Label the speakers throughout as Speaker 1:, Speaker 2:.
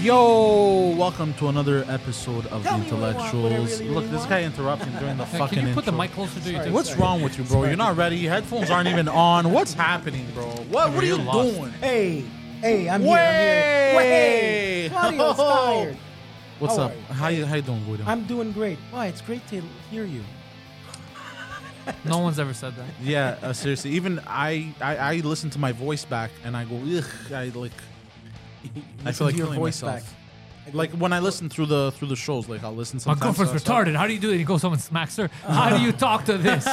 Speaker 1: Yo, welcome to another episode of
Speaker 2: Tell
Speaker 1: the
Speaker 2: me what I want, what I
Speaker 1: Intellectuals.
Speaker 2: really,
Speaker 1: Look,
Speaker 2: really
Speaker 1: this
Speaker 2: want.
Speaker 1: guy interrupting during the fucking.
Speaker 3: Can you put the
Speaker 1: intro.
Speaker 3: mic closer to you?
Speaker 1: What's wrong with you, bro? You're not ready. Your headphones aren't even on. What's happening, bro? What What are you
Speaker 3: You're lost.
Speaker 1: doing?
Speaker 2: Hey, hey, I'm
Speaker 1: Way!
Speaker 2: here. I'm here. Way! Claudio's
Speaker 1: Oh.
Speaker 2: tired.
Speaker 1: What's
Speaker 2: How
Speaker 1: up?
Speaker 2: are you?
Speaker 1: How you How you doing, Guido?
Speaker 2: I'm doing great. Why? It's great to hear you.
Speaker 3: No one's ever said that.
Speaker 1: yeah, uh, seriously. Even I, I, I listen to my voice back and I go, ugh. I like, I
Speaker 2: Listen
Speaker 1: feel like
Speaker 2: to your
Speaker 1: killing
Speaker 2: voice
Speaker 1: myself.
Speaker 2: back.
Speaker 1: Like when I listen through the through the shows, like I'll listen.
Speaker 3: My
Speaker 1: Sometimes
Speaker 3: girlfriend's
Speaker 1: to that stuff.
Speaker 3: retarded. How do you do it? You go, someone smacks her. How do you talk to this?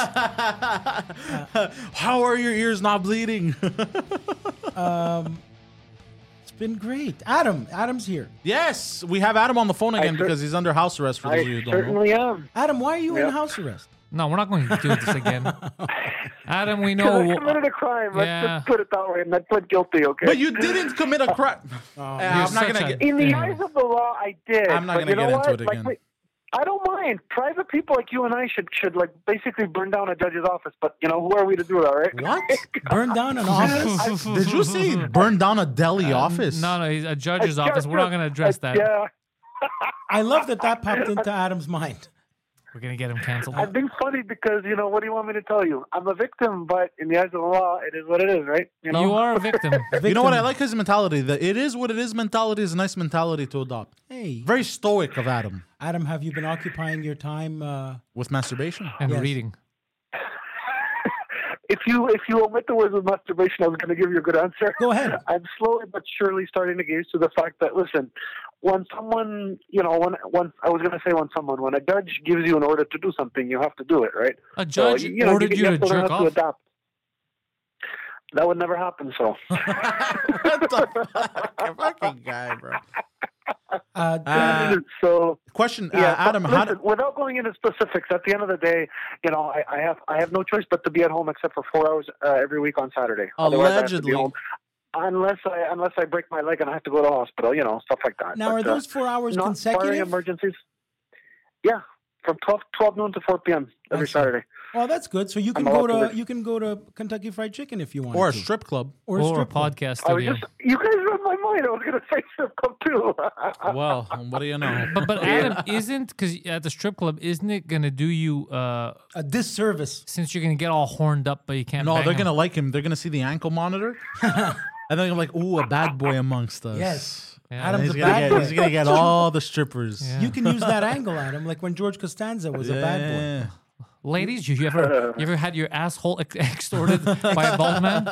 Speaker 1: How are your ears not bleeding?
Speaker 2: It's been great. Adam, Adam's here.
Speaker 1: yes, we have Adam on the phone again
Speaker 4: cer-
Speaker 1: because he's under house arrest for those of you
Speaker 4: I
Speaker 1: who don't know.
Speaker 4: certainly am.
Speaker 2: Adam, why are you
Speaker 4: Yeah.
Speaker 2: in house arrest?
Speaker 3: No, we're not going to do this again. Adam, we know.
Speaker 4: I committed a crime. Let's
Speaker 3: Oh, Yeah.
Speaker 4: just put it that way, and I pled guilty. Okay.
Speaker 1: But you didn't commit a crime. Uh,
Speaker 3: You're
Speaker 1: I'm not
Speaker 3: such
Speaker 1: gonna
Speaker 3: a-
Speaker 1: get.
Speaker 4: in the
Speaker 3: Yeah.
Speaker 4: eyes of the law, I did.
Speaker 1: I'm not
Speaker 4: But
Speaker 1: gonna
Speaker 4: you know
Speaker 1: get into
Speaker 4: what?
Speaker 1: it
Speaker 4: Like,
Speaker 1: again.
Speaker 4: wait, I don't mind. Private people like you and I should should like basically burn down a judge's office. But you know, who are we to do that, right?
Speaker 1: What?
Speaker 2: Burn down an office?
Speaker 1: Did you say burn down a deli office?
Speaker 3: No, no, he's a
Speaker 4: A
Speaker 3: judge's office. We're
Speaker 4: judge-
Speaker 3: not going to address
Speaker 4: a-
Speaker 3: that.
Speaker 4: Yeah,
Speaker 2: I love that that popped into Adam's mind.
Speaker 3: We're going to get him canceled.
Speaker 4: I've been funny because you know what do you want me to tell you? I'm a victim, but in the eyes of the law, it is what it is, right? You know.
Speaker 3: You are a victim.
Speaker 1: You know what? I like his mentality. The it is what it is mentality is a nice mentality to adopt.
Speaker 2: Hey,
Speaker 1: Very stoic of Adam
Speaker 2: Adam, have you been occupying your time? Uh,
Speaker 1: with masturbation.
Speaker 3: And
Speaker 2: Yes.
Speaker 3: reading.
Speaker 4: if you if you omit the words of masturbation, I was going to give you a good answer.
Speaker 2: Go ahead.
Speaker 4: I'm slowly but surely starting to get used to the fact that listen, when someone you know when when I was going to say when someone when a judge gives you an order to do something, you have to do it, right?
Speaker 3: A judge
Speaker 4: so, you know,
Speaker 3: ordered
Speaker 4: you,
Speaker 3: you,
Speaker 4: you
Speaker 3: to
Speaker 4: have to learn
Speaker 3: jerk
Speaker 4: how
Speaker 3: off.
Speaker 4: to adapt. That would never happen. So
Speaker 1: what the fuck? Fucking guy, bro.
Speaker 2: uh,
Speaker 1: Uh,
Speaker 4: so
Speaker 1: question, uh,
Speaker 4: yeah, but
Speaker 1: Adam. How
Speaker 4: listen,
Speaker 1: do,
Speaker 4: without going into specifics, at the end of the day, you know, I, I have I have no choice but to be at home except for four hours uh, every week on Saturday. Otherwise, I have to
Speaker 1: Allegedly.
Speaker 4: be home. Unless I unless I break my leg and I have to go to the hospital, you know, stuff like that.
Speaker 2: now, are
Speaker 4: But, uh,
Speaker 2: those four hours
Speaker 4: not firing
Speaker 2: consecutive?
Speaker 4: emergencies. Yeah, from 12, 12 noon to four p.m. every
Speaker 2: Excellent.
Speaker 4: Saturday.
Speaker 2: Well, that's good. So you can
Speaker 4: allowed
Speaker 2: go
Speaker 4: to
Speaker 2: to
Speaker 4: work.
Speaker 2: you can go to Kentucky Fried Chicken if you want.
Speaker 1: or a
Speaker 2: to.
Speaker 1: strip club?
Speaker 2: or a
Speaker 3: Or a
Speaker 2: strip club.
Speaker 3: podcast
Speaker 4: I was
Speaker 3: studio.
Speaker 4: just you guys read my mind. I was going to say something too.
Speaker 1: Well, what do you know?
Speaker 3: But, but Adam, isn't, because at the strip club, isn't it going to do you, uh,
Speaker 2: A disservice.
Speaker 3: since you're going to get all horned up, but you can't
Speaker 1: no,
Speaker 3: bang
Speaker 1: they're
Speaker 3: him?
Speaker 1: gonna like him. They're gonna see the ankle monitor, and then you're like, "Ooh, a bad boy amongst us."
Speaker 2: Yes.
Speaker 3: Yeah.
Speaker 1: And
Speaker 2: Adam's
Speaker 1: he's
Speaker 2: a
Speaker 1: gonna
Speaker 2: bad
Speaker 1: get,
Speaker 2: boy.
Speaker 1: he's gonna get all the strippers.
Speaker 3: Yeah.
Speaker 2: You can use that angle, Adam, like when George Costanza was a bad boy.
Speaker 1: Yeah.
Speaker 3: Ladies, you, you ever you ever had your asshole ex- extorted by a bald man?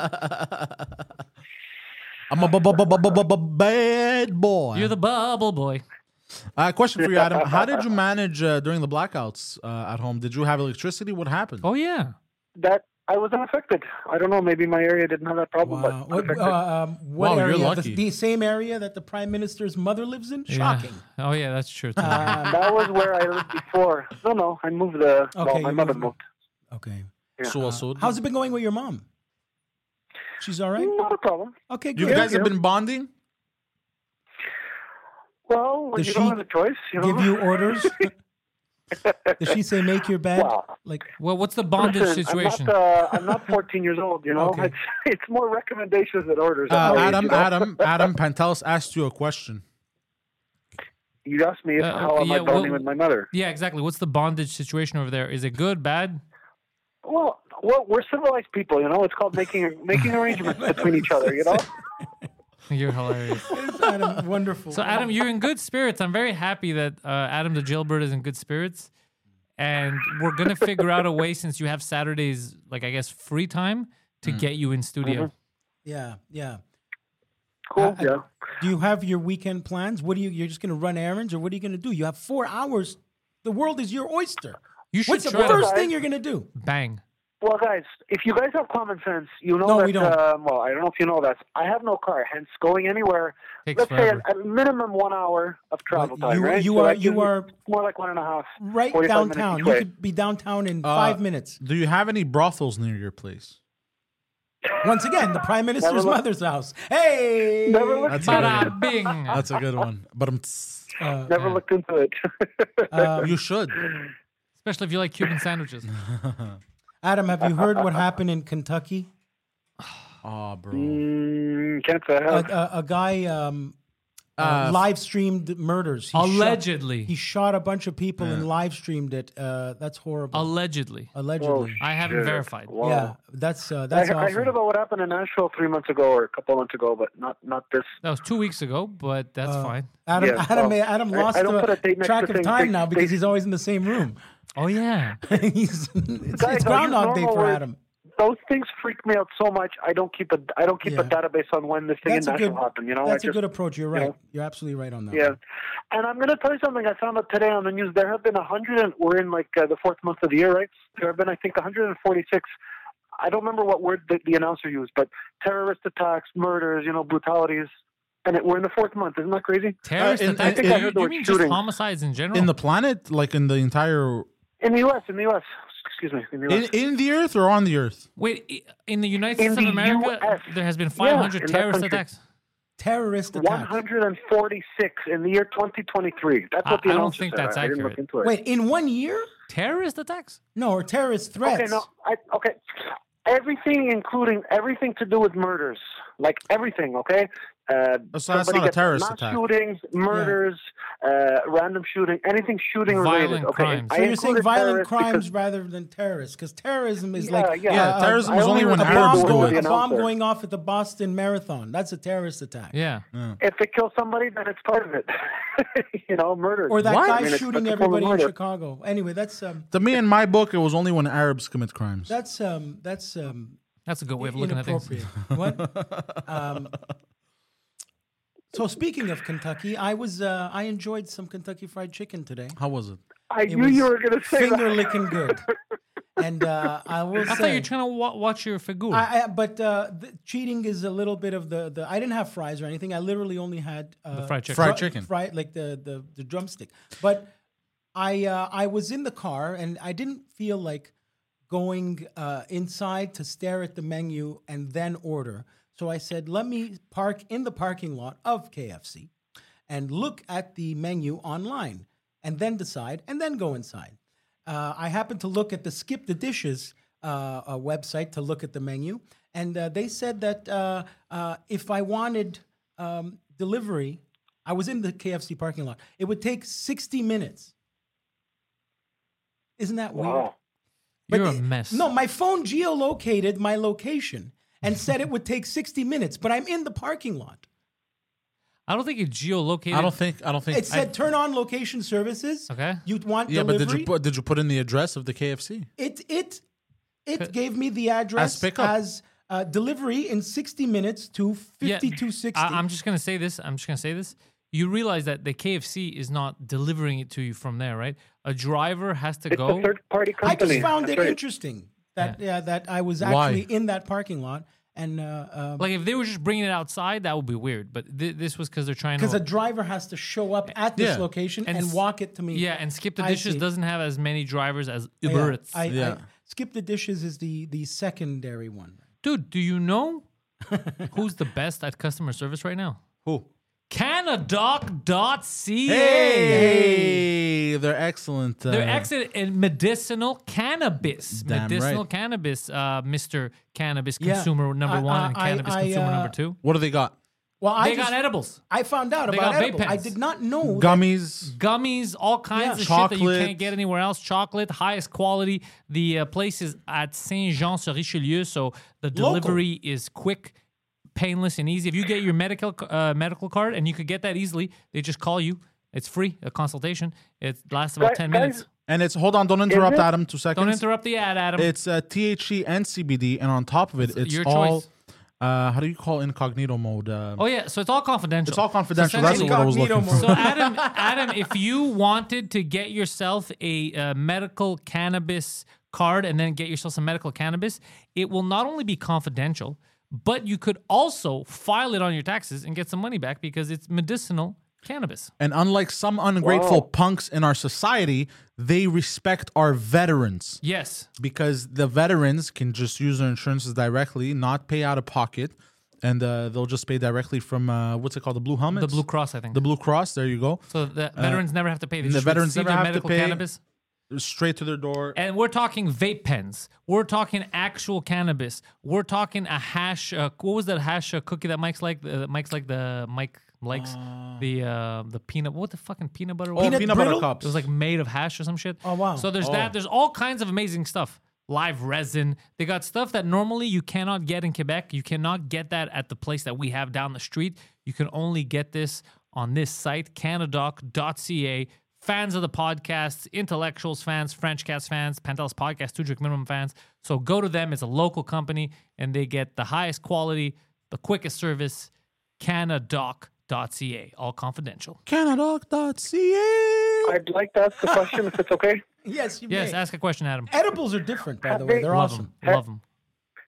Speaker 1: I'm a bu- bu- bu- bu- bu- bu- bu- bad boy.
Speaker 3: You're the bubble boy.
Speaker 1: uh, question for you, Adam. How did you manage uh, during the blackouts uh, at home? Did you have electricity? What happened?
Speaker 3: Oh yeah.
Speaker 4: that I was unaffected. I don't know. Maybe my area didn't have that problem,
Speaker 2: Wow.
Speaker 4: but
Speaker 2: What,
Speaker 4: unaffected.
Speaker 2: uh, um, what
Speaker 1: Wow, you're
Speaker 2: area?
Speaker 1: lucky.
Speaker 2: The, the same area that the prime minister's mother lives in? Shocking.
Speaker 3: Yeah. Oh yeah, that's true. Too.
Speaker 4: that was where I lived before. No, no, I moved the.
Speaker 2: Okay,
Speaker 4: well, my
Speaker 2: you
Speaker 4: mother
Speaker 2: moved.
Speaker 4: moved.
Speaker 2: Okay.
Speaker 1: So, so
Speaker 2: uh, How's it been going with your mom? She's all right?
Speaker 4: Not a problem.
Speaker 2: Okay,
Speaker 1: you
Speaker 2: good.
Speaker 1: guys
Speaker 4: Yeah.
Speaker 1: have been bonding?
Speaker 4: Well,
Speaker 2: Does
Speaker 4: you don't
Speaker 2: she
Speaker 4: have a choice. You know?
Speaker 2: Give you orders? Does she say make your bed?
Speaker 4: Wow.
Speaker 2: Like,
Speaker 3: Well, what's the bondage
Speaker 4: Listen,
Speaker 3: situation?
Speaker 4: I'm not, uh, I'm not 14 years old. You know,
Speaker 2: Okay.
Speaker 4: it's, it's more recommendations than orders. at
Speaker 1: Uh,
Speaker 4: my age,
Speaker 1: Adam,
Speaker 4: you know?
Speaker 1: Adam, Adam Pantelis asked you a question.
Speaker 4: You asked me if,
Speaker 3: Uh,
Speaker 4: how am
Speaker 3: yeah,
Speaker 4: I bonding
Speaker 3: well-
Speaker 4: with my mother.
Speaker 3: yeah, exactly. What's the bondage situation over there? Is it good, bad?
Speaker 4: Well, well, we're civilized people, you know. It's called making making arrangements between each other, you know.
Speaker 3: You're hilarious.
Speaker 2: Adam, wonderful.
Speaker 3: so Adam, you're in good spirits. I'm very happy that uh, Adam the jailbird is in good spirits. and we're gonna figure out a way since you have Saturdays, like I guess, free time to get you in studio.
Speaker 4: Mhm.
Speaker 2: Yeah, yeah.
Speaker 4: Cool.
Speaker 2: I- I-
Speaker 4: yeah.
Speaker 2: Do you have your weekend plans? What are you? You're just going to run errands, or what are you going to do? You have four hours. The world is your oyster.
Speaker 3: You should
Speaker 2: What's the
Speaker 3: try to
Speaker 2: first thing you're going to do?
Speaker 3: bang.
Speaker 4: Well, guys, if you guys have common sense, you know
Speaker 2: No,
Speaker 4: that.
Speaker 2: we don't.
Speaker 4: Um, well, I don't know if you know that. I have no car, hence going anywhere.
Speaker 3: Takes
Speaker 4: let's
Speaker 3: forever.
Speaker 4: say at a minimum one hour of travel
Speaker 2: Well,
Speaker 4: time,
Speaker 2: you-
Speaker 4: right?
Speaker 2: you
Speaker 4: So
Speaker 2: are-
Speaker 4: that
Speaker 2: you
Speaker 4: gives me-
Speaker 2: are-
Speaker 4: more like one and a half.
Speaker 2: Right
Speaker 4: 45 minutes
Speaker 2: downtown.
Speaker 4: each
Speaker 2: You
Speaker 4: way.
Speaker 2: could be downtown in five minutes.
Speaker 1: Do you have any brothels near your place?
Speaker 2: Once again, the prime minister's
Speaker 4: look-
Speaker 2: mother's house. Hey,
Speaker 4: Never looked,
Speaker 1: That's a good
Speaker 3: Bada
Speaker 1: one.
Speaker 3: bing.
Speaker 1: That's a good one. But I'm
Speaker 2: Uh,
Speaker 4: never
Speaker 3: yeah.
Speaker 4: looked into it.
Speaker 2: uh,
Speaker 1: you should.
Speaker 3: Especially if you like Cuban sandwiches.
Speaker 2: Adam, have you heard what happened in Kentucky?
Speaker 1: Oh, bro.
Speaker 4: mm, can't say I
Speaker 2: A,
Speaker 4: have.
Speaker 2: a, a guy um, uh,
Speaker 1: Uh,
Speaker 2: live streamed murders. He shot-
Speaker 3: Allegedly.
Speaker 2: he shot a bunch of people and live streamed it. Uh, that's horrible.
Speaker 3: Allegedly.
Speaker 4: Oh,
Speaker 2: Allegedly,
Speaker 3: I haven't
Speaker 4: shit.
Speaker 3: verified.
Speaker 4: Wow.
Speaker 2: yeah. That's uh,
Speaker 4: I,
Speaker 2: that's.
Speaker 4: I heard
Speaker 2: awful.
Speaker 4: about what happened in Nashville three months ago or a couple months ago, but not not this.
Speaker 3: That was two weeks ago, but that's fine.
Speaker 2: Adam,
Speaker 4: Yeah,
Speaker 2: Adam,
Speaker 4: well,
Speaker 2: Adam
Speaker 4: I-
Speaker 2: lost
Speaker 4: I don't
Speaker 2: the
Speaker 4: put a date next
Speaker 2: track
Speaker 4: to
Speaker 2: of
Speaker 4: things.
Speaker 2: time
Speaker 4: They-
Speaker 2: now because
Speaker 4: they-
Speaker 2: he's always in the same room.
Speaker 3: Oh yeah.
Speaker 2: uh, he's, it's,
Speaker 4: Guys,
Speaker 2: it's
Speaker 4: are you
Speaker 2: Groundhog Day
Speaker 4: normal
Speaker 2: for
Speaker 4: with-
Speaker 2: Adam.
Speaker 4: Those things freak me out so much. I don't keep a I don't keep a
Speaker 2: Yeah.
Speaker 4: database on when this thing
Speaker 2: That's
Speaker 4: in
Speaker 2: a
Speaker 4: Nashville
Speaker 2: good.
Speaker 4: happened. You know,
Speaker 2: that's a
Speaker 4: I just
Speaker 2: good approach. You're right.
Speaker 4: you know.
Speaker 2: You're absolutely right on that.
Speaker 4: Yeah,
Speaker 2: one.
Speaker 4: and I'm going to tell you something I found out today on the news. There have been 100, and we're in like uh, the fourth month of the year, right? There have been, I think, 146. I don't remember what word the, the announcer used, but terrorist attacks, murders, you know, brutalities, and it, we're in the fourth month. Isn't that crazy?
Speaker 3: Terrorist
Speaker 1: in- in-
Speaker 3: attacks.
Speaker 1: I
Speaker 3: Do
Speaker 1: heard
Speaker 3: you,
Speaker 4: there
Speaker 3: do you
Speaker 4: were
Speaker 3: mean just
Speaker 4: shootings.
Speaker 3: homicides in general?
Speaker 1: In the planet, like in the entire
Speaker 4: In the U.S., in the U.S. Excuse me, in the
Speaker 1: in,
Speaker 4: U.S.
Speaker 1: in the earth or on the earth?
Speaker 3: Wait, i- in the United
Speaker 4: In
Speaker 3: States of
Speaker 4: the
Speaker 3: America,
Speaker 4: US.
Speaker 3: there has been
Speaker 4: Yeah,
Speaker 3: 500
Speaker 4: in that
Speaker 3: terrorist
Speaker 4: country.
Speaker 3: attacks.
Speaker 2: Terrorist attacks.
Speaker 4: 146 in the year 2023. That's
Speaker 3: I-
Speaker 4: what the
Speaker 3: I don't
Speaker 4: announcer
Speaker 3: think
Speaker 4: said.
Speaker 3: that's
Speaker 4: I, I didn't look
Speaker 3: accurate.
Speaker 4: into it.
Speaker 2: Wait, in one year?
Speaker 3: Terrorist attacks?
Speaker 2: No, or terrorist threats.
Speaker 4: Okay, no, I, okay. Everything, including everything to do with murders, like everything. Okay. Uh,
Speaker 1: So that's
Speaker 4: somebody
Speaker 1: not a
Speaker 4: gets
Speaker 1: terrorist
Speaker 4: mass
Speaker 1: attack.
Speaker 4: Shootings, murders, uh, random shooting, anything shooting
Speaker 3: Violent
Speaker 4: related. Okay.
Speaker 3: crimes.
Speaker 4: I
Speaker 2: So you're saying
Speaker 4: included
Speaker 2: violent
Speaker 4: terrorists
Speaker 2: crimes
Speaker 4: because-
Speaker 2: rather than terrorists, because terrorism is
Speaker 4: Yeah,
Speaker 2: like
Speaker 4: yeah.
Speaker 1: Yeah,
Speaker 2: uh,
Speaker 1: terrorism is
Speaker 4: I
Speaker 1: only
Speaker 4: only
Speaker 1: when
Speaker 2: a
Speaker 4: remember
Speaker 1: Arabs
Speaker 2: bomb,
Speaker 4: the
Speaker 1: do
Speaker 2: going,
Speaker 4: word
Speaker 2: a
Speaker 1: it.
Speaker 2: bomb
Speaker 4: announcer.
Speaker 2: going off at the Boston Marathon. That's a terrorist attack.
Speaker 3: Yeah.
Speaker 4: If it kills somebody, then it's part of it. you know, murder.
Speaker 2: Or that
Speaker 1: What?
Speaker 2: guy
Speaker 1: I mean,
Speaker 4: it's-
Speaker 2: shooting
Speaker 4: that's a form of
Speaker 2: everybody in
Speaker 4: murder.
Speaker 2: Chicago. Anyway, that's um,
Speaker 1: To me, in my book, it was only when Arabs commit crimes.
Speaker 2: that's um, that's um,
Speaker 3: That's a good way of looking at things.
Speaker 2: inappropriate. What? Um, so speaking of Kentucky, I was uh, I enjoyed some Kentucky Fried Chicken today.
Speaker 1: How was it?
Speaker 4: I
Speaker 2: It
Speaker 4: knew you
Speaker 2: was
Speaker 4: were going to say that.
Speaker 2: finger licking good, and uh, I will
Speaker 3: I
Speaker 2: say.
Speaker 3: thought you were trying to wa- watch your figure.
Speaker 2: I, I, but uh, the cheating is a little bit of the, the. I didn't have fries or anything. I literally only had uh,
Speaker 3: the fried chicken.
Speaker 1: Fried
Speaker 2: fri-
Speaker 1: chicken.
Speaker 2: fried like the the, the drumstick. But I uh, I was in the car and I didn't feel like going uh, inside to stare at the menu and then order. So I said, let me park in the parking lot of KFC and look at the menu online and then decide and then go inside. Uh, I happened to look at the Skip the Dishes uh, uh website to look at the menu, and uh, they said that uh, uh, if I wanted um, delivery, I was in the KFC parking lot. It would take 60 minutes. Isn't that weird?
Speaker 4: Wow.
Speaker 3: You're a
Speaker 2: it-
Speaker 3: mess.
Speaker 2: No, my phone geolocated my location and said it would take 60 minutes, but I'm in the parking lot.
Speaker 3: I don't think you geolocated.
Speaker 1: I don't think. I don't think.
Speaker 2: It said turn on location services.
Speaker 3: Okay.
Speaker 2: You'd want
Speaker 1: yeah,
Speaker 2: delivery.
Speaker 1: but did you put did you put in the address of the KFC?
Speaker 2: it it it gave me the address
Speaker 1: As pickup.
Speaker 2: as, uh, delivery in 60 minutes to
Speaker 3: Yeah,
Speaker 2: 5260.
Speaker 3: I, I'm just gonna say this. I'm just gonna say this. You realize that the KFC is not delivering it to you from there, right? A driver has to
Speaker 4: It's
Speaker 3: go.
Speaker 4: a third party
Speaker 2: I
Speaker 4: company.
Speaker 2: just found
Speaker 4: That's
Speaker 2: it
Speaker 4: right.
Speaker 2: interesting that yeah. that I was
Speaker 1: Why?
Speaker 2: actually in that parking lot and because uh,
Speaker 3: Like if they were just bringing it outside, that would be weird. But thi- this was because they're trying
Speaker 2: 'cause
Speaker 3: to.
Speaker 2: a driver has to show up at this
Speaker 1: Yeah.
Speaker 2: location
Speaker 3: And
Speaker 2: and,
Speaker 3: s-
Speaker 2: walk it to me.
Speaker 3: yeah, and skip the
Speaker 2: I
Speaker 3: dishes
Speaker 2: see. Oh,
Speaker 3: doesn't have as many drivers as Uber Eats.
Speaker 2: I,
Speaker 1: Yeah.
Speaker 2: I, skip the dishes is the the secondary one.
Speaker 3: Dude, do you know who's the best at customer service right now?
Speaker 1: Who?
Speaker 3: Canadoc.ca.
Speaker 1: Hey, they're excellent. Uh,
Speaker 3: They're excellent in medicinal cannabis.
Speaker 1: Damn
Speaker 3: medicinal
Speaker 1: right.
Speaker 3: cannabis, uh, Mr. Cannabis
Speaker 2: Yeah.
Speaker 3: Consumer Number
Speaker 2: I-
Speaker 3: One and
Speaker 2: I- I-
Speaker 3: Cannabis
Speaker 2: I,
Speaker 3: Consumer
Speaker 2: uh,
Speaker 3: Number Two.
Speaker 1: What do they got?
Speaker 2: Well,
Speaker 3: They
Speaker 2: I
Speaker 3: got
Speaker 2: just,
Speaker 3: edibles,
Speaker 2: I found out
Speaker 3: They
Speaker 2: about
Speaker 3: got vape
Speaker 2: edible. I
Speaker 3: pens.
Speaker 2: did not know that-
Speaker 1: Gummies.
Speaker 3: gummies, all kinds of shit that you can't
Speaker 1: Chocolate.
Speaker 3: get anywhere else. Chocolate, highest quality. The uh, place is at Saint Jean sur Richelieu, so the
Speaker 2: Local.
Speaker 3: delivery is quick, painless, and easy. If you get your medical uh, medical card, and you could get that easily, they just call you. It's free, a consultation. It lasts about
Speaker 4: Guy-
Speaker 3: ten
Speaker 4: guys,
Speaker 3: minutes.
Speaker 1: And it's hold on, don't interrupt,
Speaker 4: it?
Speaker 1: Adam. Two seconds.
Speaker 3: Don't interrupt the ad, Adam.
Speaker 1: It's uh, THC and CBD, and on top of it, it's
Speaker 3: your
Speaker 1: all.
Speaker 3: choice.
Speaker 1: Uh, how do you call incognito mode? Uh,
Speaker 3: oh yeah, so it's all confidential.
Speaker 1: It's all confidential. That's the
Speaker 3: essentially-
Speaker 1: word I was looking
Speaker 2: Incognito
Speaker 1: for.
Speaker 3: So Adam, Adam, if you wanted to get yourself a uh, medical cannabis card and then get yourself some medical cannabis, it will not only be confidential, but you could also file it on your taxes and get some money back because it's medicinal cannabis.
Speaker 1: And unlike some ungrateful punks in our society, they respect our veterans
Speaker 3: Yes.
Speaker 1: because the veterans can just use their insurances directly, not pay out of pocket, and uh, they'll just pay directly from uh, what's it called, the Blue Helmets,
Speaker 3: The Blue Cross, I think.
Speaker 1: the Blue Cross. There you go,
Speaker 3: so the veterans never have to pay. They
Speaker 1: the
Speaker 3: just
Speaker 1: veterans
Speaker 3: receive
Speaker 1: never
Speaker 3: their
Speaker 1: have to
Speaker 3: medical
Speaker 1: pay.
Speaker 3: cannabis.
Speaker 1: straight to their door.
Speaker 3: And we're talking vape pens. We're talking actual cannabis. We're talking a hash. Uh, what was that hash uh, cookie that Mike's like? Uh, Mike's like the Mike likes the uh, the peanut. What the fucking peanut butter?
Speaker 1: Oh,
Speaker 3: was?
Speaker 1: peanut, butter
Speaker 2: brittle?
Speaker 1: cups.
Speaker 3: It was like made of hash or some shit.
Speaker 2: Oh, wow.
Speaker 3: So there's that. There's all kinds of amazing stuff. Live resin. They got stuff that normally you cannot get in Quebec. You cannot get that at the place that we have down the street. You can only get this on this site, canadoc.ca. Fans of the podcast, intellectuals fans, French cast fans, Pantelis podcast, two drink minimum fans. So go to them. It's a local company and they get the highest quality, the quickest service, canadoc.ca. All confidential.
Speaker 1: Canadoc.ca.
Speaker 4: I'd like to ask the question if it's okay.
Speaker 2: Yes, you
Speaker 3: Yes,
Speaker 2: may.
Speaker 3: ask a question, Adam.
Speaker 2: Edibles are different, by the way. They're
Speaker 3: Love
Speaker 2: awesome.
Speaker 3: them. Love them.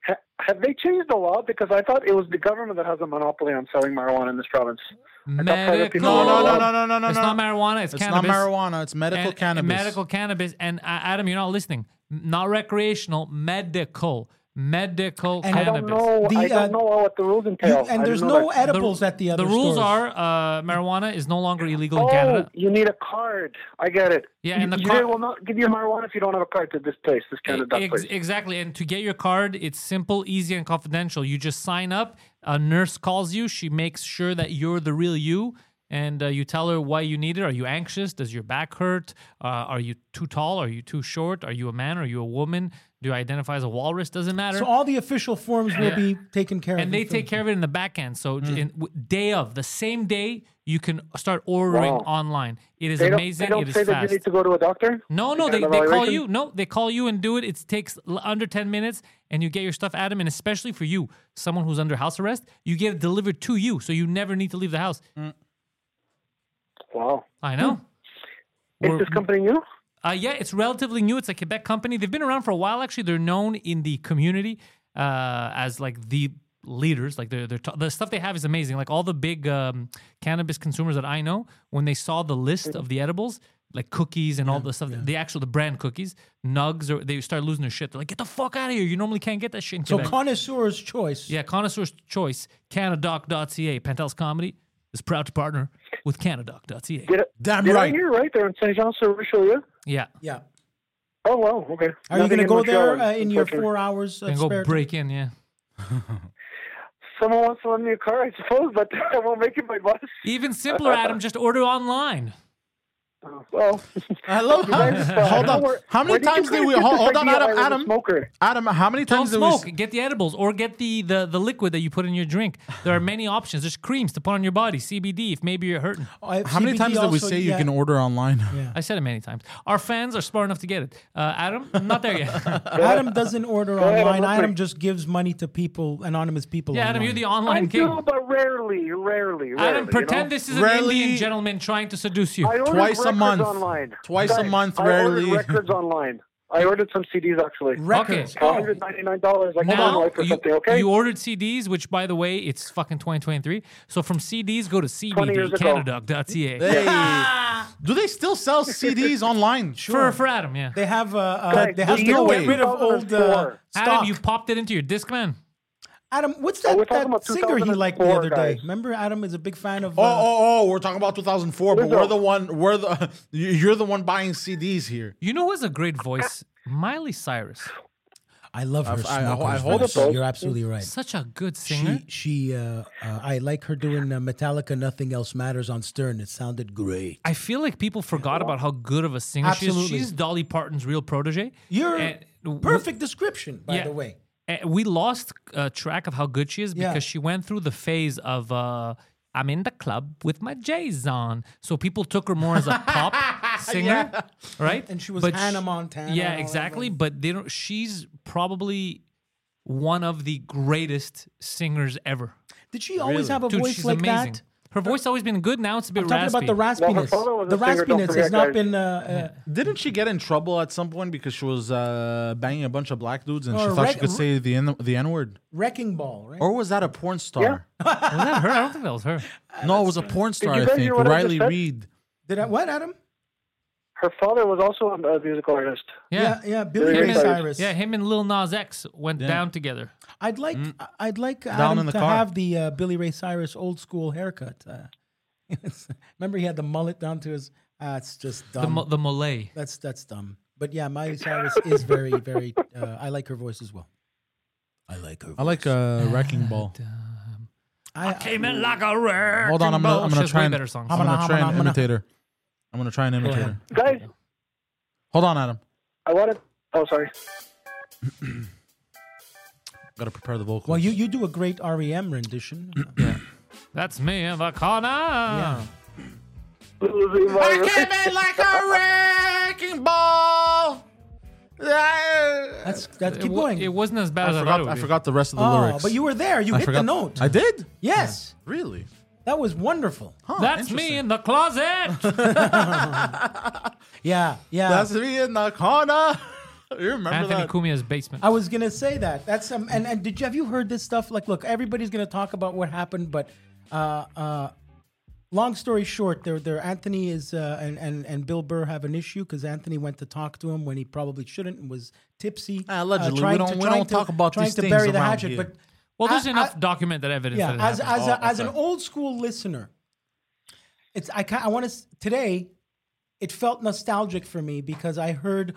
Speaker 4: Ha- have they changed the law? Because I thought it was the government that has a monopoly on selling marijuana in this province.
Speaker 3: Medical.
Speaker 4: No, no, no,
Speaker 1: no, no, no, no,
Speaker 3: It's
Speaker 1: no.
Speaker 3: not marijuana. It's,
Speaker 1: It's not
Speaker 3: cannabis.
Speaker 1: marijuana. It's medical
Speaker 3: And-
Speaker 1: cannabis.
Speaker 3: Medical cannabis. And uh, Adam, you're not listening. M- Not recreational. Medical. Medical
Speaker 2: And-
Speaker 4: I
Speaker 3: cannabis.
Speaker 4: don't know.
Speaker 2: The,
Speaker 4: I
Speaker 2: uh,
Speaker 4: don't know what the rules
Speaker 2: You-
Speaker 4: entail.
Speaker 2: and
Speaker 4: I
Speaker 2: there's
Speaker 4: didn't know
Speaker 2: no
Speaker 4: that.
Speaker 3: The-
Speaker 2: edibles at the other
Speaker 3: The rules
Speaker 2: stores.
Speaker 3: are uh, marijuana is no longer illegal in
Speaker 4: Oh,
Speaker 3: Canada.
Speaker 4: you need a card. I get it.
Speaker 3: Yeah, and the
Speaker 4: You-
Speaker 3: card-
Speaker 4: They will not give you marijuana if you don't have a card to this place, this kind of duck
Speaker 3: E-, Ex-
Speaker 4: place.
Speaker 3: exactly. And to get your card, it's simple, easy, and confidential. You just sign up. A nurse calls you. She makes sure that you're the real you. And uh, you tell her why you need it. Are you anxious? Does your back hurt? Uh, are you too tall? Are you too short? Are you a man? Are you a woman? Do you identify as a walrus? Doesn't matter.
Speaker 2: So all the official forms will be taken care of.
Speaker 3: and they
Speaker 2: in
Speaker 3: take
Speaker 2: Philly.
Speaker 3: care of it in the back end. So
Speaker 2: Hmm.
Speaker 3: j- in, w- day of the same day, you can start ordering
Speaker 4: Wow.
Speaker 3: online. It is
Speaker 4: They don't,
Speaker 3: amazing.
Speaker 4: they don't
Speaker 3: it is
Speaker 4: say that
Speaker 3: fast.
Speaker 4: you need to go to a doctor.
Speaker 3: No,
Speaker 4: Any
Speaker 3: no,
Speaker 4: kind
Speaker 3: they,
Speaker 4: of
Speaker 3: they call
Speaker 4: evaluation?
Speaker 3: you. No, they call you and do it. It takes l- under 10 minutes and you get your stuff, Adam. And especially for you, someone who's under house arrest, you get it delivered to you. So you never need to leave the house.
Speaker 4: Wow.
Speaker 3: I know.
Speaker 4: Is
Speaker 3: We're-
Speaker 4: this company new?
Speaker 3: uh, yeah, it's relatively new. It's a Quebec company. They've been around for a while, actually. They're known in the community uh, as like the leaders. Like they're, they're t- the stuff they have is amazing. Like all the big um, cannabis consumers that I know, when they saw the list of the edibles, like cookies and all the stuff, the actual the brand cookies, nugs, or they start losing their shit. They're like, get the fuck out of here. You normally can't get that shit in
Speaker 2: So
Speaker 3: Quebec.
Speaker 2: connoisseur's choice.
Speaker 3: yeah, connoisseur's choice, canadoc.ca. Pantel's Comedy is proud to partner with canadoc.ca.
Speaker 4: Did, it,
Speaker 1: Damn
Speaker 4: did I
Speaker 1: right.
Speaker 4: hear right there in Saint Jean sur Richelieu?
Speaker 3: Yeah.
Speaker 2: Yeah.
Speaker 4: Oh wow. Okay.
Speaker 2: Are you going
Speaker 4: Nothing
Speaker 2: to
Speaker 4: in
Speaker 2: go there
Speaker 4: Montreal,
Speaker 2: uh, in your
Speaker 4: unfortunately.
Speaker 2: four hours? Uh,
Speaker 3: And go
Speaker 2: spare
Speaker 3: break in, yeah.
Speaker 4: Someone wants to lend me a car, I suppose, but I won't make it by bus.
Speaker 3: Even simpler, Adam. Just order online.
Speaker 4: Oh, Well,
Speaker 1: I love how,
Speaker 4: guys, uh,
Speaker 1: hold
Speaker 4: I know
Speaker 1: on.
Speaker 4: where-
Speaker 1: How many
Speaker 4: where did you
Speaker 1: times did
Speaker 4: guys
Speaker 1: we
Speaker 4: get
Speaker 1: hold,
Speaker 4: this
Speaker 1: hold on,
Speaker 4: idea I
Speaker 1: Adam?
Speaker 4: was a
Speaker 1: Adam,
Speaker 4: smoker?
Speaker 1: Adam, how many
Speaker 3: Don't
Speaker 1: times did
Speaker 3: smoke.
Speaker 1: we? s-
Speaker 3: Get the edibles or get the, the the liquid that you put in your drink. There are many options. There's creams to put on your body, CBD if maybe you're hurting.
Speaker 2: Uh,
Speaker 1: How many
Speaker 2: CBD
Speaker 1: times did we
Speaker 2: also,
Speaker 1: say you
Speaker 2: yeah.
Speaker 1: can order online?
Speaker 3: I said it many times. Our fans are smart enough to get it. Uh, Adam, I'm not there yet.
Speaker 2: Adam doesn't order
Speaker 4: ahead, I'm
Speaker 2: online.
Speaker 4: listening.
Speaker 2: Adam just gives money to people, anonymous people.
Speaker 3: yeah, Adam,
Speaker 2: online.
Speaker 3: you're the
Speaker 4: I
Speaker 3: online king.
Speaker 4: do, but rarely, rarely, rarely.
Speaker 3: Adam,
Speaker 4: you
Speaker 3: pretend
Speaker 4: know?
Speaker 3: this is an
Speaker 1: Rarely-
Speaker 3: Indian gentleman trying to seduce you.
Speaker 4: I ordered
Speaker 1: Twice a
Speaker 4: records
Speaker 1: month.
Speaker 4: Online.
Speaker 1: Twice a
Speaker 4: Guys,
Speaker 1: month,
Speaker 4: I
Speaker 1: rarely.
Speaker 4: ordered records online. I ordered some CDs actually.
Speaker 2: Records.
Speaker 3: Okay.
Speaker 4: One hundred ninety-nine dollars. I got
Speaker 3: now
Speaker 4: my wife for
Speaker 3: you,
Speaker 4: something. Okay.
Speaker 3: you ordered CDs, which by the way, it's fucking 2023. So from CDs, go to
Speaker 4: years ago.
Speaker 3: cbdcanada.ca.
Speaker 1: Hey. Do they still sell CDs online?
Speaker 3: For, for Adam, yeah.
Speaker 2: They have uh, uh,
Speaker 4: Guys,
Speaker 2: they have
Speaker 4: the
Speaker 2: to
Speaker 4: year
Speaker 2: get
Speaker 1: was
Speaker 2: rid of old uh,
Speaker 4: 2004.
Speaker 2: stock.
Speaker 3: Adam, you popped it into your disc man.
Speaker 2: Adam, what's
Speaker 4: Oh,
Speaker 2: that,
Speaker 4: we're talking
Speaker 2: that
Speaker 4: about
Speaker 2: singer he liked the
Speaker 4: 2004,
Speaker 2: other day?
Speaker 4: guys.
Speaker 2: Remember, Adam is a big fan of.
Speaker 1: Oh,
Speaker 2: uh,
Speaker 1: oh, oh! We're talking about 2004, but
Speaker 4: Lizzo.
Speaker 1: we're the one. We're the you- you're the one buying CDs here.
Speaker 3: You know who has a great voice? Miley Cyrus.
Speaker 2: I love her.
Speaker 1: I- I- I
Speaker 2: smoker's
Speaker 1: hope
Speaker 2: voice.
Speaker 1: so.
Speaker 2: You're absolutely right.
Speaker 3: Such a good singer.
Speaker 2: She, she, uh, uh, I like her doing uh, Metallica. Nothing else matters on Stern. It sounded great.
Speaker 3: I feel like people forgot about how good of a singer she
Speaker 2: Absolutely.
Speaker 3: is. She's Dolly Parton's real protege.
Speaker 2: You're
Speaker 3: And w-
Speaker 2: perfect description, by
Speaker 3: Yeah.
Speaker 2: the way.
Speaker 3: and we lost uh, track of how good she is
Speaker 2: Yeah.
Speaker 3: because she went through the phase of uh, I'm in the club with my J's on. So people took her more as a pop singer,
Speaker 2: Yeah.
Speaker 3: right?
Speaker 2: And she was
Speaker 3: But
Speaker 2: Hannah
Speaker 3: sh-
Speaker 2: Montana
Speaker 3: Yeah,
Speaker 2: and all that,
Speaker 3: exactly.
Speaker 2: right?
Speaker 3: But they don't, she's probably one of the greatest singers ever.
Speaker 2: Did she always have a
Speaker 3: Dude,
Speaker 2: voice
Speaker 3: she's
Speaker 2: like
Speaker 3: amazing.
Speaker 2: that?
Speaker 3: Her voice always been good. Now it's a bit
Speaker 2: I'm talking
Speaker 3: raspy.
Speaker 2: about the
Speaker 4: Well, her
Speaker 2: raspiness.
Speaker 4: father was
Speaker 2: the
Speaker 4: a singer, don't
Speaker 2: raspiness has
Speaker 4: forget,
Speaker 2: not
Speaker 4: guys.
Speaker 2: been. Uh, uh,
Speaker 1: Didn't she get in trouble at some point because she was uh, banging a bunch of black dudes and she
Speaker 4: Oh,
Speaker 2: Or
Speaker 1: thought
Speaker 2: reg-
Speaker 1: she could say the N- the N word?
Speaker 2: wrecking ball, right?
Speaker 1: Or was that a porn star?
Speaker 3: was that her? I don't think that was her.
Speaker 1: No, it was a porn star.
Speaker 4: you
Speaker 1: I
Speaker 4: guys
Speaker 1: think
Speaker 4: hear what I just
Speaker 1: Riley
Speaker 4: said?
Speaker 1: Reed.
Speaker 2: Did I, what, Adam?
Speaker 4: Her father was also a a musical artist.
Speaker 3: Yeah.
Speaker 2: yeah, Billy
Speaker 3: Him
Speaker 2: Ray
Speaker 3: and-
Speaker 2: Cyrus.
Speaker 3: Yeah, Mm. him and Lil Nas X went down together.
Speaker 2: I'd like, I'd like Adam
Speaker 1: in the
Speaker 2: to
Speaker 1: car.
Speaker 2: have the uh, Billy Ray Cyrus old school haircut. Uh, remember, he had the mullet down to his. Ah, it's just
Speaker 3: The,
Speaker 2: dumb.
Speaker 3: mo- the Malay.
Speaker 2: that's that's dumb. But yeah, Miley Cyrus is very, very. Uh, I like her voice as well. I like her. Voice.
Speaker 1: I like uh, Wrecking Ball.
Speaker 2: I,
Speaker 3: Came in like a rare.
Speaker 1: Hold on, I'm gonna, I'm gonna try
Speaker 3: way
Speaker 1: and
Speaker 3: better songs.
Speaker 1: I'm gonna
Speaker 2: Hamana,
Speaker 1: try
Speaker 2: hamana,
Speaker 1: and
Speaker 2: hamana.
Speaker 1: imitate her. I'm gonna try and imitate her.
Speaker 4: Guys,
Speaker 1: Hold on, Adam.
Speaker 4: I wanted. Oh, sorry.
Speaker 1: Gotta prepare the vocals.
Speaker 2: well, you you do a great REM rendition.
Speaker 3: That's me in the corner.
Speaker 4: Losing my
Speaker 1: like a wrecking ball. I
Speaker 2: That's that's
Speaker 3: It,
Speaker 2: keep
Speaker 3: wa-
Speaker 2: going.
Speaker 3: it wasn't as bad as I thought it
Speaker 1: forgot.
Speaker 3: would
Speaker 1: I
Speaker 3: be.
Speaker 1: forgot the rest of the
Speaker 2: oh,
Speaker 1: lyrics.
Speaker 2: but you were there. You
Speaker 1: I
Speaker 2: hit
Speaker 1: forgot.
Speaker 2: the note.
Speaker 1: I did.
Speaker 2: yes,
Speaker 1: Really?
Speaker 2: that was wonderful.
Speaker 1: Huh,
Speaker 3: That's
Speaker 1: interesting.
Speaker 3: me in the closet.
Speaker 2: Yeah, yeah.
Speaker 1: That's me in the corner. you remember
Speaker 3: Anthony
Speaker 1: that?
Speaker 3: Cumia's basement.
Speaker 2: I was gonna say that. That's um, and and did you have you heard this stuff? Like, look, everybody's gonna talk about what happened, but uh, uh, long story short, there there Anthony is uh, and and and Bill Burr have an issue because Anthony went to talk to him when he probably shouldn't and was tipsy. uh,
Speaker 1: Ah, allegedly. We
Speaker 2: trying
Speaker 1: don't- we
Speaker 2: trying
Speaker 1: don't talk about
Speaker 2: trying
Speaker 1: these
Speaker 2: to
Speaker 1: things
Speaker 2: bury the
Speaker 1: around
Speaker 2: hatchet,
Speaker 1: here.
Speaker 2: but
Speaker 3: well, there's
Speaker 2: I-
Speaker 3: enough
Speaker 2: I-
Speaker 3: documented evidence.
Speaker 2: yeah,
Speaker 3: that it
Speaker 2: as
Speaker 3: happened.
Speaker 2: as,
Speaker 1: Oh,
Speaker 2: a, as an old school listener, it's I ca- I want to today. It felt nostalgic for me because I heard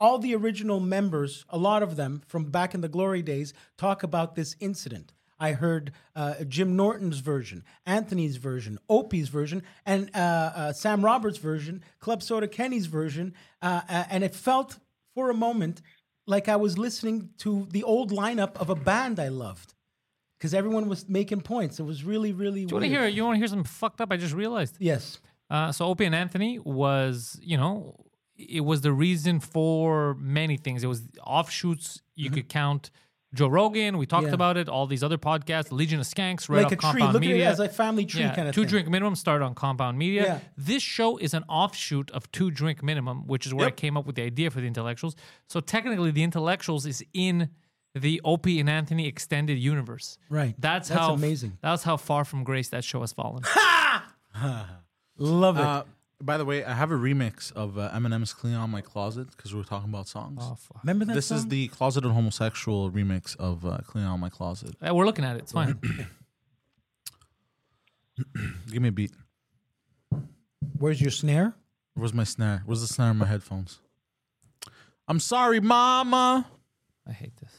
Speaker 2: all the original members, a lot of them from back in the glory days, talk about this incident. I heard uh, Jim Norton's version, Anthony's version, Opie's version, and uh, uh, Sam Roberts' version, Club Soda Kenny's version, uh, uh, and it felt for a moment like I was listening to the old lineup of a band I loved because everyone was making points. It was really, really.
Speaker 3: Do you want to hear? You want to hear something fucked up? I just realized.
Speaker 2: Yes.
Speaker 3: Uh, so Opie and Anthony was, you know, it was the reason for many things. It was offshoots. You could count Joe Rogan. We talked
Speaker 2: Mm-hmm. Yeah.
Speaker 3: about it. All these other podcasts, Legion of Skanks, right
Speaker 2: like a
Speaker 3: off
Speaker 2: tree.
Speaker 3: Compound
Speaker 2: Look
Speaker 3: Media.
Speaker 2: at it as a family tree
Speaker 3: yeah,
Speaker 2: kind of
Speaker 3: two
Speaker 2: thing.
Speaker 3: drink minimum started on Compound Media.
Speaker 2: Yeah.
Speaker 3: This show is an offshoot of two drink minimum, which is where I came up with the idea for the intellectuals. So technically, the intellectuals is in the Opie and Anthony extended universe.
Speaker 2: Right.
Speaker 3: That's,
Speaker 2: That's
Speaker 3: how
Speaker 2: amazing.
Speaker 3: That's how far from grace that show has fallen.
Speaker 2: Love it.
Speaker 1: Uh, by the way, I have a remix of uh, Eminem's "Clean Out My Closet" because we were talking about songs.
Speaker 2: Remember that
Speaker 1: this
Speaker 2: song?
Speaker 1: is the closeted homosexual remix of uh, "Clean Out My Closet."
Speaker 3: Uh, We're looking at it. It's fine.
Speaker 1: Give me a beat.
Speaker 2: Where's your snare?
Speaker 1: Where's my snare? Where's the snare in my headphones? I'm sorry, Mama.
Speaker 3: I hate this.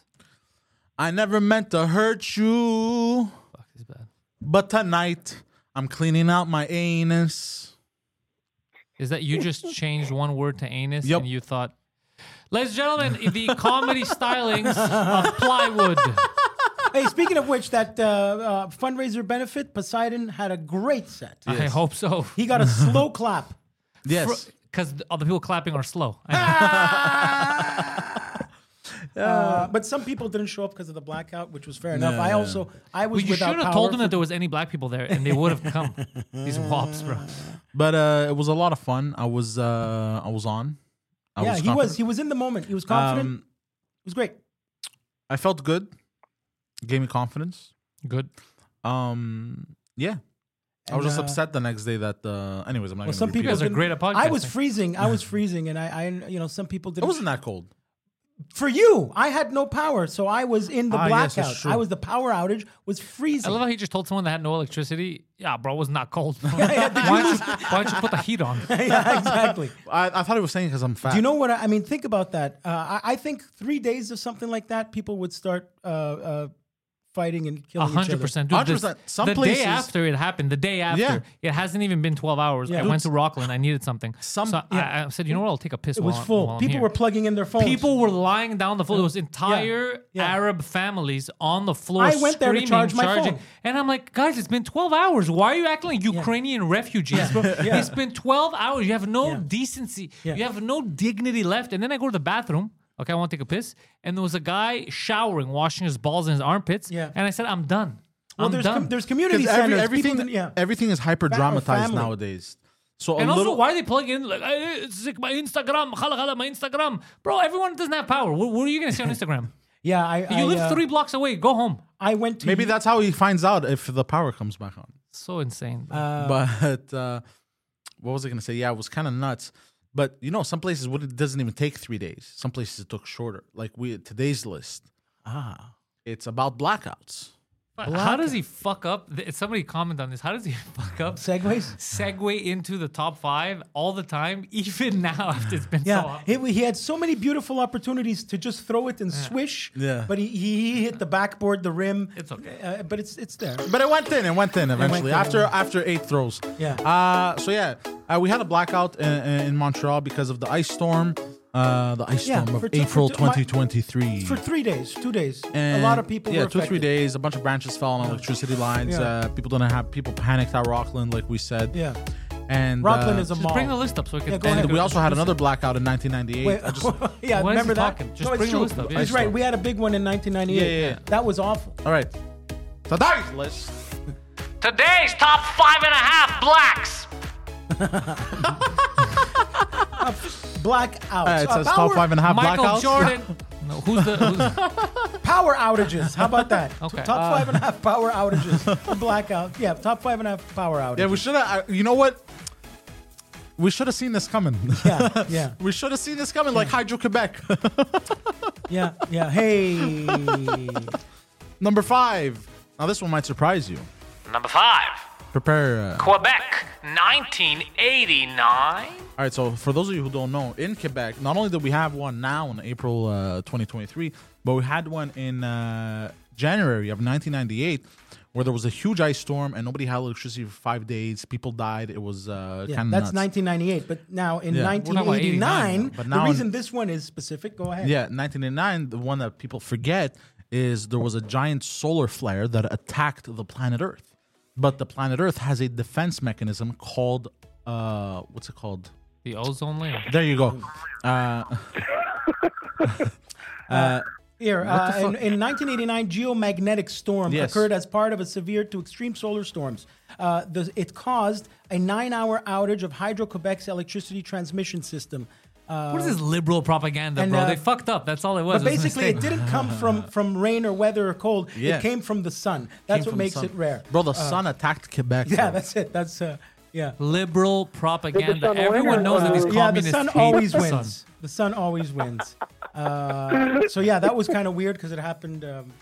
Speaker 1: I never meant to hurt you,
Speaker 3: Fuck this is bad.
Speaker 1: but tonight I'm cleaning out my anus.
Speaker 3: Is that you just changed one word to anus
Speaker 1: Yep.
Speaker 3: and you thought, ladies and gentlemen, the comedy stylings of plywood.
Speaker 2: hey, speaking of which, that uh, uh, fundraiser benefit, Poseidon had a great set.
Speaker 3: I hope so.
Speaker 2: He got a slow clap.
Speaker 1: Yes.
Speaker 3: Because all the people clapping are slow.
Speaker 2: Ah, Uh, but some people didn't show up because of the blackout, which was fair enough. I also I was
Speaker 3: Well, you
Speaker 2: without
Speaker 3: should have
Speaker 2: power
Speaker 3: told them
Speaker 2: for-
Speaker 3: that there was any black people there, and they would have come. These wops, bro.
Speaker 1: But uh, it was a lot of fun. I was uh, I was on. I
Speaker 2: yeah, he
Speaker 1: confident.
Speaker 2: was he was in the moment. He was confident.
Speaker 1: Um,
Speaker 2: it was great.
Speaker 1: I felt good. Gave me confidence.
Speaker 3: Good.
Speaker 1: Um, yeah. I was
Speaker 2: And,
Speaker 1: just
Speaker 2: uh,
Speaker 1: upset the next day that. Uh, anyways, I'm not.
Speaker 2: Well,
Speaker 1: gonna
Speaker 2: some
Speaker 1: repeat
Speaker 2: people
Speaker 3: guys
Speaker 1: it.
Speaker 3: are great at
Speaker 2: I was
Speaker 3: podcasting.
Speaker 2: freezing. I was freezing, and I, I you know some people
Speaker 1: It
Speaker 2: didn't.
Speaker 1: wasn't that cold.
Speaker 2: for you, I had no power, so I was in the
Speaker 1: Ah, yes, that's
Speaker 2: blackout.
Speaker 1: true.
Speaker 2: I was the power outage was
Speaker 3: I
Speaker 2: freezing.
Speaker 3: love how he just told someone that had no electricity. Yeah, bro, it was not cold.
Speaker 2: yeah, did
Speaker 3: why, don't you, why don't you put the heat on?
Speaker 2: yeah, exactly.
Speaker 1: I, I thought he was saying because I'm fat.
Speaker 2: Do you know what I, I mean? Think about that. Uh, I, I think three days of something like that, people would start uh, uh, fighting and
Speaker 3: A
Speaker 2: killing each
Speaker 3: hundred
Speaker 2: other.
Speaker 3: percent. Dude,
Speaker 1: 100%.
Speaker 3: the-
Speaker 1: Some
Speaker 3: the
Speaker 1: places-
Speaker 3: day after it happened, the day after,
Speaker 1: Yeah.
Speaker 3: it hasn't even been twelve hours. I
Speaker 2: Yeah.
Speaker 3: went to Rockland. I needed something.
Speaker 1: Some-
Speaker 3: so
Speaker 1: yeah.
Speaker 3: I, I said, you know what? I'll take a piss.
Speaker 2: It was
Speaker 3: while I'm- while
Speaker 2: full.
Speaker 3: I'm
Speaker 2: People
Speaker 3: here."
Speaker 2: were plugging in their phones.
Speaker 3: People were lying down the floor. There was entire
Speaker 2: Yeah.
Speaker 3: Arab families on the floor.
Speaker 2: I went there to
Speaker 3: screaming,
Speaker 2: charge my
Speaker 3: charging.
Speaker 2: phone.
Speaker 3: and I'm like, guys, it's been 12 hours. Why are you acting like Ukrainian refugees? bro?
Speaker 2: Yeah.
Speaker 3: It's been 12 hours. You have no
Speaker 2: Yeah.
Speaker 3: decency.
Speaker 2: Yeah.
Speaker 3: You have no dignity left. And then I go to the bathroom. Okay, I want to take a piss, and there was a guy showering, washing his balls in his armpits.
Speaker 2: Yeah.
Speaker 3: And I said, I'm done.
Speaker 2: Well,
Speaker 3: I'm
Speaker 2: there's,
Speaker 3: done.
Speaker 2: com- there's community
Speaker 1: Because
Speaker 2: centers.
Speaker 1: every,
Speaker 2: People
Speaker 1: everything,
Speaker 2: that- yeah.
Speaker 1: everything is hyper dramatized
Speaker 2: family.
Speaker 1: nowadays. So a
Speaker 3: and also,
Speaker 1: little,
Speaker 3: why are they plugging in like, "Hey, it's like my Instagram, hala hala, my Instagram, bro? Everyone doesn't have power. What, what are you gonna say on Instagram?
Speaker 2: yeah, I, I,
Speaker 3: You live
Speaker 2: uh,
Speaker 3: three blocks away. Go home.
Speaker 2: I went to
Speaker 1: maybe that's how he finds out if the power comes back on.
Speaker 3: So insane. bro.
Speaker 2: Uh,
Speaker 1: but uh, what was I gonna say? Yeah, it was kind of nuts. But you know, some places would- it doesn't even take three days. Some places it took shorter. Like we today's list,
Speaker 2: Ah,
Speaker 1: it's about blackouts.
Speaker 3: But how does he fuck up? th- Somebody comment on this. How does he fuck up?
Speaker 2: segways.
Speaker 3: Segue into the top five all the time, even now after it's been so
Speaker 2: Yeah,
Speaker 3: long.
Speaker 2: he, he had so many beautiful opportunities to just throw it and swish.
Speaker 1: Yeah.
Speaker 2: but he, he he hit the backboard, the rim.
Speaker 3: It's okay.
Speaker 2: Uh, but it's it's there.
Speaker 1: But it went in. It went in eventually
Speaker 2: in.
Speaker 1: after after eight throws.
Speaker 2: Yeah.
Speaker 1: Uh, so yeah, uh, we had a blackout in, in Montreal because of the ice storm. Uh, the ice
Speaker 2: Yeah,
Speaker 1: storm of
Speaker 2: for two- for
Speaker 1: April
Speaker 2: two- my-
Speaker 1: 2023.
Speaker 2: For three days, two days,
Speaker 1: And,
Speaker 2: a lot of people.
Speaker 1: Yeah,
Speaker 2: were
Speaker 1: two three
Speaker 2: affected.
Speaker 1: days. A bunch of branches fell on electricity lines.
Speaker 2: Yeah.
Speaker 1: Uh, people didn't have. People panicked at Rockland, like we said.
Speaker 2: Yeah,
Speaker 1: And
Speaker 2: Rockland
Speaker 1: uh,
Speaker 2: is a
Speaker 3: Just
Speaker 2: mall.
Speaker 3: bring the list up so we can.
Speaker 2: Yeah, go
Speaker 3: think
Speaker 2: ahead.
Speaker 1: And
Speaker 3: of
Speaker 1: we
Speaker 3: it.
Speaker 1: also had another blackout in 1998.
Speaker 2: Wait,
Speaker 1: I just,
Speaker 2: yeah,
Speaker 3: Why is
Speaker 2: remember that?
Speaker 3: he talking? Just
Speaker 2: no, it's
Speaker 3: bring the
Speaker 2: true.
Speaker 3: list up. Yeah,
Speaker 2: He's
Speaker 3: it's
Speaker 2: right.
Speaker 3: true.
Speaker 2: We had a big one in 1998.
Speaker 1: Yeah, yeah, yeah.
Speaker 2: That was awful.
Speaker 1: all right. Today's list.
Speaker 3: Today's top five and a half blacks.
Speaker 2: Blackouts.
Speaker 1: Uh, it
Speaker 2: Uh,
Speaker 1: says top
Speaker 2: power-
Speaker 1: five and a half
Speaker 3: Michael
Speaker 1: blackouts.
Speaker 3: Jordan. no, who's the? Who's,
Speaker 2: Power outages. How about that?
Speaker 3: Okay. Uh,
Speaker 2: Top five and a half power outages. Blackout. Yeah, top five and a half power
Speaker 1: yeah,
Speaker 2: outages.
Speaker 1: we should have. You know what? We should have seen this coming.
Speaker 2: Yeah, yeah,
Speaker 1: we should have seen this coming, like Hydro Quebec.
Speaker 2: yeah, yeah. Hey.
Speaker 1: Number five. Now this one might surprise you.
Speaker 3: number five,
Speaker 1: Prepare. Uh,
Speaker 3: Quebec, 1989.
Speaker 1: All right, so for those of you who don't know, in Quebec, not only did we have one now in April uh, 2023, but we had one in uh, January of 1998 where there was a huge ice storm and nobody had electricity for five days. People died. It was uh,
Speaker 2: Yeah,
Speaker 1: kind of
Speaker 2: that's
Speaker 1: nuts.
Speaker 2: 1998. But now in
Speaker 1: Yeah. We're
Speaker 3: talking about 89,
Speaker 2: 1989,
Speaker 1: but now
Speaker 2: the
Speaker 1: in-
Speaker 2: reason this one is specific, go ahead.
Speaker 1: Yeah, 1989. The one that people forget is there was a giant solar flare that attacked the planet Earth, but the planet Earth has a defense mechanism called uh, what's it called?
Speaker 3: The ozone layer.
Speaker 1: There you go. Uh,
Speaker 2: Here, uh, in, in 1989, geomagnetic storm
Speaker 1: Yes.
Speaker 2: occurred as part of a severe to extreme solar storms. Uh, the, it caused a nine-hour outage of Hydro-Quebec's electricity transmission system. Uh,
Speaker 3: What is this liberal propaganda,
Speaker 2: And,
Speaker 3: bro?
Speaker 2: uh,
Speaker 3: they fucked up. That's all it was.
Speaker 2: but
Speaker 3: It was a
Speaker 2: basically,
Speaker 3: mistake.
Speaker 2: it didn't come from, from rain or weather or cold.
Speaker 1: Yeah.
Speaker 2: It came from the sun.
Speaker 1: came
Speaker 2: That's
Speaker 1: from
Speaker 2: what
Speaker 1: the
Speaker 2: makes
Speaker 1: sun.
Speaker 2: it rare. Uh,
Speaker 1: Bro, the sun attacked Quebec.
Speaker 2: Yeah,
Speaker 1: bro.
Speaker 2: that's it. That's uh, yeah.
Speaker 3: liberal
Speaker 4: Did the
Speaker 3: propaganda.
Speaker 4: sun win
Speaker 3: Everyone
Speaker 4: or-
Speaker 3: knows that these
Speaker 4: Uh,
Speaker 2: yeah, the
Speaker 3: communists
Speaker 2: sun
Speaker 3: hate
Speaker 2: always
Speaker 3: the
Speaker 2: wins.
Speaker 3: sun.
Speaker 2: The sun always wins. Uh, so yeah, that was kind of weird because it happened um,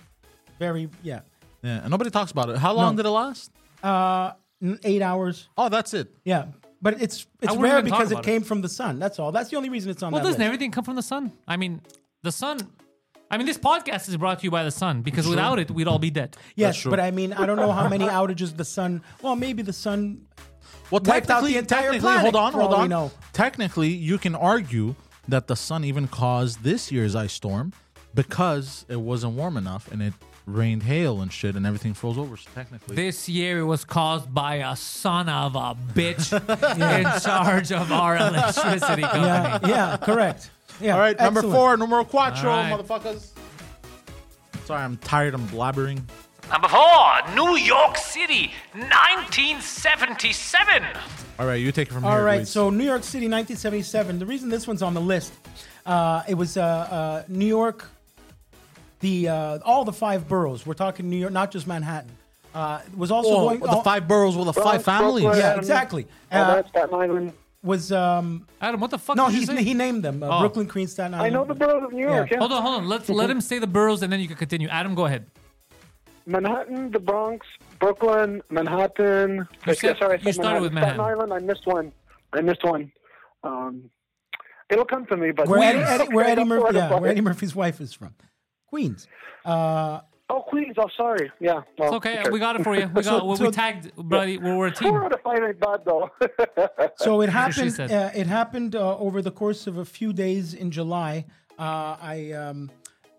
Speaker 2: very yeah,
Speaker 1: Yeah, and nobody talks about it. How long did it last?
Speaker 2: uh, n- eight hours.
Speaker 1: Oh, that's it.
Speaker 2: Yeah, but it's it's
Speaker 3: wouldn't
Speaker 2: rare
Speaker 3: even talk
Speaker 2: because it
Speaker 3: about
Speaker 2: came from the sun. That's all. That's the only reason it's on
Speaker 3: Well,
Speaker 2: that
Speaker 3: doesn't
Speaker 2: list.
Speaker 3: everything come from the sun? I mean, the sun. I mean, this podcast is brought to you by the sun because without it, we'd all be dead.
Speaker 2: yes, but I mean, I don't know how many outages the sun. Well, maybe the sun.
Speaker 1: Well,
Speaker 2: Wiped out the
Speaker 1: technically,
Speaker 2: entire
Speaker 1: technically,
Speaker 2: planet,
Speaker 1: hold on,
Speaker 2: for
Speaker 1: hold
Speaker 2: all we
Speaker 1: on.
Speaker 2: know.
Speaker 1: Technically, you can argue that the sun even caused this year's ice storm because it wasn't warm enough and it rained hail and shit and everything froze over. So technically,
Speaker 3: This year, it was caused by a son of a bitch in charge of our electricity company.
Speaker 2: Yeah, yeah, correct. Yeah.
Speaker 1: all right, number
Speaker 2: excellent.
Speaker 1: four, numero quattro,
Speaker 3: All right.
Speaker 1: motherfuckers. Sorry, I'm tired. I'm blabbering.
Speaker 3: Number four, New York City, 1977.
Speaker 1: All right, you take it from here.
Speaker 2: All right,
Speaker 1: Luis.
Speaker 2: so New York City, 1977. The reason this one's on the list, uh, it was uh, uh, New York, the uh, all the five boroughs. We're talking New York, not just Manhattan. Uh, was also
Speaker 1: Oh,
Speaker 2: going.
Speaker 1: the
Speaker 2: all-
Speaker 1: five boroughs with the five
Speaker 4: Bronx,
Speaker 1: families.
Speaker 4: Brooklyn,
Speaker 2: Yeah, exactly.
Speaker 4: all
Speaker 2: Uh,
Speaker 4: that, Oh, Staten Island.
Speaker 2: was um,
Speaker 3: Adam, what the fuck?
Speaker 2: no,
Speaker 3: did you
Speaker 2: he,
Speaker 3: say?
Speaker 2: he named them uh,
Speaker 3: Oh.
Speaker 2: Brooklyn, Queens, Staten
Speaker 4: I
Speaker 2: Island.
Speaker 4: know the boroughs of New York. Yeah.
Speaker 3: Hold on, hold on. Let's let him say the boroughs, and then you can continue. Adam, go ahead.
Speaker 4: Manhattan, the Bronx, Brooklyn, Manhattan.
Speaker 3: You
Speaker 4: Yeah,
Speaker 3: said-
Speaker 4: sorry, I
Speaker 3: you started with
Speaker 4: Manhattan.
Speaker 3: Manhattan.
Speaker 4: Staten Island. I missed one. I missed one. Um, it'll come to me, but
Speaker 2: Where Eddie,
Speaker 4: Okay,
Speaker 2: Eddie, where Eddie
Speaker 4: that's
Speaker 2: Murphy,
Speaker 4: sort of
Speaker 2: yeah,
Speaker 4: funny.
Speaker 2: where Eddie Murphy's wife is from, Queens. Uh,
Speaker 4: Oh, Queens. Oh, sorry. Yeah. Well,
Speaker 3: It's okay.
Speaker 4: okay.
Speaker 3: We got it for you. We got we, we
Speaker 2: so-
Speaker 3: tagged, buddy. We're, we're a
Speaker 4: Four
Speaker 3: team.
Speaker 4: out of five ain't bad though.
Speaker 2: So it
Speaker 3: That's what she
Speaker 2: happened.
Speaker 3: said.
Speaker 2: Uh, it happened uh, over the course of a few days in July. Uh, I um,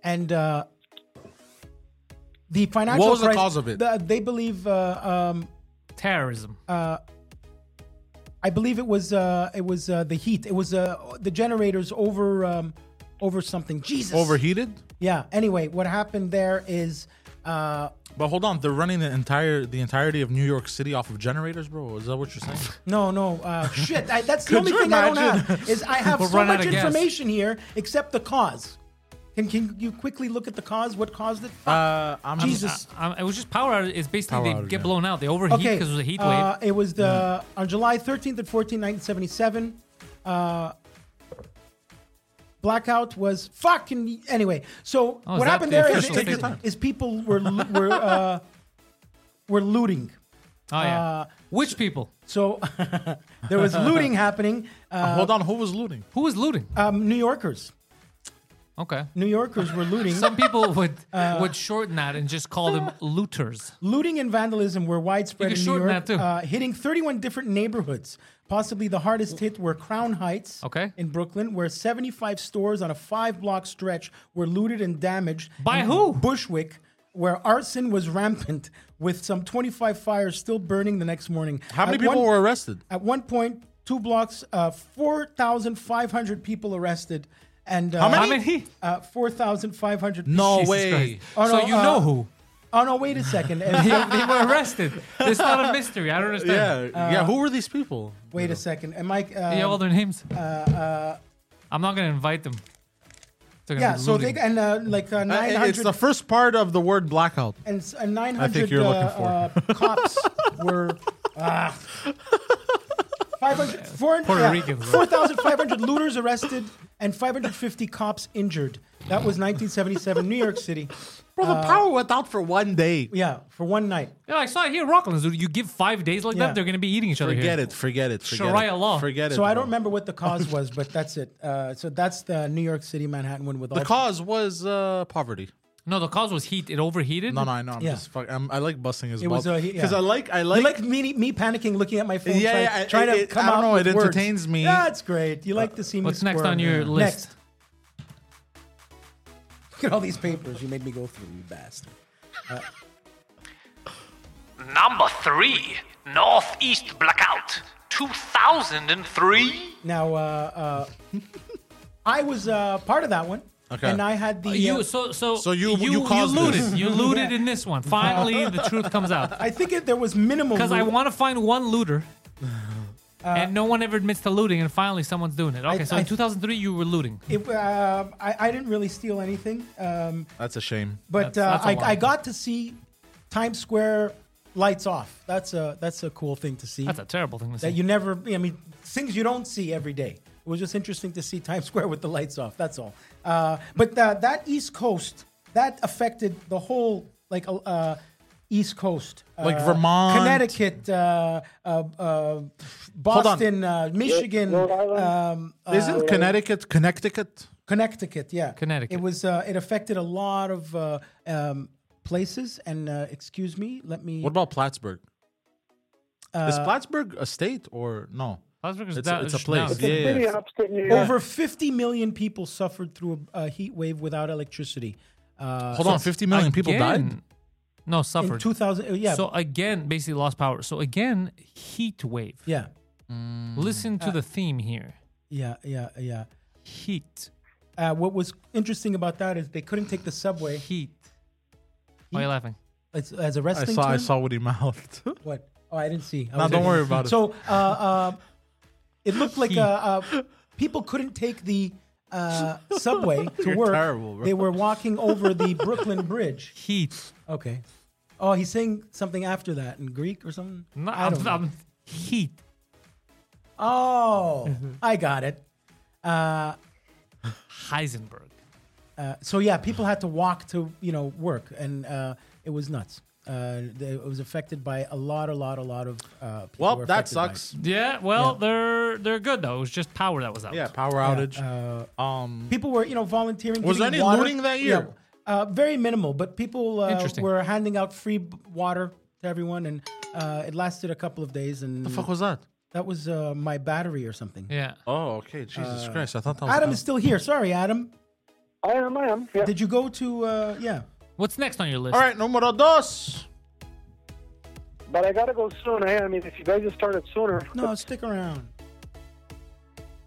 Speaker 2: and uh, the financial.
Speaker 1: What was the
Speaker 2: crisis-
Speaker 1: cause of it?
Speaker 2: the- they believe. Uh, um,
Speaker 3: Terrorism.
Speaker 2: I believe it was. Uh, it was uh, the heat. It was uh, the generators over. Um, over something. Jesus.
Speaker 1: Overheated?
Speaker 2: Yeah. Anyway, what happened there is. Uh,
Speaker 1: But hold on, they're running the entire the entirety of New York City off of generators, bro. Is that what you're saying?
Speaker 2: No, no, uh, shit. I, that's the
Speaker 1: Could
Speaker 2: only
Speaker 1: you
Speaker 2: thing I don't
Speaker 1: imagine?
Speaker 2: have is I have
Speaker 3: We'll
Speaker 2: so
Speaker 3: run out
Speaker 2: much
Speaker 3: of gas.
Speaker 2: information here except the cause. Can can you quickly look at the cause? What caused it?
Speaker 1: uh, I'm
Speaker 2: Jesus.
Speaker 3: Um, it was just power outage. It's basically
Speaker 1: Power
Speaker 3: they
Speaker 1: outage,
Speaker 3: get
Speaker 1: yeah.
Speaker 3: blown out. They overheat because it was a heat wave.
Speaker 2: Uh, it was the on July 13th and 14th, 1977. Uh, blackout was fucking anyway. So
Speaker 3: Oh,
Speaker 2: what
Speaker 3: is that
Speaker 2: happened
Speaker 3: the
Speaker 2: there is,
Speaker 3: official
Speaker 2: is,
Speaker 3: statement?
Speaker 2: is people were lo- were uh, were looting.
Speaker 3: oh yeah.
Speaker 2: uh,
Speaker 3: Which people?
Speaker 2: So there was looting happening. Uh,
Speaker 1: hold on, who was looting?
Speaker 3: Who was looting?
Speaker 2: um, New Yorkers,
Speaker 3: okay.
Speaker 2: New Yorkers were looting.
Speaker 3: Some people would
Speaker 2: Uh,
Speaker 3: would shorten that and just call them looters.
Speaker 2: Looting and vandalism were widespread
Speaker 3: You
Speaker 2: in
Speaker 3: can
Speaker 2: New
Speaker 3: shorten
Speaker 2: York,
Speaker 3: that too.
Speaker 2: Uh, hitting 31 different neighborhoods. Possibly the hardest hit were Crown Heights
Speaker 3: Okay.
Speaker 2: in Brooklyn, where 75 stores on a five block stretch were looted and damaged.
Speaker 3: By
Speaker 2: And
Speaker 3: who?
Speaker 2: Bushwick, where arson was rampant, with some 25 fires still burning the next morning.
Speaker 1: How many
Speaker 2: At
Speaker 1: people
Speaker 2: one-
Speaker 1: were arrested?
Speaker 2: At one point, two blocks, uh, 4,500 people arrested. And uh,
Speaker 3: How many?
Speaker 2: Uh, 4,500
Speaker 1: No
Speaker 3: Jesus
Speaker 1: way.
Speaker 3: Christ.
Speaker 2: Oh,
Speaker 3: so
Speaker 2: no,
Speaker 3: you
Speaker 2: uh,
Speaker 3: know who.
Speaker 2: Oh, no, wait a second.
Speaker 3: they, they were arrested. It's not a mystery. I don't
Speaker 1: Yeah,
Speaker 3: understand.
Speaker 2: Uh,
Speaker 1: yeah. Who were these people? Uh,
Speaker 2: Wait a second. Am I? Uh,
Speaker 3: Do you have all their names? I'm not gonna invite them. They're gonna
Speaker 2: Yeah,
Speaker 3: be
Speaker 2: so they
Speaker 3: looting.
Speaker 2: and uh, like uh,
Speaker 1: Uh,
Speaker 2: nine
Speaker 1: it's
Speaker 2: hundred
Speaker 1: the first part of the word blackout.
Speaker 2: and s- and nine
Speaker 1: think
Speaker 2: hundred
Speaker 1: you're
Speaker 2: uh,
Speaker 1: looking for.
Speaker 2: uh, cops were. Uh, 500, four-
Speaker 3: Puerto
Speaker 2: yeah,
Speaker 3: Ricans, right?
Speaker 2: 4,500 looters arrested and 550 cops injured. That was 1977 New York City.
Speaker 1: Bro, the
Speaker 2: Uh,
Speaker 1: power went out for one day.
Speaker 2: Yeah, for one night.
Speaker 3: Yeah, I saw it here in Rocklands. dude. You give five days like
Speaker 2: Yeah.
Speaker 3: that, they're gonna be eating each other.
Speaker 1: Forget
Speaker 3: here.
Speaker 1: it. Forget it. Forget
Speaker 3: Sharia
Speaker 1: it.
Speaker 3: law.
Speaker 1: Forget it.
Speaker 2: So I
Speaker 1: bro.
Speaker 2: don't remember what the cause was, but that's it. Uh, so that's the New York City Manhattan one with all
Speaker 1: The cause was uh, poverty.
Speaker 3: No, the cause was heat. It overheated.
Speaker 1: No, no, I know. I'm
Speaker 2: Yeah.
Speaker 1: just fuck, I'm, I like busting his
Speaker 2: It
Speaker 1: balls
Speaker 2: was, uh,
Speaker 1: because
Speaker 2: he- yeah.
Speaker 1: I like I
Speaker 2: You
Speaker 1: like,
Speaker 2: like me, me panicking, looking at my phone,
Speaker 1: Yeah,
Speaker 2: trying,
Speaker 1: yeah, I-
Speaker 2: trying to
Speaker 1: it-
Speaker 2: come
Speaker 1: I don't
Speaker 2: out
Speaker 1: know,
Speaker 2: with
Speaker 1: it
Speaker 2: words.
Speaker 1: entertains me. Uh,
Speaker 2: That's great. You like to see me.
Speaker 3: what's next
Speaker 2: squirm.
Speaker 3: on your
Speaker 2: Yeah.
Speaker 3: list?
Speaker 2: Next. Look at all these papers you made me go through, you bastard.
Speaker 5: Number three, Northeast Blackout, 2003.
Speaker 2: Now, uh, uh, I was uh, part of that one,
Speaker 1: Okay.
Speaker 2: and I had the. uh,
Speaker 3: You so so
Speaker 1: So you- you
Speaker 3: you,
Speaker 1: caused
Speaker 3: looted
Speaker 1: this.
Speaker 3: you looted in this one. Finally, the truth comes out
Speaker 2: I think it, there was minimal.
Speaker 3: because I
Speaker 2: loot.
Speaker 3: want to find one looter,
Speaker 1: Uh,
Speaker 3: and no one ever admits to looting, and finally someone's doing it. Okay, so
Speaker 2: I-
Speaker 3: in 2003 you were looting.
Speaker 2: It, uh, I, I didn't really steal anything, um,
Speaker 1: That's a shame.
Speaker 2: but
Speaker 3: That's- that's a
Speaker 2: uh,
Speaker 3: lot.
Speaker 2: I, I got to see Times Square lights off. That's a that's a cool thing to see.
Speaker 3: That's a terrible thing to say.
Speaker 2: that you never i mean things you don't see every day it was just interesting to see times square with the lights off that's all uh, but uh, that east coast that affected the whole like uh, east coast
Speaker 1: Like
Speaker 2: uh,
Speaker 1: Vermont.
Speaker 2: connecticut uh, uh, uh, boston uh, michigan
Speaker 4: Rhode Island.
Speaker 2: um,
Speaker 1: Isn't Connecticut Connecticut?
Speaker 2: Connecticut, yeah,
Speaker 3: Connecticut.
Speaker 2: It was uh, it affected a lot of uh, um, places. And uh, excuse me, let me.
Speaker 1: What about Plattsburgh?
Speaker 2: Uh,
Speaker 1: Is Plattsburgh a state or no?
Speaker 3: Plattsburgh is
Speaker 1: it's,
Speaker 3: down-
Speaker 1: a, it's a
Speaker 3: it's down.
Speaker 1: place.
Speaker 3: It's
Speaker 1: Yeah,
Speaker 3: a
Speaker 1: yeah,
Speaker 4: City
Speaker 1: yeah.
Speaker 4: in upstate New York.
Speaker 2: Over 50 million people suffered through a, a heat wave without electricity. Uh,
Speaker 1: Hold on, 50 million people
Speaker 3: Again-
Speaker 1: died.
Speaker 3: No,
Speaker 2: in
Speaker 3: suffered.
Speaker 2: 2000, uh, yeah,
Speaker 3: So again, basically lost power. So again, heat wave.
Speaker 2: yeah,
Speaker 3: Listen
Speaker 1: Uh,
Speaker 3: to the theme here.
Speaker 2: yeah, yeah, yeah.
Speaker 3: Heat,
Speaker 2: Uh, what was interesting about that is they couldn't take the subway
Speaker 3: heat. Why are you laughing?
Speaker 2: as, as a
Speaker 1: I
Speaker 2: wrestling
Speaker 1: saw. I
Speaker 2: term?
Speaker 1: saw what he mouthed.
Speaker 2: What? Oh, I didn't see.
Speaker 1: No,
Speaker 2: I
Speaker 1: don't
Speaker 2: was looking.
Speaker 1: worry about it.
Speaker 2: So uh, uh, it looked like uh, uh, people couldn't take the uh, subway to
Speaker 1: You're
Speaker 2: work.
Speaker 1: terrible, bro.
Speaker 2: They were walking over the Brooklyn Bridge.
Speaker 3: Heat.
Speaker 2: Okay. Oh, he's saying something after that in Greek or something.
Speaker 3: No,
Speaker 2: I don't
Speaker 3: I'm,
Speaker 2: know.
Speaker 3: I'm heat.
Speaker 2: Oh,
Speaker 1: Mm-hmm.
Speaker 2: I got it.
Speaker 3: Heisenberg.
Speaker 2: Uh, so yeah, people had to walk to you know work, and uh, it was nuts. Uh, they- it was affected by a lot, a lot, a lot of uh, people.
Speaker 1: well,
Speaker 2: were
Speaker 1: that
Speaker 2: affected by
Speaker 1: sucks.
Speaker 3: Yeah, well, they're they're good though. It was just power that was out.
Speaker 1: Yeah, power
Speaker 2: it.
Speaker 1: outage.
Speaker 2: Uh,
Speaker 1: um,
Speaker 2: people were you know volunteering.
Speaker 1: Was
Speaker 2: giving
Speaker 1: there any
Speaker 2: water.
Speaker 1: looting that year?
Speaker 2: Yeah. Uh, very minimal, but people uh,
Speaker 3: Interesting.
Speaker 2: were handing out free b- water to everyone, and uh, it lasted a couple of days. And
Speaker 1: the fuck was that?
Speaker 2: that was uh, my battery or something.
Speaker 3: Yeah.
Speaker 1: Oh, okay. Jesus Christ. I thought that was
Speaker 2: Uh, Adam is still here. Sorry, Adam.
Speaker 4: I am, I am. Yeah.
Speaker 2: Did you go to? Uh, yeah.
Speaker 3: What's next on your list?
Speaker 1: All right, numero dos.
Speaker 4: But I gotta go soon. Eh? I mean, if you guys just started sooner,
Speaker 2: No, stick around.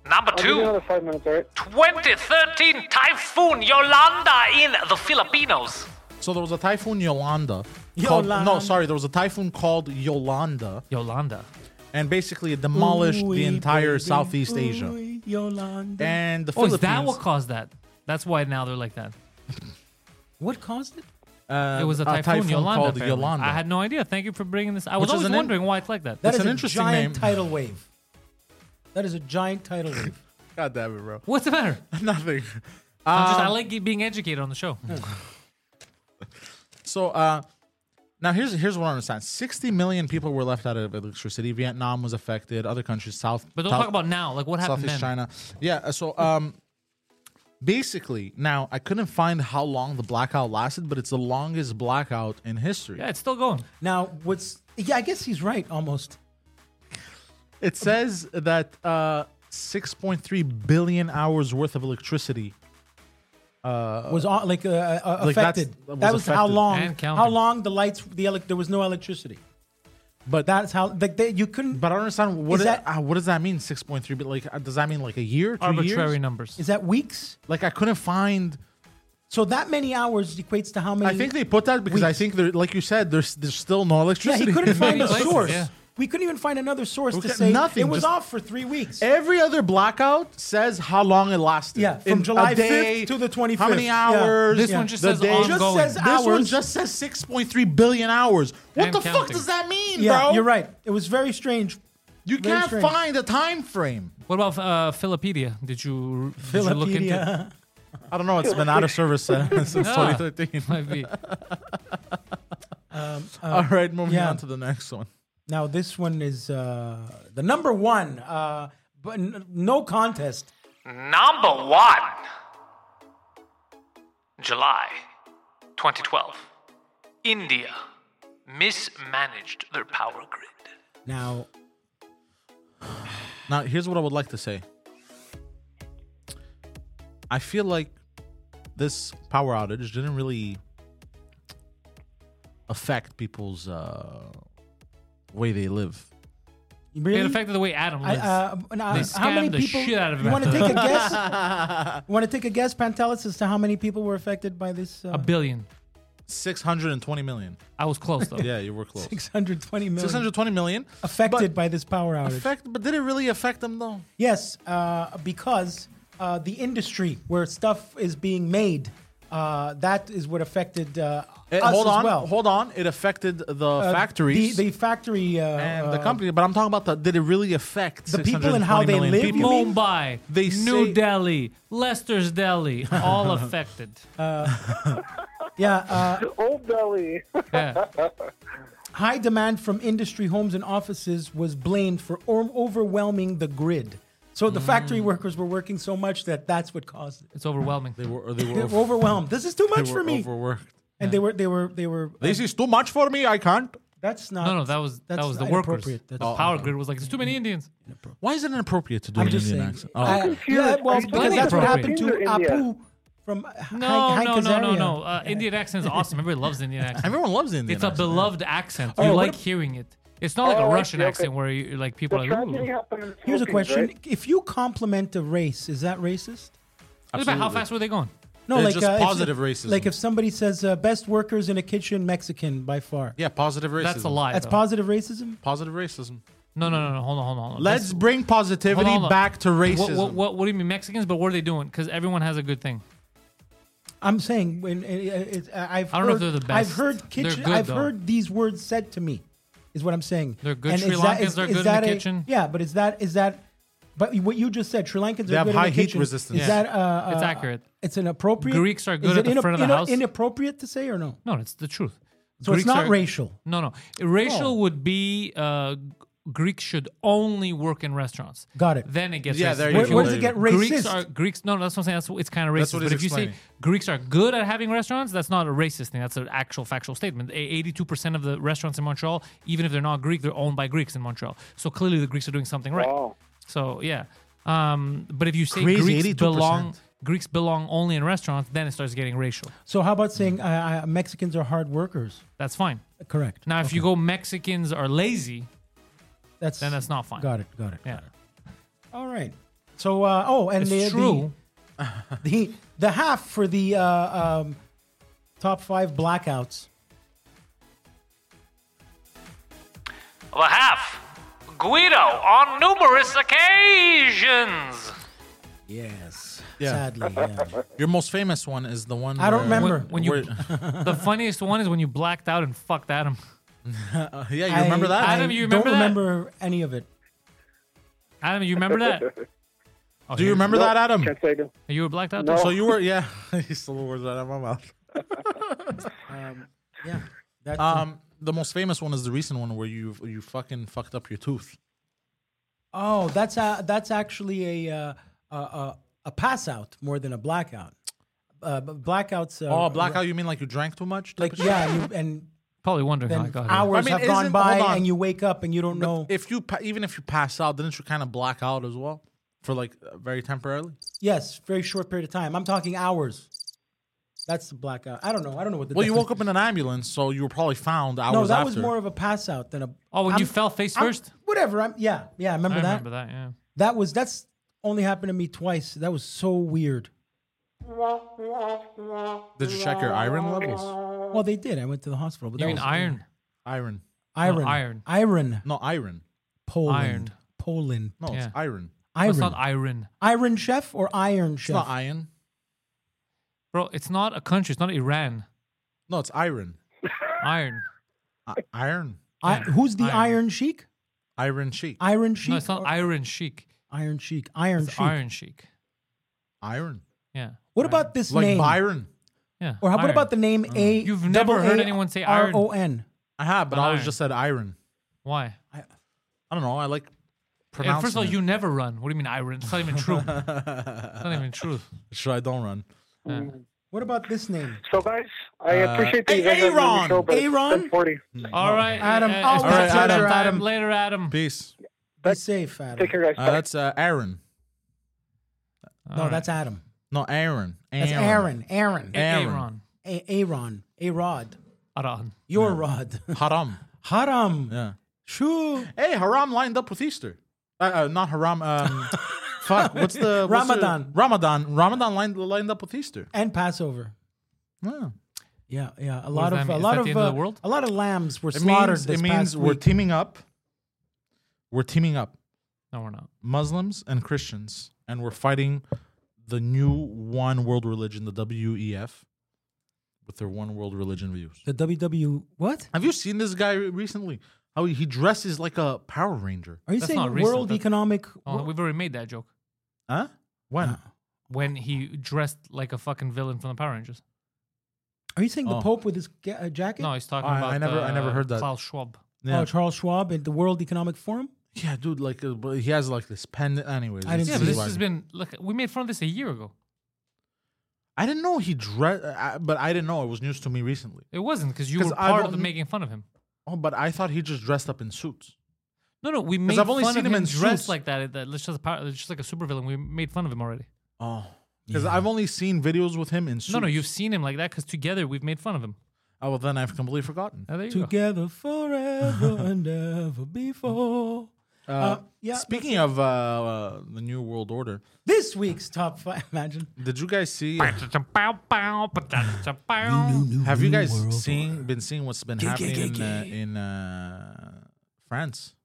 Speaker 5: Number
Speaker 4: I'll give you
Speaker 5: two,
Speaker 4: another five minutes, all right?
Speaker 5: 2013 Typhoon Yolanda in the Filipinos.
Speaker 1: So there was a typhoon Yolanda. called- no,
Speaker 2: Yolanda.
Speaker 1: sorry. There was a typhoon called Yolanda,
Speaker 3: Yolanda.
Speaker 1: and basically it demolished
Speaker 2: Ooh-wee,
Speaker 1: the entire
Speaker 2: baby.
Speaker 1: Southeast Asia.
Speaker 2: Ooh-wee, Yolanda.
Speaker 1: And the
Speaker 3: Oh,
Speaker 1: Philippines.
Speaker 3: is that what caused that? That's why now they're like that.
Speaker 2: what caused it?
Speaker 1: uh,
Speaker 3: It was a typhoon, Yolanda.
Speaker 1: called
Speaker 3: apparently.
Speaker 1: Yolanda.
Speaker 3: I had no idea. Thank you for bringing this. I was
Speaker 1: Which is
Speaker 3: always
Speaker 1: an in-
Speaker 3: wondering why it's like that.
Speaker 2: That
Speaker 1: That's
Speaker 2: is
Speaker 1: an
Speaker 2: a
Speaker 1: interesting
Speaker 2: giant
Speaker 1: name.
Speaker 2: tidal wave. That is a giant tidal wave.
Speaker 1: God damn it, bro.
Speaker 3: What's the matter?
Speaker 1: Nothing.
Speaker 3: I'm just, I like being educated on the show.
Speaker 1: So uh, now here's here's what I understand. Sixty million people were left out of electricity. Vietnam was affected. Other countries, South.
Speaker 3: But don't
Speaker 1: South-
Speaker 3: talk about now. Like what happened
Speaker 1: Southeast
Speaker 3: then?
Speaker 1: China. Yeah. uh, So um, basically, now I couldn't find how long the blackout lasted, but it's the longest blackout in history.
Speaker 3: Yeah, it's still going.
Speaker 2: now, what's? Yeah, I guess he's right almost.
Speaker 1: Uh, It says that uh, 6.3 billion hours worth of electricity.
Speaker 2: was on, like, uh, uh,
Speaker 1: like that's-
Speaker 2: affected.
Speaker 1: that was
Speaker 2: that was how
Speaker 1: affected.
Speaker 2: long.
Speaker 3: And counting.
Speaker 2: How long the lights? The elec there was no electricity.
Speaker 1: But that,
Speaker 2: That's how like they, you couldn't.
Speaker 1: but I don't understand what
Speaker 2: Is
Speaker 1: it-
Speaker 2: that-
Speaker 1: uh, what does that mean? 6.3. But like, uh, does that mean like a year? Two
Speaker 3: Arbitrary
Speaker 1: years?
Speaker 3: numbers.
Speaker 2: is that weeks?
Speaker 1: Like I couldn't find.
Speaker 2: So that many hours equates to how many?
Speaker 1: I think they put that because I
Speaker 2: Weeks.
Speaker 1: think they're like you said. There's there's still no
Speaker 2: Yeah,
Speaker 1: electricity.
Speaker 2: he couldn't find a
Speaker 3: places,
Speaker 2: source.
Speaker 3: yeah.
Speaker 2: We couldn't even find another source
Speaker 1: We
Speaker 2: to
Speaker 1: could-
Speaker 2: say
Speaker 1: nothing,
Speaker 2: It was
Speaker 1: just-
Speaker 2: off for three weeks.
Speaker 1: Every other blackout says how long it lasted.
Speaker 2: Yeah, from
Speaker 1: a
Speaker 2: July
Speaker 1: day,
Speaker 2: 5th to the
Speaker 1: How
Speaker 2: 25th.
Speaker 1: many
Speaker 2: Yeah.
Speaker 1: hours?
Speaker 3: This one just
Speaker 1: the
Speaker 3: says
Speaker 1: day.
Speaker 3: ongoing.
Speaker 2: Just says
Speaker 1: this one
Speaker 2: hours.
Speaker 1: just says 6.3 billion hours. What
Speaker 3: And
Speaker 1: the fuck
Speaker 3: counting.
Speaker 1: does that mean,
Speaker 2: yeah,
Speaker 1: bro?
Speaker 2: you're right. It was very strange.
Speaker 1: You
Speaker 2: Very
Speaker 1: can't
Speaker 2: strange.
Speaker 1: find a time frame.
Speaker 3: What about uh, Philopedia? Did you, did you look into?
Speaker 2: Wikipedia.
Speaker 1: I don't know. It's been out of service uh, since
Speaker 3: Ah.
Speaker 1: 2013.
Speaker 3: Might be.
Speaker 1: All right, moving
Speaker 2: Uh, yeah.
Speaker 1: on to the next one.
Speaker 2: Now this one is uh, the number one, uh, but n- no contest.
Speaker 5: Number one, July 2012. India mismanaged their power grid.
Speaker 2: Now
Speaker 1: Now, here's what I would like to say. I feel like this power outage didn't really affect people's uh, way they live.
Speaker 2: really,
Speaker 3: It affected the way Adam
Speaker 2: I,
Speaker 3: lives.
Speaker 2: uh, now,
Speaker 3: They
Speaker 2: how many
Speaker 3: scammed the
Speaker 2: people?
Speaker 3: shit out of him
Speaker 2: you want to
Speaker 3: after
Speaker 2: take a guess? you want to take a guess, Pantelis, as to how many people were affected by this? Uh,
Speaker 3: a billion.
Speaker 1: 620 million.
Speaker 3: I was close though.
Speaker 1: Yeah, you were close.
Speaker 2: 620 million
Speaker 1: 620 million.
Speaker 2: affected
Speaker 1: but,
Speaker 2: by this power outage.
Speaker 1: affect, but did it really affect them though?
Speaker 2: yes, uh, because uh, the industry where stuff is being made, uh, that is what affected uh,
Speaker 1: It-
Speaker 2: us
Speaker 1: Eh, hold
Speaker 2: as
Speaker 1: on,
Speaker 2: well.
Speaker 1: hold on. It affected the
Speaker 2: Uh,
Speaker 1: factories
Speaker 2: the, the factory, uh,
Speaker 1: and the
Speaker 2: uh,
Speaker 1: company, but I'm talking about the. Did it really affect
Speaker 2: The people and how
Speaker 1: 620
Speaker 2: they
Speaker 1: million
Speaker 2: live, you
Speaker 1: people?
Speaker 2: mean?
Speaker 3: Mumbai,
Speaker 1: They
Speaker 3: New
Speaker 1: say-
Speaker 3: Delhi, Lester's Delhi, all affected.
Speaker 2: Yeah, uh,
Speaker 4: Old Belly.
Speaker 3: Yeah.
Speaker 2: high demand from industry, homes, and offices was blamed for o- overwhelming the grid. So
Speaker 3: Mm.
Speaker 2: the factory workers were working so much that that's what caused it.
Speaker 3: It's overwhelming.
Speaker 1: They were, they
Speaker 2: They
Speaker 1: were,
Speaker 2: were overwhelmed. This is too
Speaker 1: they
Speaker 2: much
Speaker 1: were
Speaker 2: for me.
Speaker 1: overworked.
Speaker 2: and they were, they were, they were.
Speaker 1: This is too much for me. I can't.
Speaker 2: that's not.
Speaker 3: No, no, that was that
Speaker 2: that's
Speaker 3: was the workers. Oh,
Speaker 2: inappropriate.
Speaker 3: The
Speaker 2: That's Mm-hmm. not-
Speaker 3: power grid was like, there's too many Indians.
Speaker 1: Why is it inappropriate to do
Speaker 2: I'm
Speaker 1: an
Speaker 2: just
Speaker 1: Indian
Speaker 2: saying.
Speaker 1: accent?
Speaker 3: Oh,
Speaker 1: Oh,
Speaker 2: I- yeah,
Speaker 4: confused.
Speaker 2: well,
Speaker 4: Are you
Speaker 2: because
Speaker 3: talking
Speaker 2: that's what
Speaker 3: about
Speaker 2: happened to
Speaker 4: India or India?
Speaker 2: Apu from uh, Hi-
Speaker 3: No,
Speaker 2: Hi
Speaker 3: no, no, no,
Speaker 2: Kazarian.
Speaker 3: no. Uh, Indian accent is awesome. Everybody loves Indian accent.
Speaker 1: Everyone loves Indian.
Speaker 3: it's a
Speaker 1: accent.
Speaker 3: beloved accent.
Speaker 2: Oh,
Speaker 3: You
Speaker 2: what
Speaker 3: like
Speaker 2: ab-
Speaker 3: hearing it. It's not like
Speaker 4: Oh,
Speaker 3: a
Speaker 4: okay,
Speaker 3: Russian
Speaker 4: okay.
Speaker 3: accent where you like people
Speaker 4: The
Speaker 3: are like,
Speaker 4: tragedy
Speaker 3: ooh.
Speaker 4: happened in the
Speaker 2: Here's a
Speaker 4: Philippines,
Speaker 2: question:
Speaker 4: right?
Speaker 2: If you compliment a race, is that racist?
Speaker 3: What about how
Speaker 1: Absolutely.
Speaker 3: fast were they going?
Speaker 2: No,
Speaker 1: It's
Speaker 2: like
Speaker 1: just
Speaker 2: uh, if-
Speaker 1: positive racism.
Speaker 2: Like if somebody says uh, "best workers in a kitchen," Mexican by far.
Speaker 1: Yeah, positive racism.
Speaker 3: That's a lie.
Speaker 2: That's
Speaker 3: though.
Speaker 2: positive racism.
Speaker 1: Positive racism.
Speaker 3: No, no, no, no. Hold on, hold on. Hold on.
Speaker 1: Let's
Speaker 3: That's-
Speaker 1: bring
Speaker 3: hold
Speaker 1: positivity
Speaker 3: on, hold on.
Speaker 1: back to
Speaker 3: What-
Speaker 1: racism.
Speaker 3: What, what, what do you mean Mexicans? But what are they doing? Because everyone has a good thing.
Speaker 2: I'm saying when uh, it, I've
Speaker 3: I don't
Speaker 2: heard,
Speaker 3: know if they're the
Speaker 2: I've
Speaker 3: best.
Speaker 2: heard kitchen.
Speaker 3: They're good,
Speaker 2: I've
Speaker 3: though.
Speaker 2: heard these words said to me, is what I'm saying.
Speaker 3: They're good. Sri
Speaker 2: is that-
Speaker 3: Lankans
Speaker 2: is-
Speaker 3: are
Speaker 2: is
Speaker 3: good in
Speaker 2: that
Speaker 3: the
Speaker 2: a-
Speaker 3: kitchen.
Speaker 2: Yeah, but is that is that? But what you just said, Sri Lankans
Speaker 1: They
Speaker 2: are
Speaker 1: have
Speaker 2: good
Speaker 1: high
Speaker 2: in the
Speaker 1: heat
Speaker 2: kitchen.
Speaker 1: resistance.
Speaker 2: Is
Speaker 3: Yeah.
Speaker 2: that uh,
Speaker 3: It's
Speaker 2: uh,
Speaker 3: accurate.
Speaker 2: It's inappropriate.
Speaker 3: Greeks are good
Speaker 2: is
Speaker 3: at
Speaker 2: it
Speaker 3: the front of the house.
Speaker 2: Inappropriate to say or no?
Speaker 3: No, it's the truth.
Speaker 2: So it's not racial.
Speaker 3: No, no. Racial would be uh, Greeks should only work in restaurants.
Speaker 2: Got it.
Speaker 3: Then it gets
Speaker 1: Yeah,
Speaker 3: racist.
Speaker 1: there you
Speaker 2: Where,
Speaker 1: go.
Speaker 2: where does it get racist?
Speaker 3: Greeks are Greeks. No, that's what I'm saying. That's it's kind of
Speaker 1: That's
Speaker 3: racist.
Speaker 1: what
Speaker 3: But
Speaker 1: he's
Speaker 3: if you say
Speaker 1: explaining.
Speaker 3: Greeks are good at having restaurants, that's not a racist thing. That's an actual factual statement. Eighty-two percent of the restaurants in Montreal, even if they're not Greek, they're owned by Greeks in Montreal. So clearly, the Greeks are doing something right.
Speaker 4: Wow.
Speaker 3: So yeah. Um, but if you say
Speaker 1: Crazy,
Speaker 3: Greeks
Speaker 1: 82%.
Speaker 3: belong, Greeks belong only in restaurants, then it starts getting racial.
Speaker 2: so how about saying uh, uh, Mexicans are hard workers?
Speaker 3: That's fine.
Speaker 2: Correct.
Speaker 3: Now, if you go Mexicans are lazy,
Speaker 2: That's
Speaker 3: then that's not fine.
Speaker 2: Got it. Got it.
Speaker 3: Yeah,
Speaker 2: All right. So uh, oh, and
Speaker 3: it's
Speaker 2: the,
Speaker 3: true.
Speaker 2: The, the the half for the uh, um, top five blackouts.
Speaker 5: The half. Guido on numerous occasions.
Speaker 2: Yes.
Speaker 1: Yeah.
Speaker 2: Sadly. Yeah.
Speaker 1: Your most famous one is the one.
Speaker 2: I don't
Speaker 1: where-
Speaker 2: remember.
Speaker 3: When you,
Speaker 1: where-
Speaker 3: the funniest one is when you blacked out and fucked Adam.
Speaker 1: yeah, you remember that?
Speaker 3: Adam, you remember
Speaker 2: don't
Speaker 3: that?
Speaker 2: remember any of it.
Speaker 3: Adam, you remember that? Oh,
Speaker 1: Do you
Speaker 3: here-
Speaker 1: remember that, Adam?
Speaker 4: Can't say that.
Speaker 3: You were blacked out.
Speaker 4: No.
Speaker 3: there?
Speaker 1: So you were, yeah. he stole the words right out of my mouth.
Speaker 2: Yeah. That's
Speaker 1: Um, the most famous one is the recent one where you you fucking fucked up your tooth.
Speaker 2: oh, that's a, that's actually a uh, a, a a pass out more than a blackout. Uh, but blackouts. Uh,
Speaker 1: Oh, blackout. You mean like you drank too much? type
Speaker 2: Like
Speaker 1: of shit?
Speaker 2: yeah, you, and
Speaker 3: probably wondering how I
Speaker 2: then
Speaker 3: got here.
Speaker 2: hours
Speaker 1: I mean,
Speaker 2: have gone
Speaker 1: isn't-
Speaker 2: by,
Speaker 1: hold on.
Speaker 2: and you wake up and you don't know.
Speaker 1: If you pa- even if you pass out, didn't you kind of black out as well for like uh, very temporarily?
Speaker 2: Yes, very short period of time. I'm talking hours. That's the blackout. I don't know. I don't know what the.
Speaker 1: Well, you
Speaker 2: defini-
Speaker 1: woke up in an ambulance, so you were probably found hours
Speaker 2: No, that
Speaker 1: after.
Speaker 2: was more of a pass out than a.
Speaker 3: Oh, when
Speaker 2: I'm-
Speaker 3: you fell face
Speaker 2: I'm-
Speaker 3: first.
Speaker 2: Whatever. I'm. Yeah, yeah. I remember,
Speaker 3: I
Speaker 2: that.
Speaker 3: remember that. Yeah.
Speaker 2: That was that's only happened to me twice. That was so weird.
Speaker 1: Did you check your iron
Speaker 2: uh,
Speaker 1: levels?
Speaker 2: Well, they did. I went to the hospital. But
Speaker 3: You
Speaker 2: that
Speaker 3: mean
Speaker 2: was-
Speaker 3: iron?
Speaker 1: Iron.
Speaker 2: Iron.
Speaker 3: No, iron. Mm,
Speaker 2: Iron.
Speaker 1: No, iron.
Speaker 2: Poland.
Speaker 3: Iron.
Speaker 2: Poland.
Speaker 1: No,
Speaker 3: Yeah.
Speaker 1: it's iron.
Speaker 3: No,
Speaker 2: Iron.
Speaker 3: It's not iron,
Speaker 2: Iron Chef or Iron
Speaker 1: It's not
Speaker 2: Chef?
Speaker 1: iron.
Speaker 3: bro. It's not a country. It's not Iran.
Speaker 1: No, it's iron.
Speaker 3: Iron.
Speaker 1: I- iron.
Speaker 2: I, who's the
Speaker 3: Iron.
Speaker 2: Iron, Sheik?
Speaker 1: Iron cheek.
Speaker 2: Iron Sheik.
Speaker 3: No, it's not
Speaker 2: or-
Speaker 3: iron chic.
Speaker 2: Iron Sheik. Iron
Speaker 3: It's
Speaker 2: Sheik.
Speaker 3: iron chic.
Speaker 1: Iron.
Speaker 3: Yeah.
Speaker 2: What
Speaker 3: iron.
Speaker 2: about this
Speaker 1: Like
Speaker 2: name?
Speaker 1: Byron.
Speaker 3: Yeah.
Speaker 2: Or how, what
Speaker 3: iron. Mm.
Speaker 2: about the name A?
Speaker 3: You've never
Speaker 2: double
Speaker 3: heard
Speaker 2: A
Speaker 3: anyone say
Speaker 2: R
Speaker 3: iron.
Speaker 2: O N.
Speaker 1: I have, but I always
Speaker 3: Iron.
Speaker 1: just said iron.
Speaker 3: Why?
Speaker 1: I don't know. I like
Speaker 3: And
Speaker 1: pronouncing.
Speaker 3: first of all,
Speaker 1: it.
Speaker 3: you never run. What do you mean iron? It's not even true. it's not even true.
Speaker 1: Sure, I don't run.
Speaker 2: What about this name?
Speaker 4: So, guys, I appreciate that
Speaker 1: Uh, hey,
Speaker 4: you guys have me on
Speaker 1: Aaron!
Speaker 4: the show, but it's
Speaker 2: Aaron?
Speaker 4: 10:40.
Speaker 1: Hmm.
Speaker 3: All right,
Speaker 2: Adam,
Speaker 3: uh,
Speaker 2: oh,
Speaker 3: it's
Speaker 1: that's
Speaker 3: bedtime
Speaker 1: Adam,
Speaker 3: time.
Speaker 2: Adam.
Speaker 3: Later, Adam.
Speaker 1: Peace.
Speaker 2: Be safe, Adam.
Speaker 4: Take care, guys.
Speaker 1: Uh,
Speaker 4: Bye.
Speaker 1: that's uh, Aaron.
Speaker 2: no, that's Adam.
Speaker 1: No, Aaron. Aaron.
Speaker 2: That's Aaron. Aaron. A-
Speaker 1: Aaron.
Speaker 3: Aaron.
Speaker 2: Aaron. A Rod.
Speaker 3: Aaron.
Speaker 2: Your Rod.
Speaker 1: Haram.
Speaker 2: Haram.
Speaker 1: Yeah.
Speaker 2: Shoo.
Speaker 1: Hey, Haram lined up with Easter. Uh, uh, not Haram. Um, fuck. What's the what's the-
Speaker 2: Ramadan.
Speaker 1: Ramadan. Ramadan lined lined up with Easter.
Speaker 2: And Passover.
Speaker 1: Yeah.
Speaker 2: Yeah, yeah. A lot
Speaker 3: does
Speaker 2: of
Speaker 3: that
Speaker 2: a
Speaker 3: mean? Is
Speaker 2: lot
Speaker 3: that
Speaker 2: of
Speaker 3: the end of the
Speaker 2: uh,
Speaker 3: world?
Speaker 2: a lot of lambs were
Speaker 1: It
Speaker 2: slaughtered.
Speaker 1: means,
Speaker 2: this
Speaker 1: it means
Speaker 2: past
Speaker 1: we're
Speaker 2: week.
Speaker 1: teaming up. We're teaming up,
Speaker 3: No, we're not.
Speaker 1: Muslims and Christians, and we're fighting the new one world religion, the WEF, with their one world religion views.
Speaker 2: the WW. What
Speaker 1: Have you seen this guy re- recently? How he he dresses like a Power Ranger?
Speaker 2: are you
Speaker 3: That's
Speaker 2: saying?
Speaker 3: not recent,
Speaker 2: World
Speaker 3: that's-
Speaker 2: Economic.
Speaker 3: Oh, we've already made that joke
Speaker 1: Huh? When?
Speaker 2: Uh-uh.
Speaker 3: when he dressed like a fucking villain from the Power Rangers.
Speaker 2: Are you saying the
Speaker 1: Oh.
Speaker 2: Pope with his ga- uh, jacket?
Speaker 3: No, he's talking
Speaker 1: I- I
Speaker 3: about.
Speaker 1: never- I never
Speaker 3: uh,
Speaker 1: heard that.
Speaker 3: Klaus Schwab.
Speaker 1: yeah.
Speaker 2: Oh, Charles Schwab at the World Economic Forum.
Speaker 1: yeah, dude. Like, uh, but he has like this pendant. Anyways,
Speaker 2: I didn't
Speaker 3: Yeah,
Speaker 1: it's-
Speaker 3: but
Speaker 2: see
Speaker 3: this
Speaker 1: it's
Speaker 3: has
Speaker 1: like-
Speaker 3: been. Look, we made fun of this a year ago.
Speaker 1: I didn't know he dress, but I didn't know it was news to me recently.
Speaker 3: It wasn't because you
Speaker 1: 'Cause
Speaker 3: were
Speaker 1: I've
Speaker 3: part of
Speaker 1: only-
Speaker 3: making fun of him.
Speaker 1: Oh, but I thought he just dressed up in suits.
Speaker 3: No, no, we made
Speaker 1: I've only
Speaker 3: fun
Speaker 1: seen
Speaker 3: of
Speaker 1: him
Speaker 3: him
Speaker 1: in
Speaker 3: dressed
Speaker 1: suits.
Speaker 3: like that. at that- It's just, a power, it's just like a supervillain. We made fun of him already.
Speaker 1: Oh, because I've only seen videos with him in suits.
Speaker 3: No, no, you've seen him like that because together we've made fun of him.
Speaker 1: Oh, well, then I've completely forgotten.
Speaker 3: Now, there you go.
Speaker 2: Together forever and ever before. Uh, yeah.
Speaker 1: Speaking of uh, uh, the New World Order,
Speaker 2: This week's top five. Imagine.
Speaker 1: did you guys see?
Speaker 3: Bow,
Speaker 1: Have you guys seen? Been seeing what's been happening in uh, in uh, France?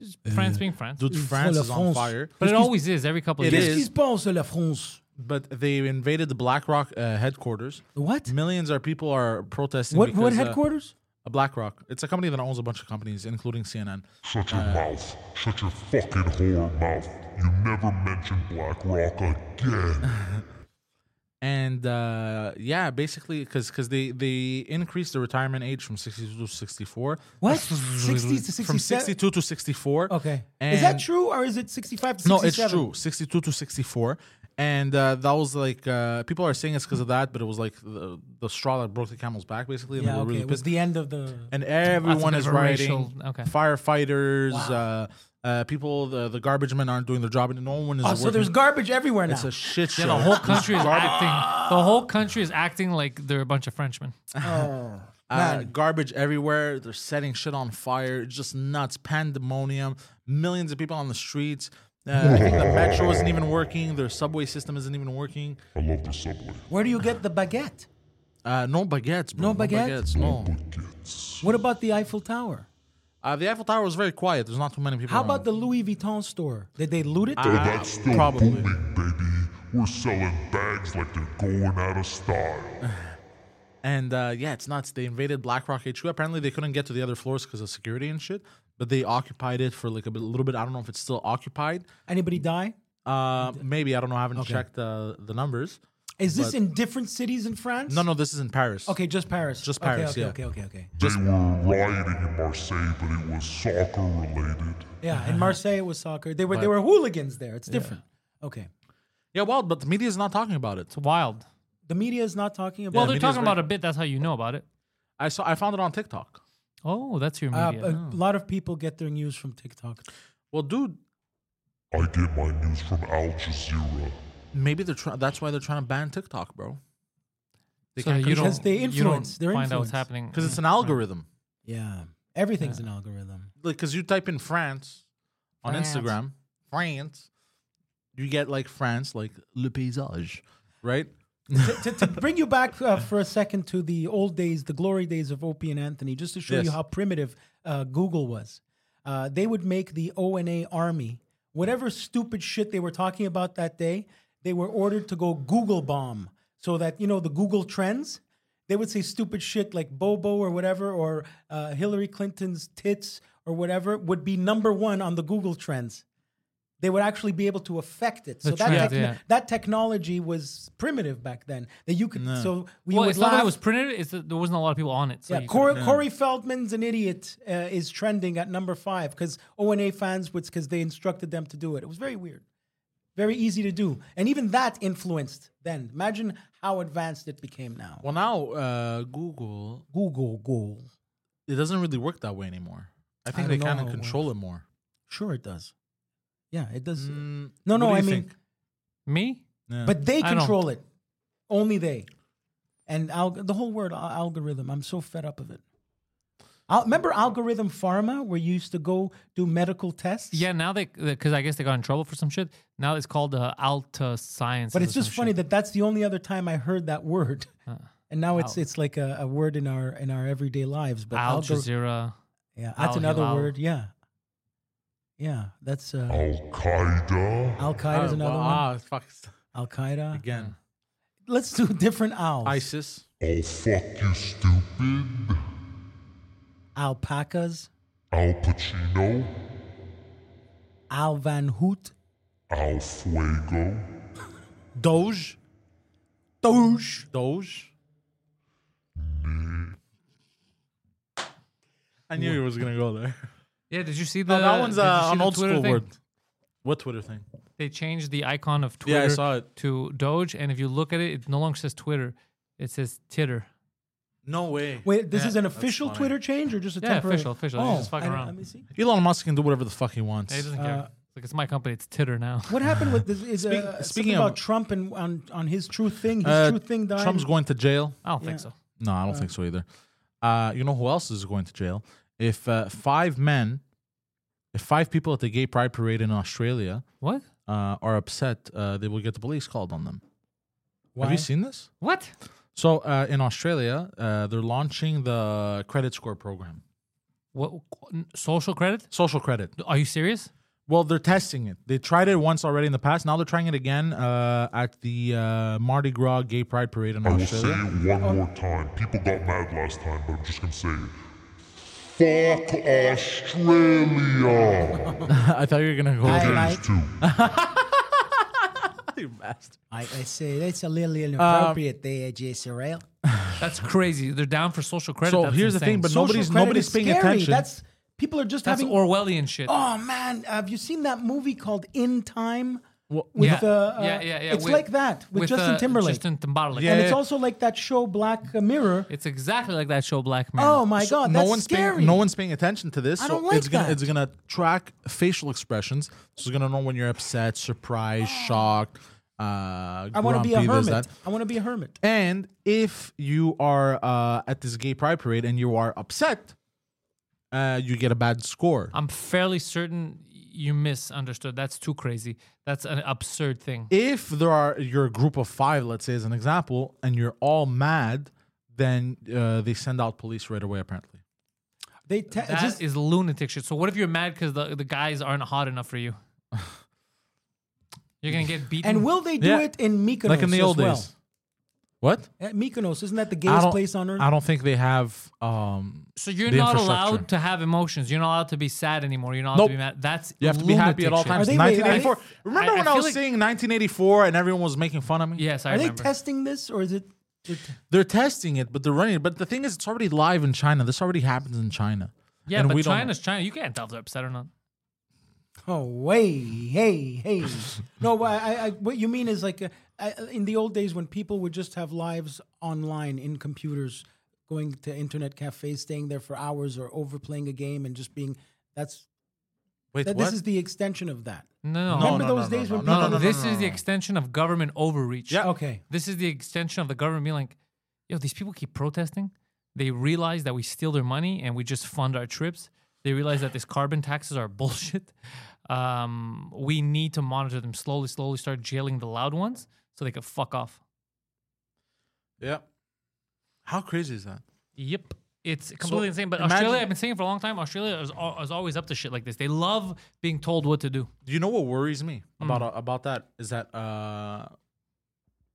Speaker 3: France being France.
Speaker 1: Dude,
Speaker 2: It's
Speaker 1: France
Speaker 2: la
Speaker 1: is on
Speaker 2: France.
Speaker 1: fire.
Speaker 3: But it always is every couple of
Speaker 1: It
Speaker 3: years.
Speaker 1: is.
Speaker 2: Qu'est-ce qui se passe à la France?
Speaker 1: But they invaded the BlackRock uh, headquarters.
Speaker 2: What?
Speaker 1: Millions of people are protesting.
Speaker 2: What?
Speaker 1: because,
Speaker 2: What
Speaker 1: uh,
Speaker 2: headquarters?
Speaker 1: Uh, BlackRock. It's a company that owns a bunch of companies, including CNN.
Speaker 6: Shut your mouth. Shut your fucking whore mouth. You never mention BlackRock again.
Speaker 1: and uh, yeah, basically because because they they increased the retirement age from 62 to 64.
Speaker 2: What? 60 to
Speaker 1: From
Speaker 2: 67?
Speaker 1: 62 to 64.
Speaker 2: Okay.
Speaker 1: And
Speaker 2: is that true or is it 65 to
Speaker 1: No,
Speaker 2: 67?
Speaker 1: it's true. 62 to 64. And uh, that was like uh, people are saying it's because of that, but it was like the, the straw that broke the camel's back, basically. And
Speaker 2: Yeah,
Speaker 1: they were
Speaker 2: okay.
Speaker 1: really
Speaker 2: It was
Speaker 1: pissed.
Speaker 2: the end of the.
Speaker 1: and
Speaker 3: Lots of
Speaker 1: everyone
Speaker 3: bit
Speaker 1: is
Speaker 3: of a
Speaker 1: writing
Speaker 3: racial- okay.
Speaker 1: firefighters uh, uh, people the, the garbage men aren't doing their job and no one is
Speaker 2: Oh,
Speaker 1: working
Speaker 2: so there's garbage everywhere now.
Speaker 1: it's a shit show
Speaker 3: Yeah, the whole country is acting. The whole country is acting like they're a bunch of Frenchmen.
Speaker 2: oh,
Speaker 1: uh, garbage everywhere they're setting shit on fire It's just nuts pandemonium millions of people on the streets uh, I think the metro isn't even working their subway system isn't even working
Speaker 6: I love the subway.
Speaker 2: where do you get the baguette?
Speaker 1: uh, no baguettes bro.
Speaker 2: No baguette?
Speaker 1: baguettes no
Speaker 6: Baguettes.
Speaker 2: What about the Eiffel Tower?
Speaker 1: uh, the Eiffel Tower was very quiet there's not too many people
Speaker 2: How
Speaker 1: around.
Speaker 2: about the Louis Vuitton store? Did they loot it?
Speaker 1: Ah.
Speaker 6: Oh, that's still
Speaker 1: probably.
Speaker 6: booming, baby. We're selling bags like they're going out of style.
Speaker 1: And uh, yeah, it's nuts. They invaded BlackRock HQ. Apparently, they couldn't get to the other floors because of security and shit. But they occupied it for like a bit, little bit. I don't know if it's still occupied.
Speaker 2: Anybody die?
Speaker 1: Uh, maybe I don't know. I haven't checked uh, the numbers.
Speaker 2: Is this in different cities in France?
Speaker 1: No, no, this is in Paris.
Speaker 2: Okay, just Paris.
Speaker 1: Just
Speaker 2: Okay,
Speaker 1: Paris,
Speaker 2: Okay,
Speaker 1: yeah.
Speaker 2: okay, okay, okay.
Speaker 6: they were rioting in Marseille, but it was soccer related.
Speaker 2: Yeah, in Marseille it was soccer. They were they were hooligans there. It's different. Okay.
Speaker 1: Yeah, well, but the media is not talking about it.
Speaker 3: It's wild.
Speaker 2: The media is not talking
Speaker 3: Well,
Speaker 2: about.
Speaker 3: they're
Speaker 1: media's
Speaker 3: talking
Speaker 1: very-
Speaker 3: about a bit. That's how you know about it.
Speaker 1: I saw. I found it on TikTok.
Speaker 3: Oh, that's your
Speaker 2: Uh,
Speaker 3: media.
Speaker 2: a lot of people get their news from TikTok.
Speaker 1: Well, dude,
Speaker 6: I get my news from Al Jazeera.
Speaker 1: maybe they're. Try- that's why they're trying to ban TikTok, bro. They
Speaker 3: so you
Speaker 2: Because
Speaker 3: don't,
Speaker 2: they
Speaker 3: you don't
Speaker 2: influence. They're
Speaker 3: find out what's
Speaker 2: influenced.
Speaker 3: happening
Speaker 1: because it's an algorithm.
Speaker 2: Yeah, everything's an algorithm.
Speaker 1: Like, because you type in France on
Speaker 3: France.
Speaker 1: Instagram, France, you get like France, like le paysage, right?
Speaker 2: to, to bring you back uh, for a second to the old days, the glory days of Opie and Anthony, just to show you
Speaker 1: Yes.
Speaker 2: how primitive uh, Google was. Uh, they would make the ONA army, whatever stupid shit they were talking about that day, they were ordered to go Google bomb so that, you know, the Google trends. They would say stupid shit like Bobo or whatever, or uh, Hillary Clinton's tits or whatever would be number one on the Google trends. They would actually be able to affect it. So that,
Speaker 3: trends,
Speaker 2: techno-
Speaker 3: yeah.
Speaker 2: that technology was primitive back then. That you could so we
Speaker 3: well,
Speaker 2: would
Speaker 3: it's not that
Speaker 2: laugh-
Speaker 3: it was printed. It's that there wasn't a lot of people on it. So
Speaker 2: yeah,
Speaker 3: you
Speaker 2: Corey, Corey Feldman's an idiot uh, is trending at number five because ONA fans would because they instructed them to do it. It was very weird, very easy to do, and even that influenced then. Imagine how advanced it became now.
Speaker 1: Well, now uh, Google
Speaker 2: Google, Google.
Speaker 1: it doesn't really work that way anymore. I think
Speaker 2: don't
Speaker 1: they
Speaker 2: know
Speaker 1: kind
Speaker 2: how
Speaker 1: of
Speaker 2: it
Speaker 1: control it, more.
Speaker 2: Sure, it does. Yeah, it does.
Speaker 1: Mm,
Speaker 2: no,
Speaker 1: what
Speaker 2: no,
Speaker 1: do
Speaker 2: I
Speaker 1: you
Speaker 2: mean,
Speaker 1: think?
Speaker 3: could- me.
Speaker 1: Yeah.
Speaker 2: but they
Speaker 3: I don't-
Speaker 2: control it. Only they, and al- the whole word al- algorithm. I'm so fed up of it. Al- remember algorithm pharma, where you used to go do medical tests.
Speaker 3: Yeah, now they because I guess they got in trouble for some shit. Now it's called uh, Alta Science.
Speaker 2: But it's just funny that that's the only other time I heard that word, and now it's
Speaker 3: Al-
Speaker 2: it's like a, a word in our in our everyday lives. But
Speaker 3: Al
Speaker 2: algor-
Speaker 3: Jazeera.
Speaker 2: yeah, that's
Speaker 3: Al
Speaker 2: another
Speaker 3: Hilal.
Speaker 2: word. Yeah, yeah, that's uh,
Speaker 6: Al Qaeda.
Speaker 2: Al Qaeda's
Speaker 1: Oh,
Speaker 2: another
Speaker 1: well,
Speaker 2: one.
Speaker 1: Ah, fuck.
Speaker 2: Al Qaeda.
Speaker 1: Again,
Speaker 2: Let's do different owls.
Speaker 1: ISIS.
Speaker 6: Al Oh, fuck you stupid.
Speaker 2: Alpacas.
Speaker 6: Al Pacino.
Speaker 2: Al Van Hoot.
Speaker 6: Al Fuego.
Speaker 1: Doge.
Speaker 2: Doge.
Speaker 1: Doge. I knew you was gonna go there.
Speaker 3: Yeah, did you see the?
Speaker 1: No, that one's
Speaker 3: did you
Speaker 1: uh,
Speaker 3: see
Speaker 1: an
Speaker 3: the
Speaker 1: old
Speaker 3: Twitter
Speaker 1: school
Speaker 3: thing?
Speaker 1: word. What Twitter thing?
Speaker 3: They changed the icon of
Speaker 1: Yeah,
Speaker 3: Twitter
Speaker 1: I saw it.
Speaker 3: to Doge, and if you look at it, it no longer says Twitter. It says Titter.
Speaker 1: No way.
Speaker 2: Wait, this
Speaker 1: Yeah,
Speaker 2: is an
Speaker 1: that's
Speaker 2: official
Speaker 1: funny.
Speaker 2: Twitter change or just a
Speaker 3: Yeah,
Speaker 2: temporary? Oh,
Speaker 3: official, official. He's just fucking
Speaker 2: I-
Speaker 3: around.
Speaker 2: Let me see.
Speaker 1: Elon Musk can do whatever the fuck he wants.
Speaker 3: He doesn't care. It's like it's my company. It's Titter now.
Speaker 2: What happened with this? Is,
Speaker 1: Speak-
Speaker 2: uh,
Speaker 1: speaking
Speaker 2: speaking
Speaker 1: of-
Speaker 2: about Trump and on, on his true thing, his
Speaker 1: Uh,
Speaker 2: true thing died.
Speaker 1: Trump's going to jail.
Speaker 3: I don't think so.
Speaker 1: No, I don't think so either. Uh, you know who else is going to jail? If uh, five men, if five people at the gay pride parade in Australia
Speaker 3: What?
Speaker 1: uh, are upset, uh, they will get the police called on them. Have
Speaker 2: Why?
Speaker 1: you seen this?
Speaker 3: What?
Speaker 1: So uh, in Australia, uh, they're launching the credit score program,
Speaker 3: What? Social credit?
Speaker 1: social credit.
Speaker 3: Are you serious?
Speaker 1: Well, they're testing it. They tried it once already in the past. Now they're trying it again uh, at the uh, Mardi Gras Gay Pride Parade in
Speaker 6: I will say
Speaker 1: Australia.
Speaker 6: it one more time. People got mad last time, but I'm just gonna say it. Fuck Australia.
Speaker 1: I thought you were gonna go.
Speaker 2: I
Speaker 6: Gays
Speaker 2: like-
Speaker 6: too.
Speaker 1: you bastard.
Speaker 2: I, I say that's a
Speaker 1: Um,
Speaker 2: little inappropriate there, Jay Sorrell.
Speaker 3: That's crazy. They're down for social credit.
Speaker 1: So
Speaker 3: That's
Speaker 1: here's the
Speaker 3: insane.
Speaker 1: thing, but
Speaker 2: Social
Speaker 1: nobody's
Speaker 2: credit
Speaker 1: nobody's
Speaker 2: is
Speaker 1: paying
Speaker 2: scary.
Speaker 1: attention.
Speaker 2: That's people are just
Speaker 3: That's
Speaker 2: having.
Speaker 3: Orwellian shit.
Speaker 2: oh man, have you seen that movie called In Time?
Speaker 1: Well,
Speaker 2: with
Speaker 3: yeah.
Speaker 2: uh, uh,
Speaker 3: yeah, yeah, yeah.
Speaker 2: It's like that with, Justin
Speaker 3: uh,
Speaker 2: Timberlake.
Speaker 3: Justin Timberlake.
Speaker 1: Yeah.
Speaker 2: and it's also like that show Black Mirror.
Speaker 3: It's exactly like that show Black Mirror.
Speaker 2: Oh my god,
Speaker 1: no
Speaker 2: that's
Speaker 1: one's
Speaker 2: scary.
Speaker 1: paying no one's paying attention to this.
Speaker 2: I
Speaker 1: so
Speaker 2: don't like
Speaker 1: it's gonna
Speaker 2: that.
Speaker 1: it's gonna track facial expressions. So it's gonna know when you're upset, surprised, shocked, uh
Speaker 2: Oh. I want to be a hermit. I want to be a hermit.
Speaker 1: And if you are uh, at this gay pride parade and you are upset, uh, you get a bad score.
Speaker 3: I'm fairly certain you misunderstood. That's too crazy. That's an absurd thing.
Speaker 1: if there are you're a group of five, let's say as an example, and you're all mad, then uh, they send out police right away. Apparently,
Speaker 2: They te-
Speaker 3: That is
Speaker 2: just
Speaker 3: lunatic shit. So what if you're mad because the, the guys aren't hot enough for you? You're gonna get beaten.
Speaker 2: and will they do
Speaker 1: Yeah.
Speaker 2: it in Mykonos
Speaker 1: like in the
Speaker 2: as
Speaker 1: old
Speaker 2: well?
Speaker 1: days. What?
Speaker 2: At Mykonos, isn't that the
Speaker 1: I
Speaker 2: gayest
Speaker 1: don't-
Speaker 2: place on earth?
Speaker 1: I don't think they have. Um,
Speaker 3: so you're
Speaker 1: the
Speaker 3: not
Speaker 1: infrastructure.
Speaker 3: allowed to have emotions. You're not allowed to be sad anymore. You're not allowed to be
Speaker 1: Nope.
Speaker 3: mad. That's
Speaker 1: you have to be happy
Speaker 3: lunatic
Speaker 1: at all
Speaker 3: shit.
Speaker 1: times.
Speaker 2: they- wait, are they-
Speaker 1: 1984. Remember
Speaker 3: I- I
Speaker 1: when I,
Speaker 3: feel
Speaker 1: was
Speaker 3: like-
Speaker 1: saying 1984 and everyone was making fun of me?
Speaker 3: Yes, I
Speaker 2: Are they
Speaker 3: remember.
Speaker 2: testing this or is it? it
Speaker 1: They're testing it, but they're running it. But the thing is, it's already live in China. This already happens in China.
Speaker 3: yeah,
Speaker 1: And
Speaker 3: but
Speaker 1: we don't-
Speaker 3: China's China. You can't tell if they're upset or not.
Speaker 2: oh, way, hey, hey. no, wha- I, I, what you mean is like uh, I, in the old days when people would just have lives online in computers, going to internet cafes, staying there for hours, or overplaying a game and just being. That's
Speaker 1: Wait,
Speaker 2: that,
Speaker 1: what?
Speaker 2: this is the extension of that.
Speaker 3: No,
Speaker 1: No,
Speaker 3: no,
Speaker 2: Remember
Speaker 1: no, no,
Speaker 2: those
Speaker 1: no,
Speaker 2: days
Speaker 1: no,
Speaker 2: when
Speaker 1: no,
Speaker 2: people?
Speaker 1: no, no,
Speaker 3: this is
Speaker 1: no,
Speaker 3: the
Speaker 1: no.
Speaker 3: extension of government overreach.
Speaker 1: Yeah.
Speaker 2: Okay.
Speaker 3: This is the extension of the government being like, yo, these people keep protesting. They realize that we steal their money and we just fund our trips. They realize that these carbon taxes are bullshit. Um, we need to monitor them slowly, slowly start jailing the loud ones so they could fuck off.
Speaker 1: Yeah. How crazy is that?
Speaker 3: Yep. It's completely insane. But
Speaker 1: imagine-
Speaker 3: Australia, I've been saying it for a long time, Australia is, al- is always up to shit like this. They love being told what to do.
Speaker 1: Do you know what worries me about about that is that uh,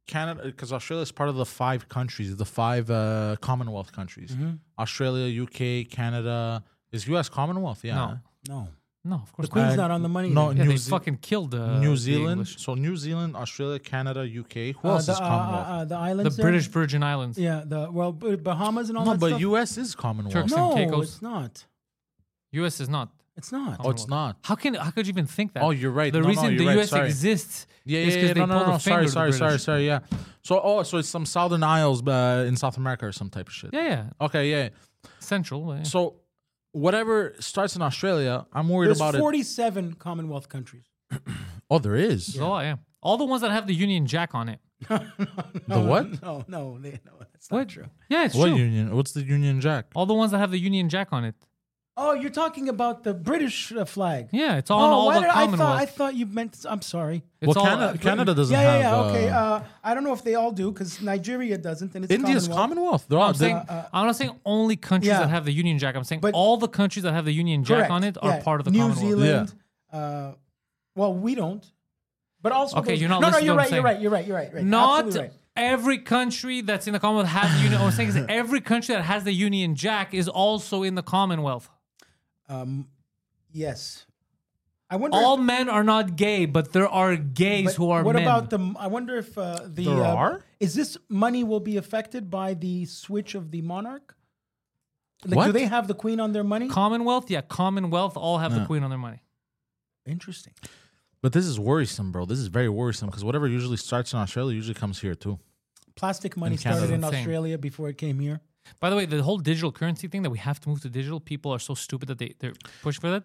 Speaker 1: Canada because Australia is part of the five countries, the five uh, Commonwealth countries: Australia, UK, Canada. Is US Commonwealth? Yeah.
Speaker 3: No.
Speaker 2: No,
Speaker 3: No, of course
Speaker 2: the Queen's
Speaker 1: Uh,
Speaker 2: not on the money.
Speaker 1: no,
Speaker 2: either.
Speaker 3: Yeah,
Speaker 1: New
Speaker 3: they
Speaker 1: Ze-
Speaker 3: fucking killed uh,
Speaker 1: New
Speaker 3: the
Speaker 1: Zealand.
Speaker 3: English.
Speaker 1: So New Zealand, Australia, Canada, UK. Who
Speaker 2: Uh,
Speaker 1: else
Speaker 2: the,
Speaker 1: is
Speaker 2: uh, uh,
Speaker 1: Commonwealth?
Speaker 2: uh, the
Speaker 3: The
Speaker 2: islands. there?
Speaker 3: British Virgin Islands.
Speaker 2: Yeah, the well, B- Bahamas and all
Speaker 1: no,
Speaker 2: that
Speaker 1: but
Speaker 2: stuff.
Speaker 1: US is Commonwealth.
Speaker 3: Turks-
Speaker 2: no,
Speaker 3: and Caicos.
Speaker 2: it's not.
Speaker 3: U.S. is not.
Speaker 2: It's not.
Speaker 1: Oh, it's not.
Speaker 3: How can how could you even think that?
Speaker 1: Oh, you're right.
Speaker 3: The
Speaker 1: No, no,
Speaker 3: reason
Speaker 1: you're
Speaker 3: the
Speaker 1: right.
Speaker 3: U.S.
Speaker 1: Sorry.
Speaker 3: exists
Speaker 1: Yeah,
Speaker 3: is
Speaker 1: yeah,
Speaker 3: because
Speaker 1: yeah.
Speaker 3: they
Speaker 1: No,
Speaker 3: pulled
Speaker 1: no,
Speaker 3: the
Speaker 1: no.
Speaker 3: finger.
Speaker 1: Sorry,
Speaker 3: to
Speaker 1: sorry,
Speaker 3: the
Speaker 1: sorry,
Speaker 3: British.
Speaker 1: sorry. Yeah. So, oh, so it's some Southern Isles uh, in South America or some type of shit.
Speaker 3: Yeah, yeah.
Speaker 1: Okay, yeah.
Speaker 3: Central. yeah.
Speaker 1: So, whatever starts in Australia, I'm worried
Speaker 2: There's
Speaker 1: about it.
Speaker 2: 47 Commonwealth countries.
Speaker 1: Oh, there is.
Speaker 3: Oh, yeah. All the ones that have the Union Jack on it.
Speaker 1: The what?
Speaker 2: Uh, No, no, they, no, that's
Speaker 3: What?
Speaker 2: not true.
Speaker 3: Yeah, it's
Speaker 1: What
Speaker 3: true.
Speaker 1: union? What's the Union Jack?
Speaker 3: All the ones that have the Union Jack on it.
Speaker 2: Oh, you're talking about the British uh, flag.
Speaker 3: Yeah, it's
Speaker 2: Oh,
Speaker 3: on all
Speaker 2: why
Speaker 3: the
Speaker 2: did I, I
Speaker 3: Commonwealth.
Speaker 2: thought I thought you meant. I'm sorry.
Speaker 3: it's
Speaker 1: well,
Speaker 3: all,
Speaker 1: Canada, Canada doesn't
Speaker 2: uh, yeah, yeah,
Speaker 1: have.
Speaker 2: yeah. okay,
Speaker 1: uh,
Speaker 2: uh, I don't know if they all do because Nigeria doesn't, and it's
Speaker 1: India's
Speaker 2: Commonwealth.
Speaker 1: Commonwealth.
Speaker 2: uh,
Speaker 1: They're all.
Speaker 3: I'm saying
Speaker 1: they-
Speaker 3: I'm not saying only countries
Speaker 2: Yeah.
Speaker 3: that have the Union Jack. I'm saying
Speaker 2: But-
Speaker 3: all the countries that have the Union Jack
Speaker 2: Correct.
Speaker 3: on it are
Speaker 2: Yeah,
Speaker 3: part of the
Speaker 2: New
Speaker 3: Commonwealth.
Speaker 2: Zealand. Uh, well, we don't. But also,
Speaker 3: Okay,
Speaker 2: those-
Speaker 3: you're not
Speaker 2: No, no,
Speaker 3: listening to
Speaker 2: you're
Speaker 3: what
Speaker 2: right. You're
Speaker 3: I'm saying.
Speaker 2: right. You're right. You're right. right.
Speaker 3: Not
Speaker 2: Absolutely right.
Speaker 3: every country that's in the Commonwealth has the Union. What I'm saying is every country that has the Union Jack is also in the Commonwealth.
Speaker 2: Um, yes. I wonder.
Speaker 3: All
Speaker 2: if-
Speaker 3: men are not gay, but there are gays
Speaker 2: But
Speaker 3: who are
Speaker 2: what
Speaker 3: men.
Speaker 2: about the? I wonder if uh, the
Speaker 1: There
Speaker 2: uh,
Speaker 1: are?
Speaker 2: Is this money will be affected by the switch of the monarch? Like,
Speaker 1: What?
Speaker 2: do they have the queen on their money?
Speaker 3: Commonwealth? Yeah, Commonwealth all have the queen on their money.
Speaker 2: Interesting.
Speaker 1: but this is worrisome, bro. This is very worrisome because whatever usually starts in Australia usually comes here too.
Speaker 2: Plastic money
Speaker 1: In Canada.
Speaker 2: started in
Speaker 3: Insane.
Speaker 2: Australia before it came here.
Speaker 3: By the way, the whole digital currency thing that we have to move to digital, people are so stupid that they, they're pushing for that.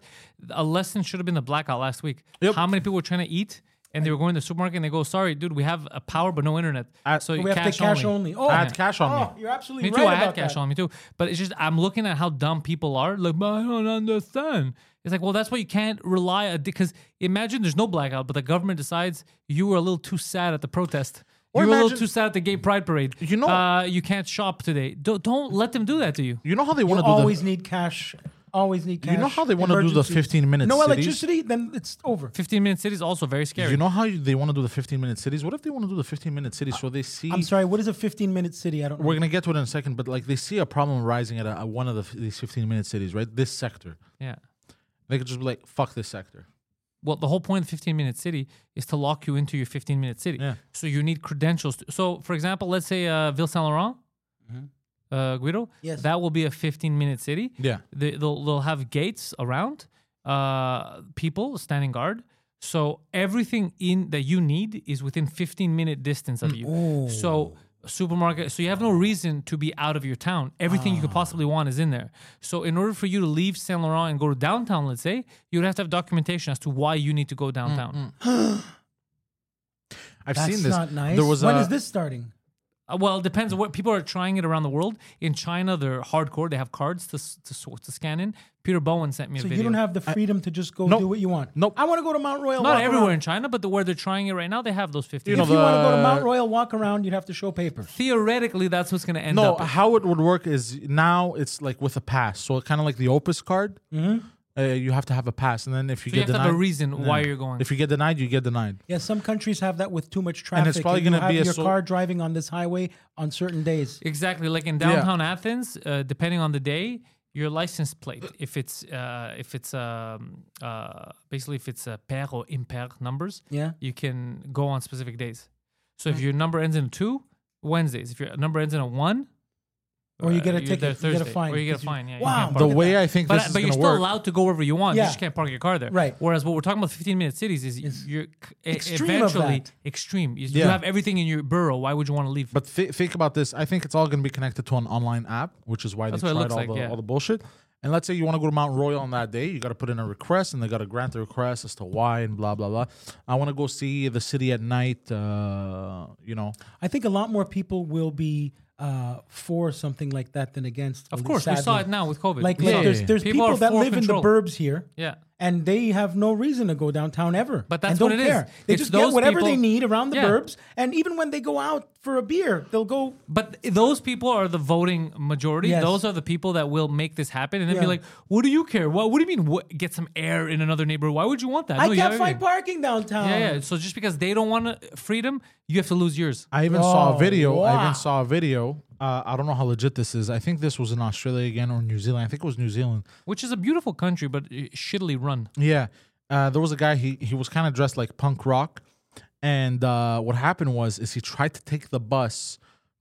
Speaker 3: A lesson should have been the blackout last week.
Speaker 1: Yep.
Speaker 3: How many people were trying to eat and they were going to the supermarket and they go, sorry, dude, we have a power but no internet.
Speaker 1: Uh,
Speaker 3: so
Speaker 2: We have to cash only. Oh,
Speaker 1: I had cash on
Speaker 2: oh,
Speaker 1: me.
Speaker 2: you're absolutely
Speaker 3: Me too.
Speaker 2: right
Speaker 3: I
Speaker 2: about
Speaker 3: had cash
Speaker 2: that.
Speaker 3: on me too. But it's just I'm looking at how dumb people are. Like, "But I don't understand. It's like, well, that's why you can't rely on because imagine there's no blackout, but the government decides you were a little too sad at the protest.
Speaker 1: Or
Speaker 3: you were a little
Speaker 1: imagine-
Speaker 3: too sad at the gay pride parade.
Speaker 1: You know-
Speaker 3: uh, you can't shop today. Don't, don't let them do that to you.
Speaker 1: You know how they
Speaker 2: You
Speaker 1: want to do
Speaker 2: always
Speaker 1: the.
Speaker 2: need cash. Always need cash.
Speaker 1: You know how they wanna do the
Speaker 2: Emergencies.
Speaker 1: 15 minute
Speaker 2: No
Speaker 1: cities?
Speaker 2: electricity, then it's over.
Speaker 3: 15 minute city is also very scary.
Speaker 1: You know how you, they want to do the 15 minute cities? What if they want to do the 15 minute cities so they see.
Speaker 2: I'm sorry. What is a 15 minute city? I don't.
Speaker 1: We're
Speaker 2: know.
Speaker 1: gonna get to it in a second, but like they see a problem rising at, a, at one of the, f- these 15 minute cities, right? This sector,
Speaker 3: yeah.
Speaker 1: they could just be like, "Fuck this sector."
Speaker 3: well, the whole point of 15 minute city is to lock you into your 15 minute city.
Speaker 1: Yeah.
Speaker 3: So you need credentials. To, so, for example, let's say uh, Ville Saint Laurent,
Speaker 1: Mm-hmm.
Speaker 3: uh, Guido,
Speaker 2: Yes.
Speaker 3: that will be a 15 minute city.
Speaker 1: Yeah.
Speaker 3: They, they'll, they'll have gates around, uh, people standing guard. So everything in that you need is within 15 minute distance
Speaker 2: Mm.
Speaker 3: of you. So supermarket. So you have no reason to be out of your town. Everything you could
Speaker 2: Ah.
Speaker 3: possibly want is in there. So in order for you to leave Saint Laurent and go to downtown, let's say, you would have to have documentation as to why you need to
Speaker 2: Mm,
Speaker 3: go downtown.
Speaker 1: I've
Speaker 2: That's
Speaker 1: seen this.
Speaker 2: not nice.
Speaker 1: There was
Speaker 2: When
Speaker 1: a,
Speaker 2: is this starting?
Speaker 3: Uh, well, it depends. on What people are trying it around the world. In China, they're hardcore. They have cards to s- to, s- to scan in. Peter Bowen sent me a
Speaker 2: So
Speaker 3: video.
Speaker 2: you don't have the freedom to just go
Speaker 1: Nope.
Speaker 2: do what you want.
Speaker 1: Nope.
Speaker 2: I want to go to Mount Royal.
Speaker 3: not
Speaker 2: walk
Speaker 3: everywhere in uh,
Speaker 2: around.
Speaker 3: China, but the, where they're trying it right now, they have those 15.
Speaker 1: You know,
Speaker 2: if you want to go to
Speaker 1: the-
Speaker 2: Mount Royal, walk around, you'd have to show paper.
Speaker 3: Theoretically, that's what's going to end
Speaker 1: no,
Speaker 3: up.
Speaker 1: how it would work is now it's like with a pass. So kind of like the Opus card.
Speaker 3: Mm-hmm.
Speaker 1: Uh, you have to have a pass, and then if you
Speaker 3: So you
Speaker 1: get
Speaker 3: have to
Speaker 1: denied,
Speaker 3: have a reason why you're going.
Speaker 1: If you get denied, you get denied.
Speaker 2: Yeah, some countries have that with too much traffic.
Speaker 1: And it's probably
Speaker 2: you
Speaker 1: gonna
Speaker 2: have
Speaker 1: be a
Speaker 2: your
Speaker 1: so-
Speaker 2: car driving on this highway on certain days.
Speaker 3: Exactly, like in
Speaker 1: Yeah.
Speaker 3: downtown Athens, uh, depending on the day, your license plate, if it's uh, if it's um, uh, basically if it's uh, pair or impair numbers,
Speaker 2: Yeah.
Speaker 3: you can go on specific days. So if your number ends in a two, Wednesdays. If your number ends in a one,
Speaker 2: Or you get a
Speaker 3: you're there
Speaker 2: ticket, you get a
Speaker 3: Thursday,
Speaker 2: fine.
Speaker 3: or you get a
Speaker 2: 'cause
Speaker 3: fine, yeah, you
Speaker 2: wow.
Speaker 3: can't
Speaker 1: The
Speaker 3: park.
Speaker 1: way I think
Speaker 3: but
Speaker 1: this is
Speaker 3: but you're
Speaker 1: going to
Speaker 3: still
Speaker 1: work.
Speaker 3: allowed to go wherever you want. You just
Speaker 2: Yeah.
Speaker 3: can't park your car there.
Speaker 2: Right.
Speaker 3: Whereas what we're talking about, 15 minute cities, is
Speaker 2: Is
Speaker 3: you're e-
Speaker 2: extreme of
Speaker 3: eventually
Speaker 2: that.
Speaker 3: extreme. You, you
Speaker 1: Yeah.
Speaker 3: have everything in your borough. Why would you want to leave?
Speaker 1: But th- think about this. I think it's all going to be connected to an online app, which is why
Speaker 3: That's
Speaker 1: they
Speaker 3: what it
Speaker 1: tried
Speaker 3: looks
Speaker 1: all,
Speaker 3: like,
Speaker 1: the,
Speaker 3: yeah.
Speaker 1: all the bullshit. And let's say you want to go to Mount Royal on that day, you got to put in a request, and they got to grant the request as to why and blah blah blah. I want to go see the city at night. Uh, you know,
Speaker 2: I think a lot more people will be uh, for something like that than against.
Speaker 3: Of
Speaker 2: Elise,
Speaker 3: course, we saw
Speaker 2: sadly.
Speaker 3: it now with COVID.
Speaker 2: Like,
Speaker 3: We
Speaker 2: like
Speaker 3: saw it.
Speaker 2: there's there's people,
Speaker 3: are
Speaker 2: that
Speaker 3: for
Speaker 2: live
Speaker 3: control.
Speaker 2: in the burbs here,
Speaker 3: Yeah.
Speaker 2: and they have no reason to go downtown ever.
Speaker 3: But that's
Speaker 2: and don't
Speaker 3: what it is.
Speaker 2: care. They
Speaker 3: It's
Speaker 2: just get
Speaker 3: those
Speaker 2: whatever they
Speaker 3: people-
Speaker 2: need around the
Speaker 3: Yeah.
Speaker 2: burbs, and even when they go out for a beer, they'll go.
Speaker 3: But those people are the voting majority.
Speaker 2: Yes.
Speaker 3: Those are the people that will make this happen. And then be
Speaker 2: Yeah.
Speaker 3: like, what do you care? What, what do you mean what, get some air in another neighborhood? Why would you want that?
Speaker 2: I
Speaker 3: No, you
Speaker 2: can't
Speaker 3: have
Speaker 2: find parking
Speaker 3: everything.
Speaker 2: downtown.
Speaker 3: Yeah, yeah. So just because they don't want to- freedom, you have to lose yours.
Speaker 1: I even saw a
Speaker 2: Oh,
Speaker 1: video. I
Speaker 2: wow.
Speaker 1: even saw a video. Uh, I don't know how legit this is. I think this was in Australia again or New Zealand. I think it was New Zealand.
Speaker 3: Which is a beautiful country, but uh, shittily run.
Speaker 1: Yeah, uh, there was a guy. He he was kind of dressed like punk rock, and uh, what happened was is he tried to take the bus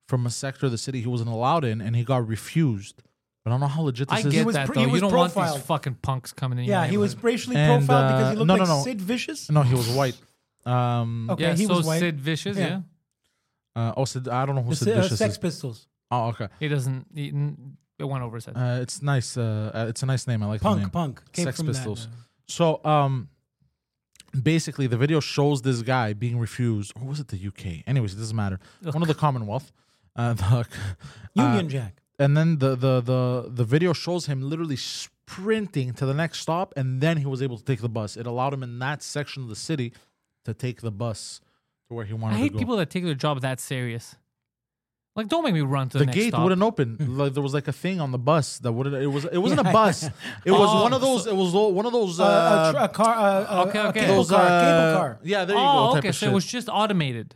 Speaker 1: from a sector of the city he wasn't allowed in, and he got refused. But I don't know how legit this
Speaker 3: I
Speaker 1: is.
Speaker 3: get
Speaker 2: was
Speaker 3: that,
Speaker 2: pr-
Speaker 3: though.
Speaker 2: he
Speaker 3: You
Speaker 2: was
Speaker 3: don't want
Speaker 2: profiled.
Speaker 3: these fucking punks coming in. your
Speaker 2: Yeah, he was
Speaker 3: neighborhood.
Speaker 2: racially
Speaker 1: And,
Speaker 2: profiled because
Speaker 1: uh,
Speaker 2: he looked
Speaker 1: no, no,
Speaker 2: like
Speaker 1: no.
Speaker 2: Sid Vicious.
Speaker 1: No, he was white. Um,
Speaker 2: Okay,
Speaker 3: Yeah,
Speaker 2: he
Speaker 3: so
Speaker 2: was white.
Speaker 3: Sid Vicious, yeah.
Speaker 2: Yeah.
Speaker 1: uh, oh, Sid, I don't know who
Speaker 2: The
Speaker 1: Sid
Speaker 2: Se- uh,
Speaker 1: Vicious is.
Speaker 2: Sex Pistols.
Speaker 1: Oh, okay.
Speaker 3: He doesn't, he, n- it went over his head.
Speaker 1: Uh, it's nice. Uh, uh, it's a nice name. I like the
Speaker 2: Punk,
Speaker 1: name.
Speaker 2: punk. Came
Speaker 1: Sex
Speaker 2: from
Speaker 1: Pistols.
Speaker 2: That.
Speaker 1: So, um, basically, the video shows this guy being refused, or was it the UK? Anyways, it doesn't matter. One of the Commonwealth. Uh, the, uh,
Speaker 3: Uh,
Speaker 2: Union Jack.
Speaker 1: and then the, the the the video shows him literally sprinting to the next stop, and then he was able to take the bus. It allowed him in that section of the city to take the bus to where he
Speaker 3: I
Speaker 1: wanted to
Speaker 3: hate
Speaker 1: go.
Speaker 3: people that take their job that serious. Like, don't make me run to the,
Speaker 1: the
Speaker 3: next
Speaker 1: gate
Speaker 3: stop. Mm.
Speaker 1: wouldn't open. Like there was like a thing on the bus that wouldn't. It was it wasn't a bus. It was
Speaker 3: Oh,
Speaker 1: one of those. It was lo- one of those. Uh,
Speaker 2: Uh, a, tr- a car. Uh,
Speaker 3: okay,
Speaker 2: a
Speaker 3: okay.
Speaker 2: Cable
Speaker 1: those,
Speaker 2: car.
Speaker 1: uh,
Speaker 2: cable car.
Speaker 1: Yeah, there you go.
Speaker 3: Oh,
Speaker 1: type
Speaker 3: okay.
Speaker 1: of
Speaker 3: So
Speaker 1: shit.
Speaker 3: it was just automated.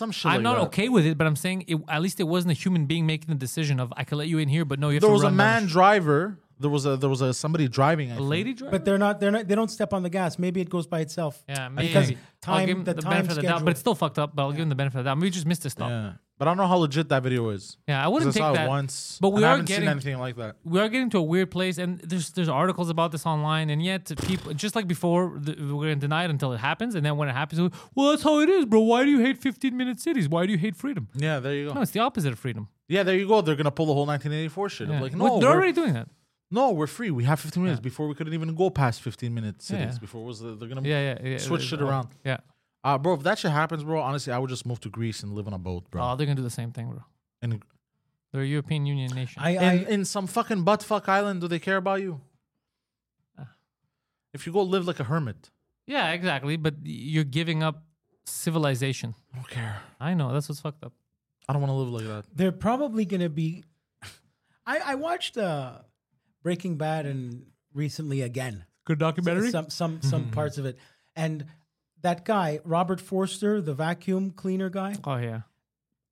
Speaker 1: some shit.
Speaker 3: I'm
Speaker 1: like
Speaker 3: not
Speaker 1: that.
Speaker 3: okay with it, but I'm saying it, at least it wasn't a human being making the decision of I can let you in here, but no, you have
Speaker 1: There
Speaker 3: to
Speaker 1: was a
Speaker 3: run down the
Speaker 1: man
Speaker 3: sh-
Speaker 1: driver. There was a there was a somebody driving. I
Speaker 3: a
Speaker 1: think.
Speaker 3: lady driver.
Speaker 2: But they're not. They're not. They don't step on the gas. Maybe it goes by itself.
Speaker 3: yeah, maybe.
Speaker 2: Because
Speaker 3: I'll give
Speaker 2: time.
Speaker 3: him
Speaker 2: The,
Speaker 3: the,
Speaker 2: time
Speaker 3: benefit of
Speaker 2: schedule.
Speaker 3: the doubt, but it's still fucked up. But I'll give him the benefit of the doubt. We just missed this stop.
Speaker 1: Yeah, but I don't know how legit that video is.
Speaker 3: Yeah, I
Speaker 1: 'Cause
Speaker 3: wouldn't
Speaker 1: I saw
Speaker 3: take
Speaker 1: it
Speaker 3: that,
Speaker 1: once.
Speaker 3: but we
Speaker 1: and I
Speaker 3: are
Speaker 1: haven't
Speaker 3: getting-
Speaker 1: seen anything like that.
Speaker 3: We are getting to a weird place, and there's there's articles about this online, and yet people just like before, th- we're gonna deny it until it happens, and then when it happens, well, that's how it is, bro. Why do you hate 15 minute cities? Why do you hate freedom?
Speaker 1: Yeah, there you go.
Speaker 3: No, it's the opposite of freedom.
Speaker 1: Yeah, there you go. They're gonna pull the whole 1984 shit.
Speaker 3: Yeah.
Speaker 1: I'm like, no,
Speaker 3: Well, they're
Speaker 1: we're-
Speaker 3: already doing that.
Speaker 1: no, we're free. We have 15 minutes. Before we couldn't even go past 15 minute cities.
Speaker 3: yeah.
Speaker 1: Before was the, they're gonna
Speaker 3: Yeah, yeah, yeah.
Speaker 1: switch shit around.
Speaker 3: Yeah.
Speaker 1: Uh, bro, if that shit happens, bro, honestly, I would just move to Greece and live on a boat, bro.
Speaker 3: Oh, they're gonna do the same thing, bro.
Speaker 1: and
Speaker 3: They're a European Union nation.
Speaker 2: I.
Speaker 1: in,
Speaker 2: I
Speaker 1: in some fucking butt fuck island, do they care about you?
Speaker 2: Ah.
Speaker 1: If you go live like a hermit,
Speaker 3: Yeah, exactly. But y- you're giving up civilization.
Speaker 1: I don't care.
Speaker 3: I know that's what's fucked up.
Speaker 1: I don't want to live like that.
Speaker 2: they're probably gonna be. I I watched uh, Breaking Bad and recently again.
Speaker 3: Good
Speaker 2: Some some some parts of it, and that guy Robert Forster, the vacuum cleaner guy.
Speaker 3: Oh yeah.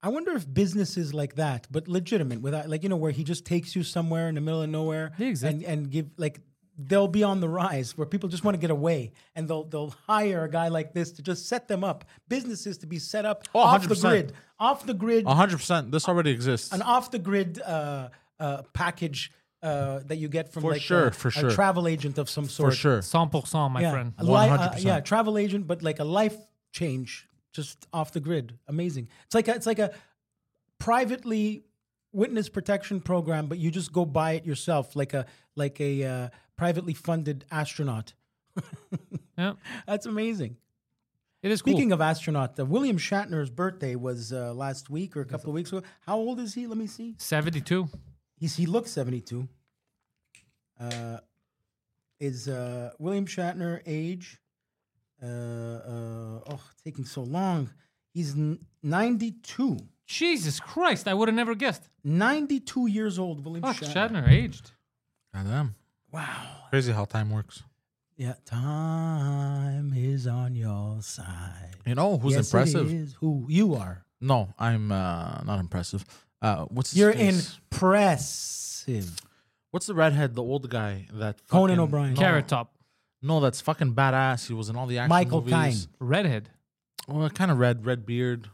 Speaker 2: I wonder if businesses like that, but legitimate, without like you know where he just takes you somewhere in the middle of nowhere
Speaker 3: They exist.
Speaker 2: and and give like they'll be on the rise where people just want to get away and they'll they'll hire a guy like this to just set them up businesses to be set up
Speaker 1: Oh,
Speaker 2: off the
Speaker 1: 100%.
Speaker 2: grid off the grid
Speaker 1: 100%. This already exists.
Speaker 2: an off the grid uh, uh, package uh, that you get from
Speaker 1: For
Speaker 2: like
Speaker 1: sure,
Speaker 2: a,
Speaker 1: for
Speaker 2: a
Speaker 1: sure.
Speaker 2: travel agent of some sort
Speaker 1: For sure.
Speaker 3: 100%, my
Speaker 2: yeah,
Speaker 3: friend.
Speaker 2: a li- uh,
Speaker 1: 100%.
Speaker 2: yeah, travel agent, but like a life change, just off the grid. Amazing. It's like a, it's like a privately witness protection program, but you just go buy it yourself, like a like a uh, privately funded astronaut.
Speaker 3: Yeah,
Speaker 2: That's amazing.
Speaker 3: it is cool.
Speaker 2: Speaking of astronaut, uh, William Shatner's birthday was uh, last week or a couple of weeks ago. How old is he? Let me see.
Speaker 3: 72.
Speaker 2: He's, he looks 72. Uh, is uh, William Shatner age? Uh, uh, oh, taking so long. He's n- 92.
Speaker 3: Jesus Christ, I would have never guessed.
Speaker 2: 92 years old, William
Speaker 3: Fuck,
Speaker 2: Shatner.
Speaker 3: Shatner aged.
Speaker 1: Goddamn.
Speaker 2: Wow.
Speaker 1: Crazy how time works.
Speaker 2: Yeah, time is on your side.
Speaker 1: You know who's
Speaker 2: Yes, it
Speaker 1: impressive?
Speaker 2: is Who you are.
Speaker 1: No, I'm uh, not impressive. Uh, what's his
Speaker 2: You're
Speaker 1: face?
Speaker 2: impressive.
Speaker 1: What's the redhead, the old guy that
Speaker 2: Conan
Speaker 1: fucking-
Speaker 2: O'Brien.
Speaker 1: No,
Speaker 3: Carrot Top.
Speaker 1: No, that's fucking badass. He was in all the action
Speaker 2: Michael
Speaker 1: movies.
Speaker 3: Redhead.
Speaker 1: Well, kind of red, red beard.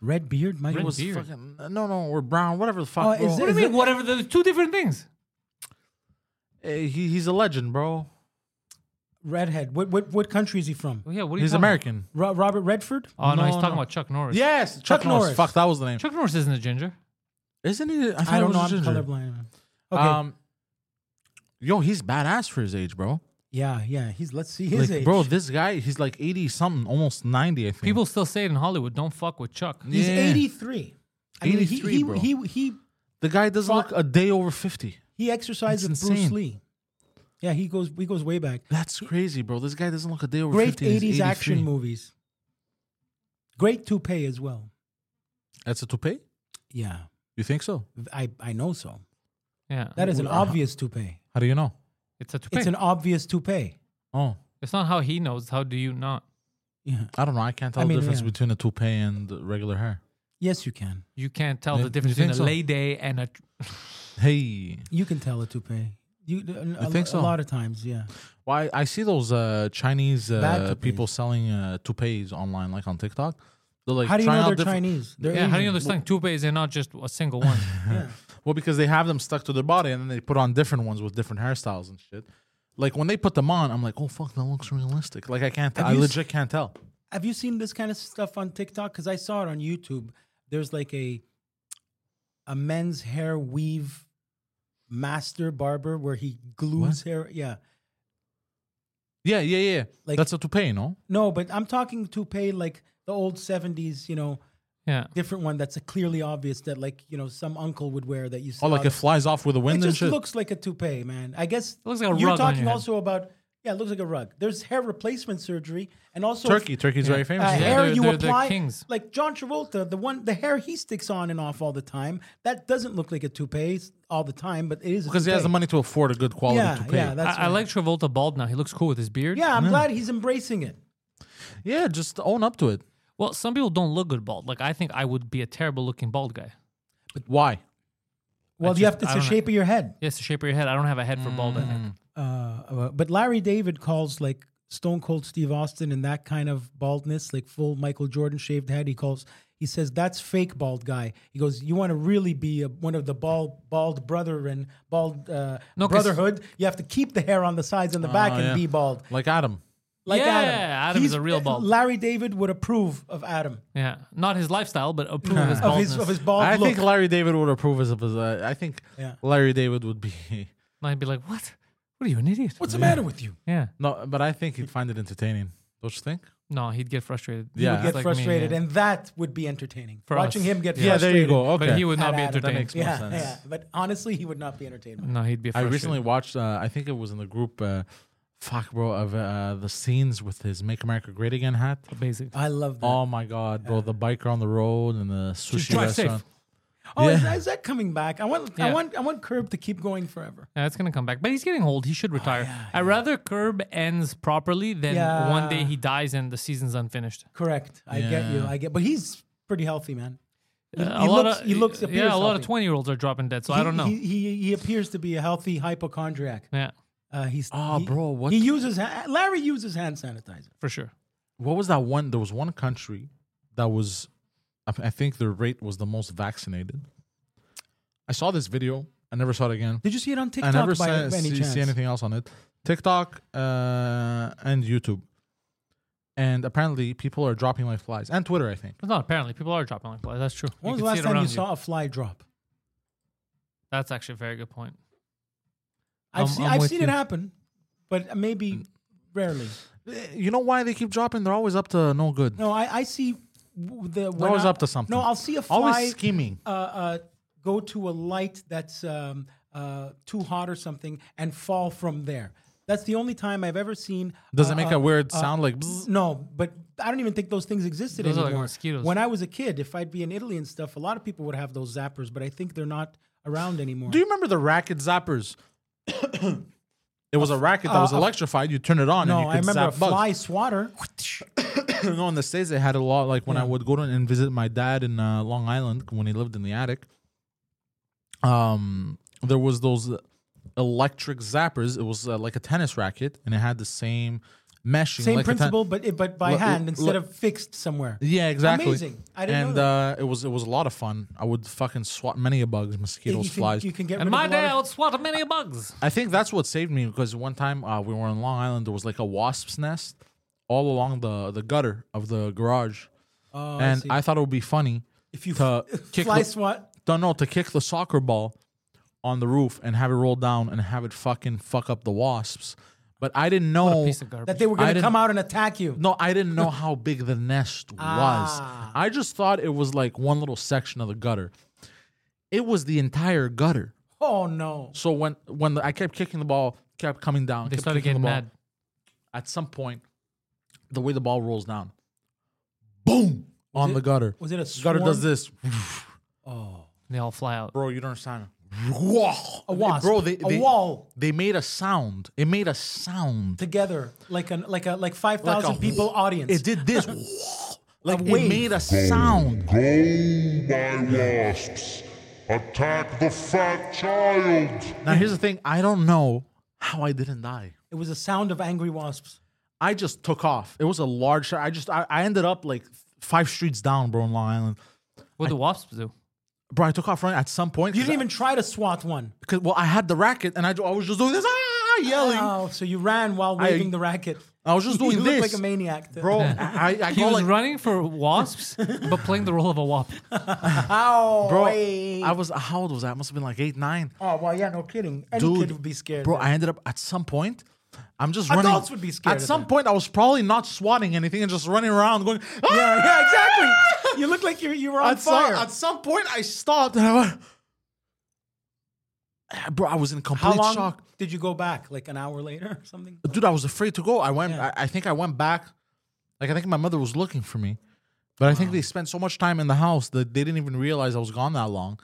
Speaker 2: Red beard, Michael.
Speaker 1: He was
Speaker 3: beard.
Speaker 1: fucking no, no, or brown, whatever the fuck.
Speaker 2: Oh, is
Speaker 1: bro.
Speaker 3: What do you
Speaker 2: Is
Speaker 3: mean,
Speaker 2: it-
Speaker 3: whatever? Those two different things.
Speaker 1: Uh, he, he's a legend, bro.
Speaker 2: Redhead. What, what, what country is he from?
Speaker 3: Well, Oh, yeah, what are you
Speaker 1: He's
Speaker 3: talking about?
Speaker 1: American.
Speaker 2: Ro- Robert Redford?
Speaker 3: Oh, no, he's
Speaker 1: No,
Speaker 3: talking
Speaker 1: no.
Speaker 3: about Chuck Norris.
Speaker 1: Yes, Chuck,
Speaker 2: Chuck
Speaker 1: Norris.
Speaker 2: Norris.
Speaker 1: Fuck, that was the name.
Speaker 3: Chuck Norris isn't a ginger.
Speaker 1: Isn't he? I, thought
Speaker 2: I
Speaker 1: it
Speaker 2: don't
Speaker 1: was
Speaker 2: know.
Speaker 1: a
Speaker 2: I'm
Speaker 1: ginger.
Speaker 2: colorblind. Okay.
Speaker 1: Um, yo, he's badass for his age, bro.
Speaker 2: yeah, yeah. He's let's see his
Speaker 1: like,
Speaker 2: age.
Speaker 1: bro, this guy, he's like eighty something, almost ninety, I think.
Speaker 3: People still say it in Hollywood, don't fuck with Chuck.
Speaker 2: he's
Speaker 1: Yeah.
Speaker 2: 83. I mean, he,
Speaker 1: 83,
Speaker 2: he,
Speaker 1: bro.
Speaker 2: he he
Speaker 1: the guy doesn't
Speaker 2: Fuck.
Speaker 1: look a day over fifty.
Speaker 2: he exercises
Speaker 1: That's
Speaker 2: Bruce
Speaker 1: insane.
Speaker 2: Lee. Yeah, he goes he goes way back.
Speaker 1: That's crazy, bro. This guy doesn't look a day over
Speaker 2: Great
Speaker 1: fifty. and he's
Speaker 2: 80s action
Speaker 1: 83.
Speaker 2: movies. Great toupee as well.
Speaker 1: That's a toupee.
Speaker 2: Yeah.
Speaker 1: You think so?
Speaker 2: I, I know so.
Speaker 3: Yeah.
Speaker 2: That is an
Speaker 1: Well, uh,
Speaker 2: obvious toupee.
Speaker 1: How do you know?
Speaker 3: it's a toupee.
Speaker 2: It's an
Speaker 3: It's,
Speaker 2: obvious toupee.
Speaker 1: Oh,
Speaker 3: not how he knows. How do you not?
Speaker 2: Yeah.
Speaker 1: I don't know. I can't tell
Speaker 2: I mean,
Speaker 1: the difference
Speaker 2: yeah.
Speaker 1: between a toupee and regular hair.
Speaker 2: Yes, you can.
Speaker 3: You can't tell
Speaker 1: Yeah,
Speaker 3: the
Speaker 1: you
Speaker 3: difference
Speaker 1: think
Speaker 3: between a
Speaker 1: so?
Speaker 3: lay day and a.
Speaker 1: Hey,
Speaker 2: You can tell a toupee. You a,
Speaker 1: You think
Speaker 2: a
Speaker 1: so?
Speaker 2: lot of times, yeah.
Speaker 1: why I see those uh, Chinese
Speaker 2: Bad
Speaker 1: uh,
Speaker 2: toupees.
Speaker 1: people selling uh, toupees online, like on TikTok. They're like,
Speaker 2: How do you
Speaker 1: trying
Speaker 2: know
Speaker 1: out
Speaker 2: they're
Speaker 1: different-
Speaker 2: Chinese? They're
Speaker 3: Yeah, how do you
Speaker 2: Asian.
Speaker 3: understand toupees and not just a single one?
Speaker 1: Well, because they have them stuck to their body, and then they put on different ones with different hairstyles and shit. Like when they put them on, I'm like, oh fuck, that looks realistic. Like I can't,
Speaker 2: Have
Speaker 1: I
Speaker 2: you
Speaker 1: legit can't tell.
Speaker 2: Have you seen this kind of stuff on TikTok? Because I saw it on YouTube. There's like a a men's hair weave master barber where he glues hair. Yeah.
Speaker 1: Yeah, yeah, yeah.
Speaker 2: Like-
Speaker 1: That's a toupee, no?
Speaker 2: No, but I'm talking toupee like the old 70s, you know,
Speaker 3: yeah.
Speaker 2: different one that's a clearly obvious that like, you know, some uncle would wear that you
Speaker 3: Oh,
Speaker 2: see.
Speaker 1: Or like
Speaker 2: on-
Speaker 1: it flies off with the
Speaker 2: it
Speaker 1: wind and
Speaker 2: just
Speaker 1: shit.
Speaker 2: looks like a toupee, man. I guess
Speaker 3: looks like a
Speaker 2: you're
Speaker 3: rug on
Speaker 2: talking
Speaker 3: your head.
Speaker 2: also about yeah, it looks like a rug. There's hair replacement surgery and also
Speaker 1: Turkey, Turkey's very
Speaker 2: uh,
Speaker 1: famous.
Speaker 3: Yeah,
Speaker 2: hair
Speaker 3: they're-
Speaker 2: you
Speaker 3: they're the
Speaker 2: apply,
Speaker 3: kings.
Speaker 2: like John Travolta, the one, the hair he sticks on and off all the time. That doesn't look like a toupee s- all the time, but it is a
Speaker 1: because he has the
Speaker 2: toupee.
Speaker 1: money to afford a good quality
Speaker 2: Yeah,
Speaker 1: toupee.
Speaker 2: yeah, that's
Speaker 3: I, I
Speaker 2: right.
Speaker 3: like Travolta bald now. He looks cool with his beard.
Speaker 2: Yeah, I'm glad he's embracing it.
Speaker 1: yeah, just own up to it.
Speaker 3: Well, some people don't look good bald. Like I think I would be a terrible looking bald guy.
Speaker 1: But why?
Speaker 2: Well,
Speaker 3: I
Speaker 2: you
Speaker 3: just-
Speaker 2: have to,
Speaker 3: I
Speaker 2: it's the
Speaker 3: don't know.
Speaker 2: shape of your head.
Speaker 3: Yes, the shape of your head. I don't have a head for bald. I think.
Speaker 2: Uh, uh, but Larry David calls like Stone Cold Steve Austin and that kind of baldness, like full Michael Jordan shaved head. He calls. He says that's fake bald guy. He goes, you want to really be a, one of the bald bald brother and bald uh,
Speaker 3: No, 'cause- Oh,
Speaker 2: brotherhood. You have to keep the hair on the sides and the back and
Speaker 1: yeah.
Speaker 2: be bald.
Speaker 1: Like Adam.
Speaker 2: like
Speaker 3: Yeah,
Speaker 2: Adam.
Speaker 3: Adam is a real bald.
Speaker 2: Larry David would approve of Adam
Speaker 3: Yeah, not his lifestyle, but approve of his
Speaker 2: of
Speaker 3: baldness.
Speaker 2: his of his bald
Speaker 1: I
Speaker 2: Oh, look.
Speaker 1: think Larry David would approve of his. Uh, I think
Speaker 2: Yeah.
Speaker 1: Larry David would be
Speaker 3: And I'd be like, what? What are you, an idiot?
Speaker 2: What's the matter with you?
Speaker 3: Yeah.
Speaker 1: no, but I think he'd find it entertaining. Don't you think?
Speaker 3: No, he'd get frustrated.
Speaker 1: Yeah.
Speaker 3: Just
Speaker 2: Get
Speaker 3: like me,
Speaker 2: frustrated,
Speaker 3: yeah.
Speaker 2: and that would be entertaining.
Speaker 3: For
Speaker 2: Watching
Speaker 3: us.
Speaker 2: him get
Speaker 1: Yeah, there
Speaker 2: frustrated.
Speaker 1: you go. Okay.
Speaker 3: But he Oh, would
Speaker 2: At
Speaker 3: not be
Speaker 2: Adam. That
Speaker 3: entertained.
Speaker 1: makes more
Speaker 2: Yeah,
Speaker 1: sense.
Speaker 2: yeah, but honestly, he would not be entertained. by it.
Speaker 3: No, he'd be.
Speaker 1: I
Speaker 3: Frustrated.
Speaker 1: recently watched. Uh, I think it was in the group. Uh, fuck, bro, of uh, the scenes with his "Make America Great Again" hat.
Speaker 3: basic.
Speaker 2: I love that.
Speaker 1: Oh my god, bro! The biker on the road and the sushi
Speaker 3: drive safe.
Speaker 1: restaurant.
Speaker 2: Oh, is,
Speaker 1: Yeah.
Speaker 2: is that coming back? I want, I
Speaker 3: Yeah.
Speaker 2: want, I want Curb to keep going forever.
Speaker 3: Yeah, it's gonna come back, but he's getting old. He should retire. I'd rather Curb ends properly than
Speaker 2: Oh, Yeah.
Speaker 3: one day he dies and the season's unfinished.
Speaker 2: Correct. I get you. I get. But he's pretty healthy, man. He,
Speaker 3: Uh,
Speaker 2: he
Speaker 3: a lot
Speaker 2: looks.
Speaker 3: of-
Speaker 2: he looks.
Speaker 3: Yeah, a
Speaker 2: appears
Speaker 3: lot of
Speaker 2: healthy.
Speaker 3: twenty-year-olds are dropping dead, so I
Speaker 2: He-
Speaker 3: don't know.
Speaker 2: He, he he appears to be a healthy hypochondriac.
Speaker 3: yeah,
Speaker 2: Uh, Uh, he's
Speaker 1: Ah,
Speaker 2: he-
Speaker 1: bro, what
Speaker 2: he
Speaker 1: the-
Speaker 2: uses. ha- Larry uses hand sanitizer.
Speaker 3: for sure.
Speaker 1: What was that one? There was one country that was, I I think the rate was the most vaccinated. I saw this video. I never saw it again.
Speaker 2: Did you see it on
Speaker 1: I
Speaker 2: TikTok
Speaker 1: never
Speaker 2: by
Speaker 1: saw,
Speaker 2: any
Speaker 1: see,
Speaker 2: chance?
Speaker 1: see anything else on it. TikTok uh, and YouTube. And apparently, people are dropping like flies. And Twitter, I think.
Speaker 3: But not apparently. People are dropping like flies. That's true.
Speaker 2: When was
Speaker 3: can
Speaker 2: the
Speaker 3: see
Speaker 2: last
Speaker 3: it
Speaker 2: time you
Speaker 3: around
Speaker 2: saw a fly drop?
Speaker 3: That's actually a very good point.
Speaker 2: I've
Speaker 3: I'm-
Speaker 2: seen,
Speaker 3: I'm
Speaker 2: I've
Speaker 3: with
Speaker 2: seen
Speaker 3: you.
Speaker 2: it happen, but maybe rarely.
Speaker 1: Eh, You know why they keep dropping? They're always up to no good.
Speaker 2: No, I, I see w- the.
Speaker 1: They're
Speaker 2: when
Speaker 1: always
Speaker 2: I-
Speaker 1: up to something.
Speaker 2: No, I'll see a fly.
Speaker 1: Always scheming.
Speaker 2: uh, uh, go to a light that's um, uh, too hot or something and fall from there. That's the only time I've ever seen.
Speaker 1: Does
Speaker 2: uh,
Speaker 1: it make
Speaker 2: uh,
Speaker 1: a weird
Speaker 2: uh,
Speaker 1: sound like? bzzz?
Speaker 2: No, but I don't even think those things existed
Speaker 3: Those are like
Speaker 2: anymore.
Speaker 3: mosquitoes.
Speaker 2: When I was a kid, if I'd be in Italy and stuff, a lot of people would have those zappers, but I think they're not around anymore.
Speaker 1: Do you remember the racket zappers? it was a racket that
Speaker 2: uh,
Speaker 1: was
Speaker 2: a-
Speaker 1: electrified. You turn it on
Speaker 2: no,
Speaker 1: and you
Speaker 2: I
Speaker 1: could
Speaker 2: remember a
Speaker 1: zap bugs.
Speaker 2: fly swatter.
Speaker 1: no, in the states they had a lot. Like when I would go to and visit my dad in uh, Long Island when he lived in the attic, um, there was those electric zappers. It was uh, like a tennis racket, and it had the same meshing,
Speaker 2: Same
Speaker 1: like a ten-
Speaker 2: principle, but it, but by
Speaker 1: Look-
Speaker 2: hand instead
Speaker 1: look-
Speaker 2: of fixed somewhere.
Speaker 1: yeah, exactly.
Speaker 2: Amazing. I didn't
Speaker 1: and
Speaker 2: know
Speaker 1: Uh, it was it was a lot of fun. I would fucking swat many a bugs,
Speaker 2: You
Speaker 1: mosquitoes,
Speaker 2: can-
Speaker 1: flies.
Speaker 2: You can get rid
Speaker 3: And
Speaker 2: of a
Speaker 3: my
Speaker 2: lot
Speaker 3: day, I
Speaker 2: of-
Speaker 3: would swat many bugs.
Speaker 1: I think that's what saved me because one time uh, we were on Long Island, there was like a wasp's nest all along the, the gutter of the garage,
Speaker 2: Oh,
Speaker 1: and
Speaker 2: see.
Speaker 1: I, thought it would be funny
Speaker 2: if you
Speaker 1: to kick
Speaker 2: fly
Speaker 1: the-
Speaker 2: swat,
Speaker 1: don't know to kick the soccer ball on the roof and have it roll down and have it fucking fuck up the wasps. But I didn't
Speaker 2: Oh,
Speaker 1: know
Speaker 3: Piece of garbage.
Speaker 2: that they were going to
Speaker 1: didn't-
Speaker 2: come out and attack you.
Speaker 1: no, I didn't know how big the nest
Speaker 2: Ah.
Speaker 1: was. I just thought it was like one little section of the gutter. It was the entire gutter.
Speaker 2: Oh no!
Speaker 1: So when when the, I kept kicking the ball, kept coming down.
Speaker 3: they
Speaker 1: kept
Speaker 3: started
Speaker 1: kicking the
Speaker 3: getting
Speaker 1: ball,
Speaker 3: mad.
Speaker 1: At some point, the way the ball rolls down, boom on the gutter.
Speaker 2: Was it a
Speaker 1: gutter does
Speaker 2: swarm?
Speaker 1: this,
Speaker 3: They all fly out.
Speaker 1: bro? You don't understand. Whoa,
Speaker 2: A wasp,
Speaker 1: bro. They,
Speaker 2: a
Speaker 1: they,
Speaker 2: wall
Speaker 1: They made a sound. It made a sound.
Speaker 2: together, like an like a like five
Speaker 1: Like a-
Speaker 2: thousand people audience.
Speaker 1: It did this. like it
Speaker 2: wave.
Speaker 1: made a sound.
Speaker 6: Go, my wasps! Attack the fat child!
Speaker 1: Now here's the thing. I don't know how I didn't die.
Speaker 2: It was a sound of angry wasps.
Speaker 1: I just took off. It was a large. I just I, I ended up like five streets down, bro, in Long Island.
Speaker 3: What do wasps do?
Speaker 1: Bro, I took off running at some point.
Speaker 2: You
Speaker 1: 'cause
Speaker 2: didn't
Speaker 1: I-
Speaker 2: even try to swat one.
Speaker 1: Cause, well, I had the racket and I, ju- I was just doing this, ah, yelling.
Speaker 2: Oh, so you ran while
Speaker 1: I-
Speaker 2: waving the racket.
Speaker 1: I was just
Speaker 2: you
Speaker 1: doing
Speaker 2: look
Speaker 1: this,
Speaker 2: like a maniac,
Speaker 1: bro. I, I
Speaker 3: He
Speaker 1: go
Speaker 3: was
Speaker 1: like,
Speaker 3: running for wasps, but playing the role of a wasp.
Speaker 2: Ow,
Speaker 1: bro.
Speaker 2: hey.
Speaker 1: I was how old was I? I must have been like eight, nine.
Speaker 2: oh well, yeah, no kidding. Any
Speaker 1: Dude,
Speaker 2: kid would be scared.
Speaker 1: Bro,
Speaker 2: then.
Speaker 1: I ended up at some point. I'm just
Speaker 2: Adults
Speaker 1: running.
Speaker 2: would be scared
Speaker 1: At
Speaker 2: of
Speaker 1: some
Speaker 2: that.
Speaker 1: point, I was probably not swatting anything and just running around going. Ah!
Speaker 2: yeah, yeah, exactly. You look like you you were on
Speaker 1: at
Speaker 2: fire.
Speaker 1: Some, at some point, I stopped and I went. Ah, Bro, I was in
Speaker 2: How
Speaker 1: complete
Speaker 2: long
Speaker 1: shock.
Speaker 2: did you go back? Like an hour later or something?
Speaker 1: Dude, I was afraid to go. I went.
Speaker 2: Yeah.
Speaker 1: I, I think I went back. Like I think my mother was looking for me, but I think they spent so much time in the house that they didn't even realize I was gone that long.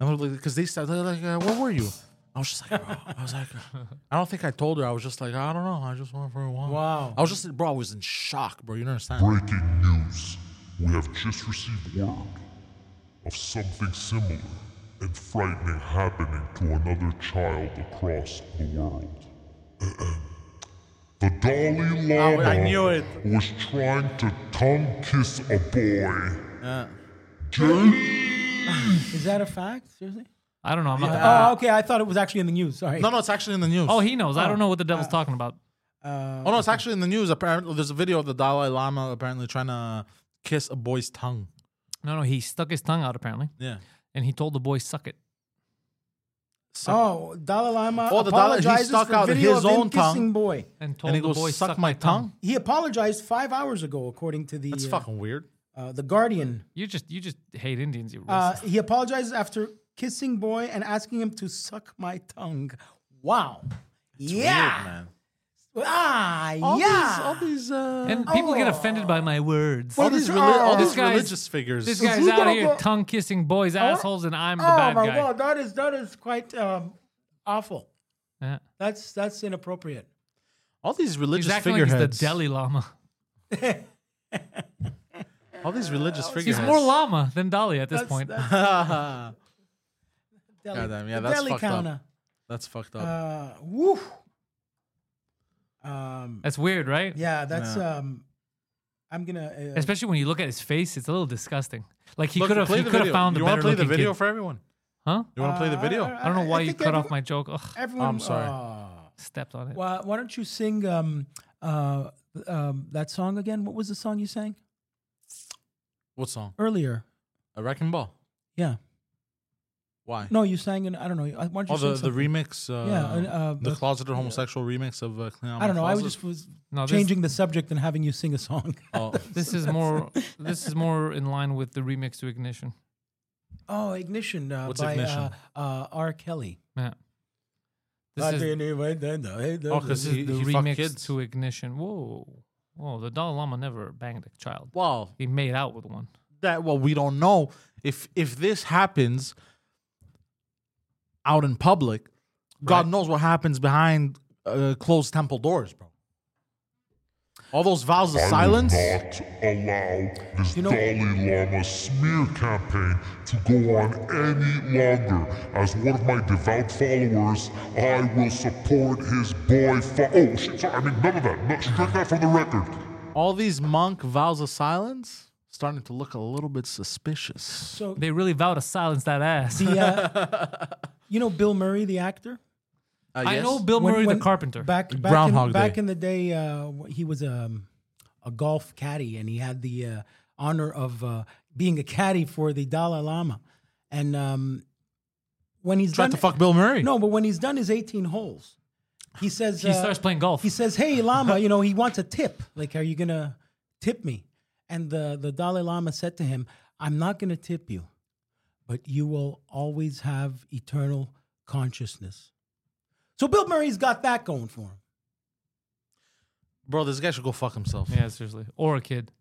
Speaker 1: And because they said, they're like, uh, "Where were you?" I was just like, bro, I was like, I don't think I told her. I was just like, I don't know. I just went for a walk.
Speaker 2: Wow.
Speaker 1: I was just, bro, I was in shock, bro. You don't understand?
Speaker 6: Breaking news. We have just received word of something similar and frightening happening to another child across the world. Uh, the Dalai Lama
Speaker 1: I knew it.
Speaker 6: was trying to tongue kiss a boy.
Speaker 1: Uh.
Speaker 6: Jay-
Speaker 2: Is that a fact? Seriously?
Speaker 3: I don't know. I'm not that-
Speaker 2: oh, okay. I thought it was actually in the news. Sorry.
Speaker 1: Uh, No, no, it's actually in the news.
Speaker 3: oh, he knows. I don't know what the devil's talking about.
Speaker 2: Uh,
Speaker 1: oh no, it's actually in the news. Apparently, there's a video of the Dalai Lama apparently trying to kiss a boy's tongue.
Speaker 3: No, no, he stuck his tongue out apparently,
Speaker 1: Yeah.
Speaker 3: and he told the boy, "Suck it."
Speaker 2: Oh, Dalai Lama
Speaker 1: Oh, the Dalai- he
Speaker 2: apologizes
Speaker 1: stuck
Speaker 2: for
Speaker 1: out
Speaker 2: video
Speaker 1: his
Speaker 2: of him
Speaker 1: own tongue.
Speaker 2: kissing boy.
Speaker 3: And told
Speaker 1: And he
Speaker 3: the
Speaker 1: goes,
Speaker 3: boy,
Speaker 1: "Suck my tongue."
Speaker 2: He apologized five hours ago, according to the
Speaker 1: That's
Speaker 2: uh,
Speaker 1: fucking weird.
Speaker 2: uh, the Guardian.
Speaker 3: You just, you just hate Indians. You
Speaker 2: Uh,
Speaker 3: racist.
Speaker 2: he apologized after kissing boy and asking him to suck my tongue. Wow. yeah.
Speaker 1: Weird, man.
Speaker 2: Ah,
Speaker 1: All
Speaker 2: yeah.
Speaker 1: these, all these, uh,
Speaker 3: and people get offended by my words.
Speaker 1: all
Speaker 2: this
Speaker 1: these,
Speaker 2: is
Speaker 1: reli- all
Speaker 2: our-
Speaker 1: these
Speaker 3: This guy's-
Speaker 1: religious figures.
Speaker 3: This
Speaker 2: Is
Speaker 3: guy's
Speaker 2: he
Speaker 3: out
Speaker 2: gonna
Speaker 3: here
Speaker 2: go-
Speaker 3: tongue kissing boys' assholes, and I'm the
Speaker 2: oh
Speaker 3: bad
Speaker 2: my
Speaker 3: guy.
Speaker 2: god, that is that is quite um, awful.
Speaker 3: Yeah.
Speaker 2: That's that's inappropriate.
Speaker 1: all these
Speaker 3: He's
Speaker 1: religious
Speaker 3: acting like he's the
Speaker 1: figureheads.
Speaker 3: Delhi Lama.
Speaker 1: all these religious
Speaker 3: He's
Speaker 1: figureheads.
Speaker 3: more llama than Dali at this
Speaker 2: That's,
Speaker 3: point.
Speaker 2: that's
Speaker 1: Goddamn, yeah,
Speaker 2: the
Speaker 1: that's
Speaker 2: deli
Speaker 1: fucked up.
Speaker 2: counter.
Speaker 1: That's fucked up.
Speaker 2: Uh, woo. Um,
Speaker 3: That's weird, right?
Speaker 2: yeah, that's. Um, I'm gonna. Uh,
Speaker 3: Especially when you look at his face, it's a little disgusting. Like he
Speaker 1: Look,
Speaker 3: could have,
Speaker 1: play
Speaker 3: he
Speaker 1: the
Speaker 3: could have
Speaker 1: video.
Speaker 3: found
Speaker 1: You
Speaker 3: a
Speaker 1: wanna
Speaker 3: better
Speaker 1: play the
Speaker 3: looking
Speaker 1: video
Speaker 3: kid. Uh,
Speaker 1: for everyone?
Speaker 3: huh?
Speaker 1: You want to play the video?
Speaker 3: I don't know why you
Speaker 2: think
Speaker 3: cut off
Speaker 2: every-
Speaker 3: my joke. Ugh,
Speaker 2: Everyone,
Speaker 1: I'm sorry.
Speaker 2: Aw.
Speaker 3: stepped on it.
Speaker 2: Why, why don't you sing um, uh, um, that song again? What was the song you sang
Speaker 1: What song?
Speaker 2: earlier?
Speaker 1: A Wrecking Ball.
Speaker 2: Yeah.
Speaker 1: Why?
Speaker 2: No, you sang in. I don't know. Why don't you
Speaker 1: Oh,
Speaker 2: sing
Speaker 1: the, the
Speaker 2: something?
Speaker 1: remix. Uh,
Speaker 2: Yeah, and, uh,
Speaker 1: the
Speaker 2: the-
Speaker 1: closeted homosexual remix of uh, Clean Out My
Speaker 2: I don't know. I was
Speaker 1: Closet.
Speaker 2: just was
Speaker 3: No, this-
Speaker 2: changing the subject and having you sing a song.
Speaker 1: Oh.
Speaker 3: This is more. this is more in line with the remix to Ignition.
Speaker 2: Oh, ignition uh,
Speaker 1: What's
Speaker 2: by
Speaker 1: Ignition?
Speaker 2: Uh, uh, R. Kelly.
Speaker 3: Yeah. This is
Speaker 2: uh,
Speaker 1: Oh, 'cause
Speaker 3: this
Speaker 1: he-
Speaker 3: is the
Speaker 1: he fucked
Speaker 3: remix
Speaker 1: kids.
Speaker 3: to Ignition. Whoa, whoa! The Dalai Lama never banged a child.
Speaker 1: Wow.
Speaker 3: He made out with one.
Speaker 1: that well we don't know if if this happens out in public god
Speaker 3: Right.
Speaker 1: knows what happens behind uh, closed temple doors bro all those vows of
Speaker 6: I
Speaker 1: silence
Speaker 6: will not allow this
Speaker 2: You know-
Speaker 6: Dalai Lama smear campaign to go on any longer. As one of my devout followers, I will support his boy. Fo- oh, shit, sorry, I mean, none of that. No, strike that from the record.
Speaker 1: all these monk vows of silence starting to look a little bit suspicious
Speaker 2: So
Speaker 3: They really vowed to silence that ass.
Speaker 2: the, uh, you know Bill Murray, the actor.
Speaker 3: I know Bill
Speaker 2: When-
Speaker 3: Murray
Speaker 2: when-
Speaker 3: the carpenter.
Speaker 2: Back back,
Speaker 1: Groundhog
Speaker 2: in, back
Speaker 1: Day.
Speaker 2: in the day, uh, wh- he was um, a golf caddy, and he had the uh, honor of uh, being a caddy for the Dalai Lama. And um, when he's
Speaker 1: tried
Speaker 2: done,
Speaker 1: to fuck bill murray
Speaker 2: no, but when he's done his eighteen holes, he says
Speaker 3: he
Speaker 2: uh,
Speaker 3: starts playing golf.
Speaker 2: He says, "Hey Lama, you know he wants a tip. Like, are you gonna tip me?" And the the Dalai Lama said to him, "I'm not gonna tip you, but you will always have eternal consciousness." So Bill Murray's got that going for him.
Speaker 1: bro this guy should go fuck himself
Speaker 3: yeah, seriously. Or a kid.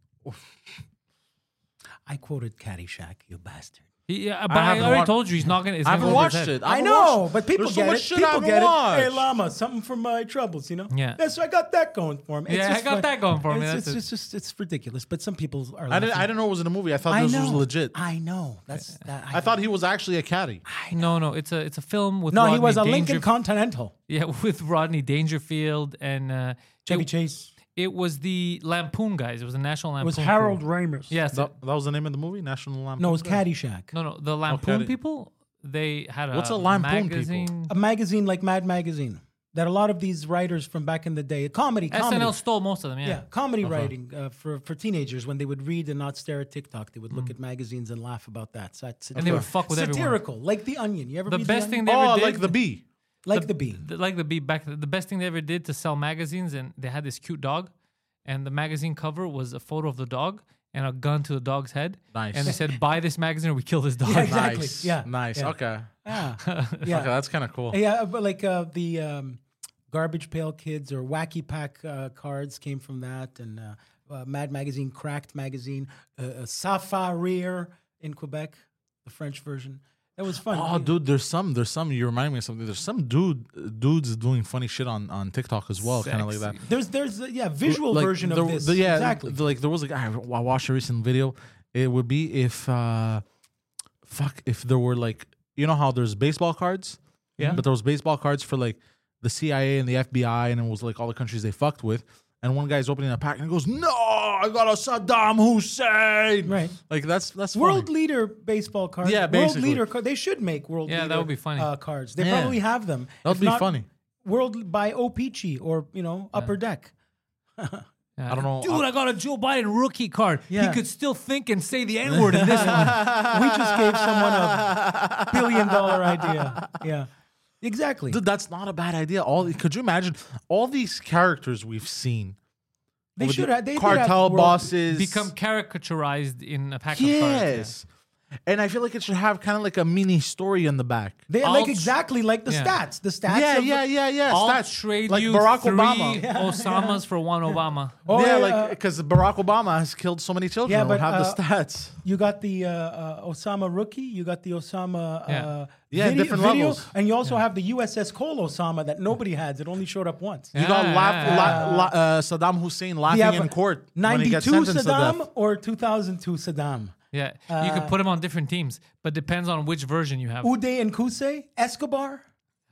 Speaker 2: I quoted Caddyshack, you bastard.
Speaker 3: He, yeah, but I,
Speaker 1: haven't
Speaker 3: already
Speaker 1: wa-
Speaker 3: told you he's not gonna. It's
Speaker 1: i
Speaker 3: gonna
Speaker 1: haven't
Speaker 3: go over his
Speaker 1: watched
Speaker 3: head.
Speaker 1: it
Speaker 2: I
Speaker 1: haven't
Speaker 2: know,
Speaker 1: watched-
Speaker 2: but people
Speaker 1: there's so
Speaker 2: get
Speaker 1: much
Speaker 2: it.
Speaker 1: shit I
Speaker 2: people
Speaker 1: haven't
Speaker 2: get
Speaker 1: watched.
Speaker 2: it. Hey Lama, something for my troubles, you know?
Speaker 3: Yeah.
Speaker 2: Yeah, so I got that going for him. It's
Speaker 3: Yeah, I
Speaker 2: just
Speaker 3: got
Speaker 2: fun-
Speaker 3: that going for me,
Speaker 2: It's,
Speaker 3: that's
Speaker 2: it's,
Speaker 3: it.
Speaker 2: it's just it's ridiculous, but some people are.
Speaker 1: I didn't, I
Speaker 2: laughing.
Speaker 1: didn't know it was in a movie i thought this was legit I,
Speaker 2: I know. That's that.
Speaker 1: thought he was actually a caddy
Speaker 3: No, no, it's a it's a film with
Speaker 2: No,
Speaker 3: Rodney
Speaker 2: he was a
Speaker 3: Dangerf-
Speaker 2: Lincoln Continental.
Speaker 3: yeah, with Rodney Dangerfield and uh,
Speaker 2: Chevy
Speaker 3: it,
Speaker 2: Chase.
Speaker 3: It was the Lampoon guys. It was the National
Speaker 2: It
Speaker 3: Lampoon.
Speaker 2: was
Speaker 3: crew.
Speaker 2: Harold Ramis.
Speaker 3: Yes.
Speaker 1: that, that was the name of the movie national lampoon
Speaker 2: No, it was Caddyshack.
Speaker 3: no, no, the Lampoon
Speaker 1: Okay.
Speaker 3: people. They had a
Speaker 1: What's a Lampoon people?
Speaker 3: magazine.
Speaker 2: A magazine like Mad Magazine that a lot of these writers from back in the day, comedy, comedy.
Speaker 3: SNL stole most of them. Yeah. Uh-huh.
Speaker 2: Yeah, comedy writing uh, for, for teenagers when they would read and not stare at TikTok, they would look at magazines and laugh about that. So that's
Speaker 3: Mm. And they would fuck with everyone.
Speaker 2: satirical, like The Onion. You ever
Speaker 3: The
Speaker 2: read
Speaker 3: best thing
Speaker 2: Onion?
Speaker 3: they ever
Speaker 1: oh
Speaker 3: did,
Speaker 1: like the bee
Speaker 2: like the Bee.
Speaker 3: th- like the beat back. The best thing they ever did to sell magazines, and they had this cute dog, and the magazine cover was a photo of the dog and a gun to the dog's head.
Speaker 1: Nice.
Speaker 3: And they said, "Buy this magazine, or we kill this dog."
Speaker 2: Yeah, exactly.
Speaker 1: nice
Speaker 2: Yeah,
Speaker 1: nice
Speaker 2: yeah.
Speaker 1: okay
Speaker 2: Yeah,
Speaker 1: okay
Speaker 2: yeah,
Speaker 1: that's kind of cool
Speaker 2: yeah. But like uh, the um, Garbage Pail Kids or Wacky Pack uh, cards came from that, and uh, uh, Mad Magazine, Cracked Magazine, uh, uh, Safarir in Quebec, the French version. That was fun.
Speaker 1: Oh, dude, there's some, there's some. You remind me of something. There's some dude, dudes doing funny shit on on TikTok as well, kind of like that.
Speaker 2: There's there's uh, yeah visual
Speaker 1: Like,
Speaker 2: version
Speaker 1: there-
Speaker 2: of this.
Speaker 1: the- yeah,
Speaker 2: exactly.
Speaker 1: the- like there was a guy. I watched a recent video. It would be if, uh fuck, if there were like, you know how there's baseball cards, yeah, but there was baseball cards for like the CIA and the FBI, and it was like all the countries they fucked with. And one guy's opening a pack and he goes, "No, I got a Saddam Hussein."
Speaker 2: Right.
Speaker 1: Like that's that's
Speaker 2: World
Speaker 1: funny.
Speaker 2: leader baseball cards.
Speaker 1: Yeah,
Speaker 2: world
Speaker 1: basically.
Speaker 2: leader card. They should make world.
Speaker 3: Yeah, that
Speaker 2: leader,
Speaker 3: would be funny.
Speaker 2: Uh, cards. They
Speaker 1: Yeah.
Speaker 2: probably have them.
Speaker 1: That would
Speaker 2: If
Speaker 1: be
Speaker 2: not,
Speaker 1: funny.
Speaker 2: World by Opeachy or you know Upper Deck.
Speaker 1: I don't know.
Speaker 3: Dude, I got a Joe Biden rookie card.
Speaker 2: Yeah.
Speaker 3: He could still think and say the N word in this one.
Speaker 2: We just gave someone a billion dollar idea. Yeah, exactly.
Speaker 1: Dude, that's not a bad idea. All could you imagine all these characters we've seen?
Speaker 2: they
Speaker 1: with
Speaker 2: should.
Speaker 1: the
Speaker 2: Have, they did have
Speaker 1: cartel
Speaker 2: world-
Speaker 1: bosses
Speaker 3: Become caricaturized in a pack of cards. yeah.
Speaker 1: Yes, and I feel like it should have kind of like a mini story in the back.
Speaker 2: They
Speaker 3: I'll
Speaker 2: like
Speaker 3: tr-
Speaker 2: exactly like the
Speaker 3: Yeah.
Speaker 2: stats. The stats.
Speaker 1: yeah,
Speaker 2: of the-
Speaker 1: yeah, yeah, yeah.
Speaker 3: I'll
Speaker 1: Stats.
Speaker 3: trade
Speaker 1: like
Speaker 3: you
Speaker 1: Barack
Speaker 3: three
Speaker 1: Obama. Yeah,
Speaker 3: Osamas for one Obama.
Speaker 2: yeah,
Speaker 1: like
Speaker 2: uh,
Speaker 1: because Barack Obama has killed so many children.
Speaker 2: Yeah,
Speaker 1: Yeah, but
Speaker 2: but,
Speaker 1: have
Speaker 2: uh,
Speaker 1: the stats.
Speaker 2: You got the uh, uh, Osama rookie. You got the Osama.
Speaker 3: Yeah.
Speaker 2: Uh,
Speaker 1: Yeah,
Speaker 2: video,
Speaker 1: different
Speaker 2: video,
Speaker 1: levels.
Speaker 2: And you also have the USS Cole Osama that nobody has. It only showed up once.
Speaker 1: You got
Speaker 3: Yeah,
Speaker 1: laugh,
Speaker 3: yeah,
Speaker 1: la- la- uh, Saddam Hussein laughing
Speaker 2: have
Speaker 1: in court when he
Speaker 2: 92
Speaker 1: gets sentenced to
Speaker 2: Saddam
Speaker 1: death.
Speaker 2: or 2002 Saddam.
Speaker 3: Yeah, you
Speaker 2: Uh,
Speaker 3: could put them on different teams, but depends on which version you have.
Speaker 2: Uday and Kuse, Escobar,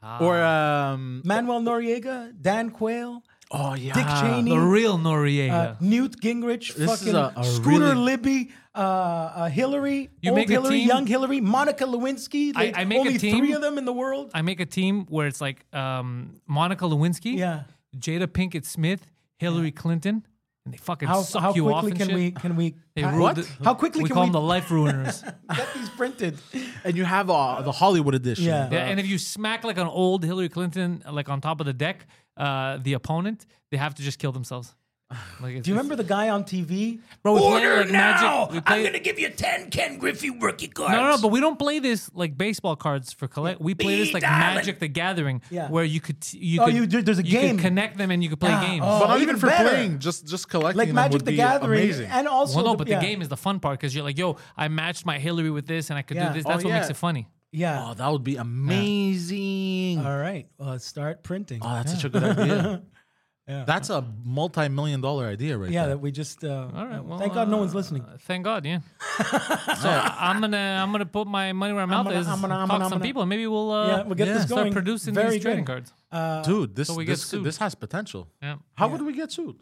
Speaker 3: Ah.
Speaker 1: Or um,
Speaker 2: Manuel Noriega, Dan Quayle,
Speaker 1: Oh yeah,
Speaker 2: Dick Cheney,
Speaker 3: Ah, The real
Speaker 2: uh,
Speaker 3: Noriega.
Speaker 2: Newt Gingrich,
Speaker 1: This is
Speaker 2: fucking
Speaker 1: a- a
Speaker 2: Scooter
Speaker 1: really-
Speaker 2: Libby, uh, uh, Hillary,
Speaker 3: You
Speaker 2: old
Speaker 3: make a
Speaker 2: Hillary,
Speaker 3: team-
Speaker 2: young Hillary, Monica Lewinsky.
Speaker 3: I-
Speaker 2: like,
Speaker 3: I make a
Speaker 2: only
Speaker 3: team-
Speaker 2: three of them in the world.
Speaker 3: I make a team where it's like um, Monica Lewinsky,
Speaker 2: yeah.
Speaker 3: Jada Pinkett Smith, Hillary Clinton, and they fucking
Speaker 2: How,
Speaker 3: suck
Speaker 2: how
Speaker 3: you off
Speaker 2: quickly
Speaker 3: and
Speaker 2: can
Speaker 3: shit.
Speaker 2: we can we
Speaker 3: They
Speaker 2: how-
Speaker 3: ruined
Speaker 2: what?
Speaker 3: it.
Speaker 2: How quickly
Speaker 3: we
Speaker 2: can
Speaker 3: call
Speaker 2: we
Speaker 3: them the life ruiners?
Speaker 2: get these printed?
Speaker 1: and you have uh, the Hollywood edition.
Speaker 2: Yeah.
Speaker 3: Yeah, Uh, and if you smack like an old Hillary Clinton like on top of the deck, uh, the opponent, they have to just kill themselves. Like it's,
Speaker 2: Do you remember the guy on TV?
Speaker 3: Bro, we play
Speaker 2: Order
Speaker 3: like Magic-
Speaker 2: now!
Speaker 3: we play-
Speaker 2: I'm gonna give you ten Ken Griffey rookie cards.
Speaker 3: No, no, no, but we don't play this like baseball cards for collect. We play this
Speaker 2: Be
Speaker 3: like
Speaker 2: dialing.
Speaker 3: Magic the Gathering,
Speaker 2: Yeah.
Speaker 3: where you could t- you
Speaker 2: Oh,
Speaker 3: could
Speaker 2: you- there- there's a
Speaker 3: you could
Speaker 2: game.
Speaker 3: connect them and you could play
Speaker 2: Ah,
Speaker 3: games.
Speaker 2: oh.
Speaker 1: But not
Speaker 2: even
Speaker 1: even, for
Speaker 2: better.
Speaker 1: playing, just just collecting
Speaker 2: like
Speaker 1: them
Speaker 2: Magic
Speaker 1: would
Speaker 2: the
Speaker 1: be
Speaker 2: Gathering,
Speaker 1: amazing.
Speaker 2: and also
Speaker 3: well, no,
Speaker 2: the-
Speaker 3: but
Speaker 2: yeah.
Speaker 3: the game is the fun part because you're like, yo, I matched my Hillary with this, and I could
Speaker 2: Yeah.
Speaker 3: do this.
Speaker 2: Oh,
Speaker 3: That's what makes
Speaker 1: yeah.
Speaker 3: it funny.
Speaker 2: Yeah.
Speaker 1: oh, that would be amazing.
Speaker 2: All right. Well, let's start printing.
Speaker 1: Oh, that's such a good idea. That's a multi-million dollar idea right
Speaker 2: yeah,
Speaker 1: there.
Speaker 2: that we just. Uh,
Speaker 3: All right, well,
Speaker 2: thank God no one's
Speaker 3: uh,
Speaker 2: listening.
Speaker 3: Thank God, yeah. so I'm gonna I'm gonna put my money where my mouth
Speaker 2: gonna-
Speaker 3: is.
Speaker 2: I'm gonna- I'm
Speaker 3: talk
Speaker 2: gonna- I'm
Speaker 3: some people, and maybe we'll uh,
Speaker 2: yeah, we'll get
Speaker 1: yeah.
Speaker 2: this
Speaker 1: Start
Speaker 2: going.
Speaker 3: start producing
Speaker 2: Very
Speaker 3: these trading
Speaker 2: good.
Speaker 3: cards.
Speaker 1: Dude, this
Speaker 3: So we get
Speaker 1: this,
Speaker 3: sued.
Speaker 1: this has potential.
Speaker 3: Yeah.
Speaker 1: How would we get sued?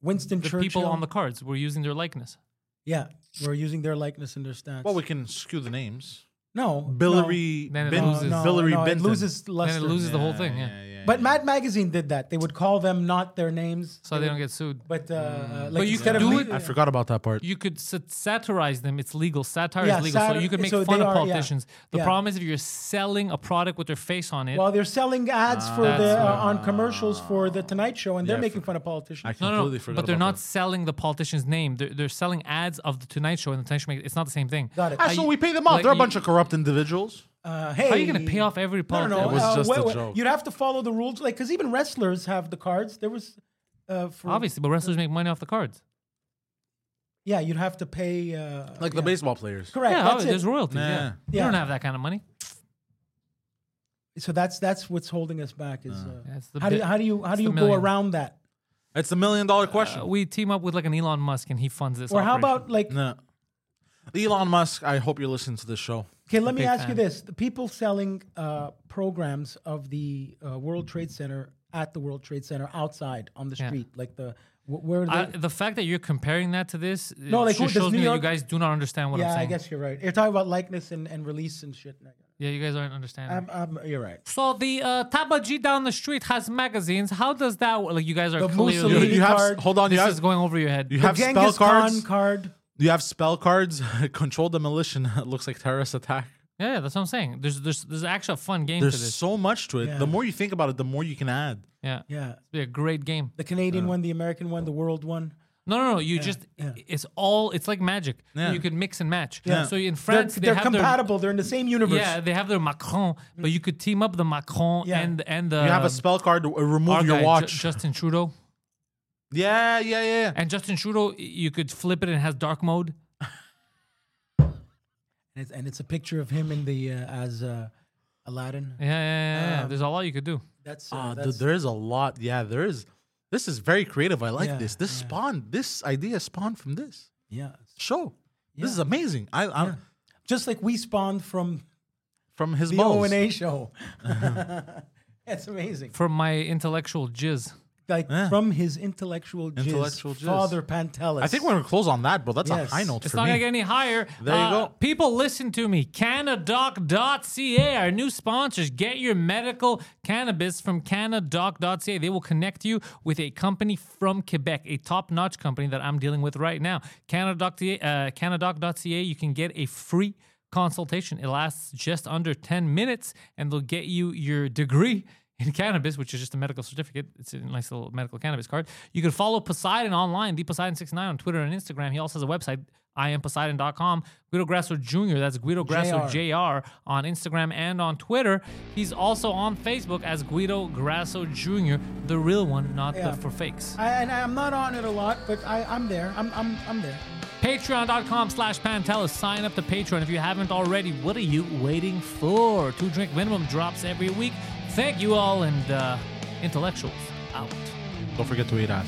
Speaker 2: Winston
Speaker 3: The
Speaker 2: Churchill.
Speaker 3: people on the cards were using their likeness.
Speaker 2: Yeah, we're using their likeness in their stats.
Speaker 1: Well, we can skew the names.
Speaker 2: no no.
Speaker 1: Billary
Speaker 3: Then it
Speaker 1: Bin-
Speaker 3: loses-
Speaker 2: No,
Speaker 1: Billary
Speaker 2: no, it
Speaker 1: Benton.
Speaker 2: loses luster.
Speaker 3: Then it loses the whole thing. Yeah.
Speaker 2: But Mad Magazine did that. They would call them not their names.
Speaker 3: So they don't get Mm. sued.
Speaker 2: But uh, like
Speaker 3: you
Speaker 2: instead
Speaker 3: could
Speaker 2: of
Speaker 3: do
Speaker 2: le-
Speaker 3: it-
Speaker 1: I forgot about that part.
Speaker 3: you could sat- satirize them. It's legal. Satire
Speaker 2: Yeah,
Speaker 3: is legal.
Speaker 2: satir-
Speaker 3: so you could make
Speaker 2: so
Speaker 3: fun
Speaker 2: they
Speaker 3: of
Speaker 2: are- yeah.
Speaker 3: politicians. The
Speaker 2: Yeah.
Speaker 3: problem is if you're selling a product with their face on it.
Speaker 2: Well, they're selling ads for
Speaker 3: Ah, That's
Speaker 2: the
Speaker 3: what-
Speaker 2: uh, on commercials for the Tonight Show, and they're making fun of
Speaker 1: I
Speaker 2: politicians.
Speaker 3: no,
Speaker 1: completely
Speaker 3: no,
Speaker 1: forgot.
Speaker 3: but they're
Speaker 1: about
Speaker 3: not selling the politician's name. They're, they're selling ads of the Tonight Show and the Tonight Show. Make, it's not the same thing.
Speaker 2: Got it.
Speaker 1: That. Ah, so we pay them off.
Speaker 3: like,
Speaker 1: They're a
Speaker 3: you-
Speaker 1: bunch of corrupt individuals.
Speaker 2: Uh, hey,
Speaker 3: How are you going to pay off every
Speaker 2: No, no,
Speaker 3: politician?
Speaker 2: no.
Speaker 1: It was
Speaker 2: uh,
Speaker 1: just
Speaker 2: wait,
Speaker 1: a
Speaker 2: wait.
Speaker 1: joke.
Speaker 2: You'd have to follow the rules, like because even wrestlers have the cards. There was, uh, for,
Speaker 3: Obviously, but wrestlers make money off the cards.
Speaker 2: yeah, you'd have to pay. Uh,
Speaker 1: Like the
Speaker 2: yeah.
Speaker 1: baseball players.
Speaker 2: Correct.
Speaker 3: yeah,
Speaker 2: that's
Speaker 3: obvi-
Speaker 2: it.
Speaker 3: there's royalties.
Speaker 1: Nah.
Speaker 3: Yeah. You
Speaker 2: Yeah.
Speaker 3: don't have that kind of money.
Speaker 2: so that's that's what's holding us back. Is uh,
Speaker 3: That's the
Speaker 2: how do
Speaker 3: bit-
Speaker 2: you, how do you how
Speaker 3: it's
Speaker 2: do
Speaker 3: the
Speaker 2: you go
Speaker 3: million.
Speaker 2: around that?
Speaker 1: It's a million dollar question.
Speaker 3: Uh, we team up with like an Elon Musk and he funds this.
Speaker 2: Or how
Speaker 3: operation.
Speaker 2: about like?
Speaker 1: no. Elon Musk, I hope you're listening to this show.
Speaker 2: Okay, let me
Speaker 3: big
Speaker 2: ask you
Speaker 3: fan.
Speaker 2: this: the people selling uh, programs of the uh, World Trade Center at the World Trade Center outside on the
Speaker 3: Yeah.
Speaker 2: street, like the wh- where are they?
Speaker 3: I, the fact that you're comparing that to this
Speaker 2: No,
Speaker 3: it
Speaker 2: like, who-
Speaker 3: just
Speaker 2: does
Speaker 3: shows
Speaker 2: New
Speaker 3: me that
Speaker 2: York-
Speaker 3: you guys do not understand what I'm
Speaker 2: yeah,
Speaker 3: saying.
Speaker 2: I guess you're right. You're talking about likeness and, and release and shit.
Speaker 3: Yeah, you guys aren't understanding.
Speaker 2: I'm, I'm, you're right.
Speaker 3: So the uh, Tabaji down the street has magazines. How does that work? Like you guys are
Speaker 2: The
Speaker 3: clearly
Speaker 1: You,
Speaker 2: Mussolini
Speaker 3: this
Speaker 1: you have
Speaker 2: card.
Speaker 1: hold on. You
Speaker 3: is
Speaker 1: have,
Speaker 3: going over your head.
Speaker 1: you have
Speaker 2: Genghis
Speaker 1: spell cards.
Speaker 2: Khan card.
Speaker 1: You have spell cards. Controlled demolition looks like terrorist attack.
Speaker 3: yeah, yeah, that's what I'm saying. There's there's there's actually a fun game to
Speaker 1: There's
Speaker 3: this.
Speaker 1: so much to it.
Speaker 2: Yeah.
Speaker 1: The more you think about it, the more you can add.
Speaker 3: yeah. yeah,
Speaker 2: Yeah,
Speaker 3: be a great game.
Speaker 2: the Canadian
Speaker 1: Uh.
Speaker 2: one, the American one, the world one.
Speaker 3: No, no, no. You just it's all it's like magic.
Speaker 1: Yeah.
Speaker 3: You can mix and match.
Speaker 2: Yeah.
Speaker 3: So in France
Speaker 2: they're,
Speaker 3: they
Speaker 2: they're
Speaker 3: have
Speaker 2: compatible. they're in the same universe.
Speaker 3: Their, yeah, they have their Macron, but you could team up the Macron
Speaker 2: Yeah.
Speaker 3: and and the
Speaker 1: You have a spell card. uh,
Speaker 3: our
Speaker 1: Remove your
Speaker 3: guy, Um, Ju-
Speaker 1: watch.
Speaker 3: Justin Trudeau.
Speaker 1: yeah, yeah, yeah.
Speaker 3: And Justin Trudeau, you could flip it and it has dark mode.
Speaker 2: and, it's, and it's a picture of him in the uh, as uh, Aladdin.
Speaker 3: Yeah, yeah, yeah,
Speaker 1: Oh.
Speaker 3: yeah. There's a lot you could do.
Speaker 2: That's, uh,
Speaker 1: Ah, th-
Speaker 2: that's
Speaker 1: there is a lot. Yeah, there is. This is very creative. I like
Speaker 2: Yeah,
Speaker 1: this. This spawned. This idea spawned from this
Speaker 2: yeah.
Speaker 1: show. This is amazing. I, I
Speaker 2: Just like we spawned from
Speaker 1: from his
Speaker 2: the O
Speaker 1: balls. Uh-huh.
Speaker 2: and A show. That's amazing.
Speaker 3: From my intellectual jizz.
Speaker 2: Like from his intellectual jizz,
Speaker 1: Intellectual jizz.
Speaker 2: father Pantelis.
Speaker 1: I think we're gonna close on that, bro. That's
Speaker 2: Yes.
Speaker 1: a high note
Speaker 3: It's
Speaker 1: for
Speaker 3: not
Speaker 1: me.
Speaker 3: gonna get any higher. Uh,
Speaker 1: There you go.
Speaker 3: People, listen to me. Canadoc.ca, our new sponsors. Get your medical cannabis from Canadoc.ca. They will connect you with a company from Quebec, a top-notch company that I'm dealing with right now. Canadoc.ca. Uh, Canadoc.ca. You can get a free consultation. It lasts just under 10 minutes, and they'll get you your degree in cannabis, which is just a medical certificate. It's a nice little medical cannabis card. You can follow Poseidon online, the Poseidon69 on Twitter and Instagram. He also has a website, iampaseidon.com. Guido Grasso Jr., that's Guido Grasso Jr. on Instagram and on Twitter. He's also on Facebook as Guido Grasso Jr., the real one, not
Speaker 2: Yeah.
Speaker 3: the for fakes.
Speaker 2: I, and I'm not on it a lot, but I, I'm there. I'm, I'm, I'm there.
Speaker 3: Patreon.com slash Pantelis. Sign up to Patreon if you haven't already. What are you waiting for? Two drink minimum drops every week. Thank you all, and uh, intellectuals out.
Speaker 1: Don't forget to eat ass.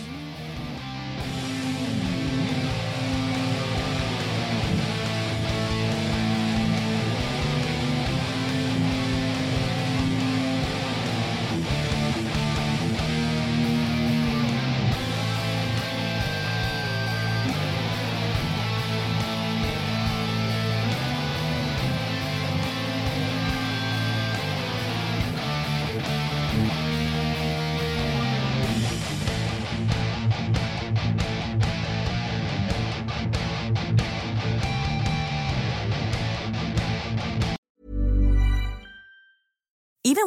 Speaker 7: Even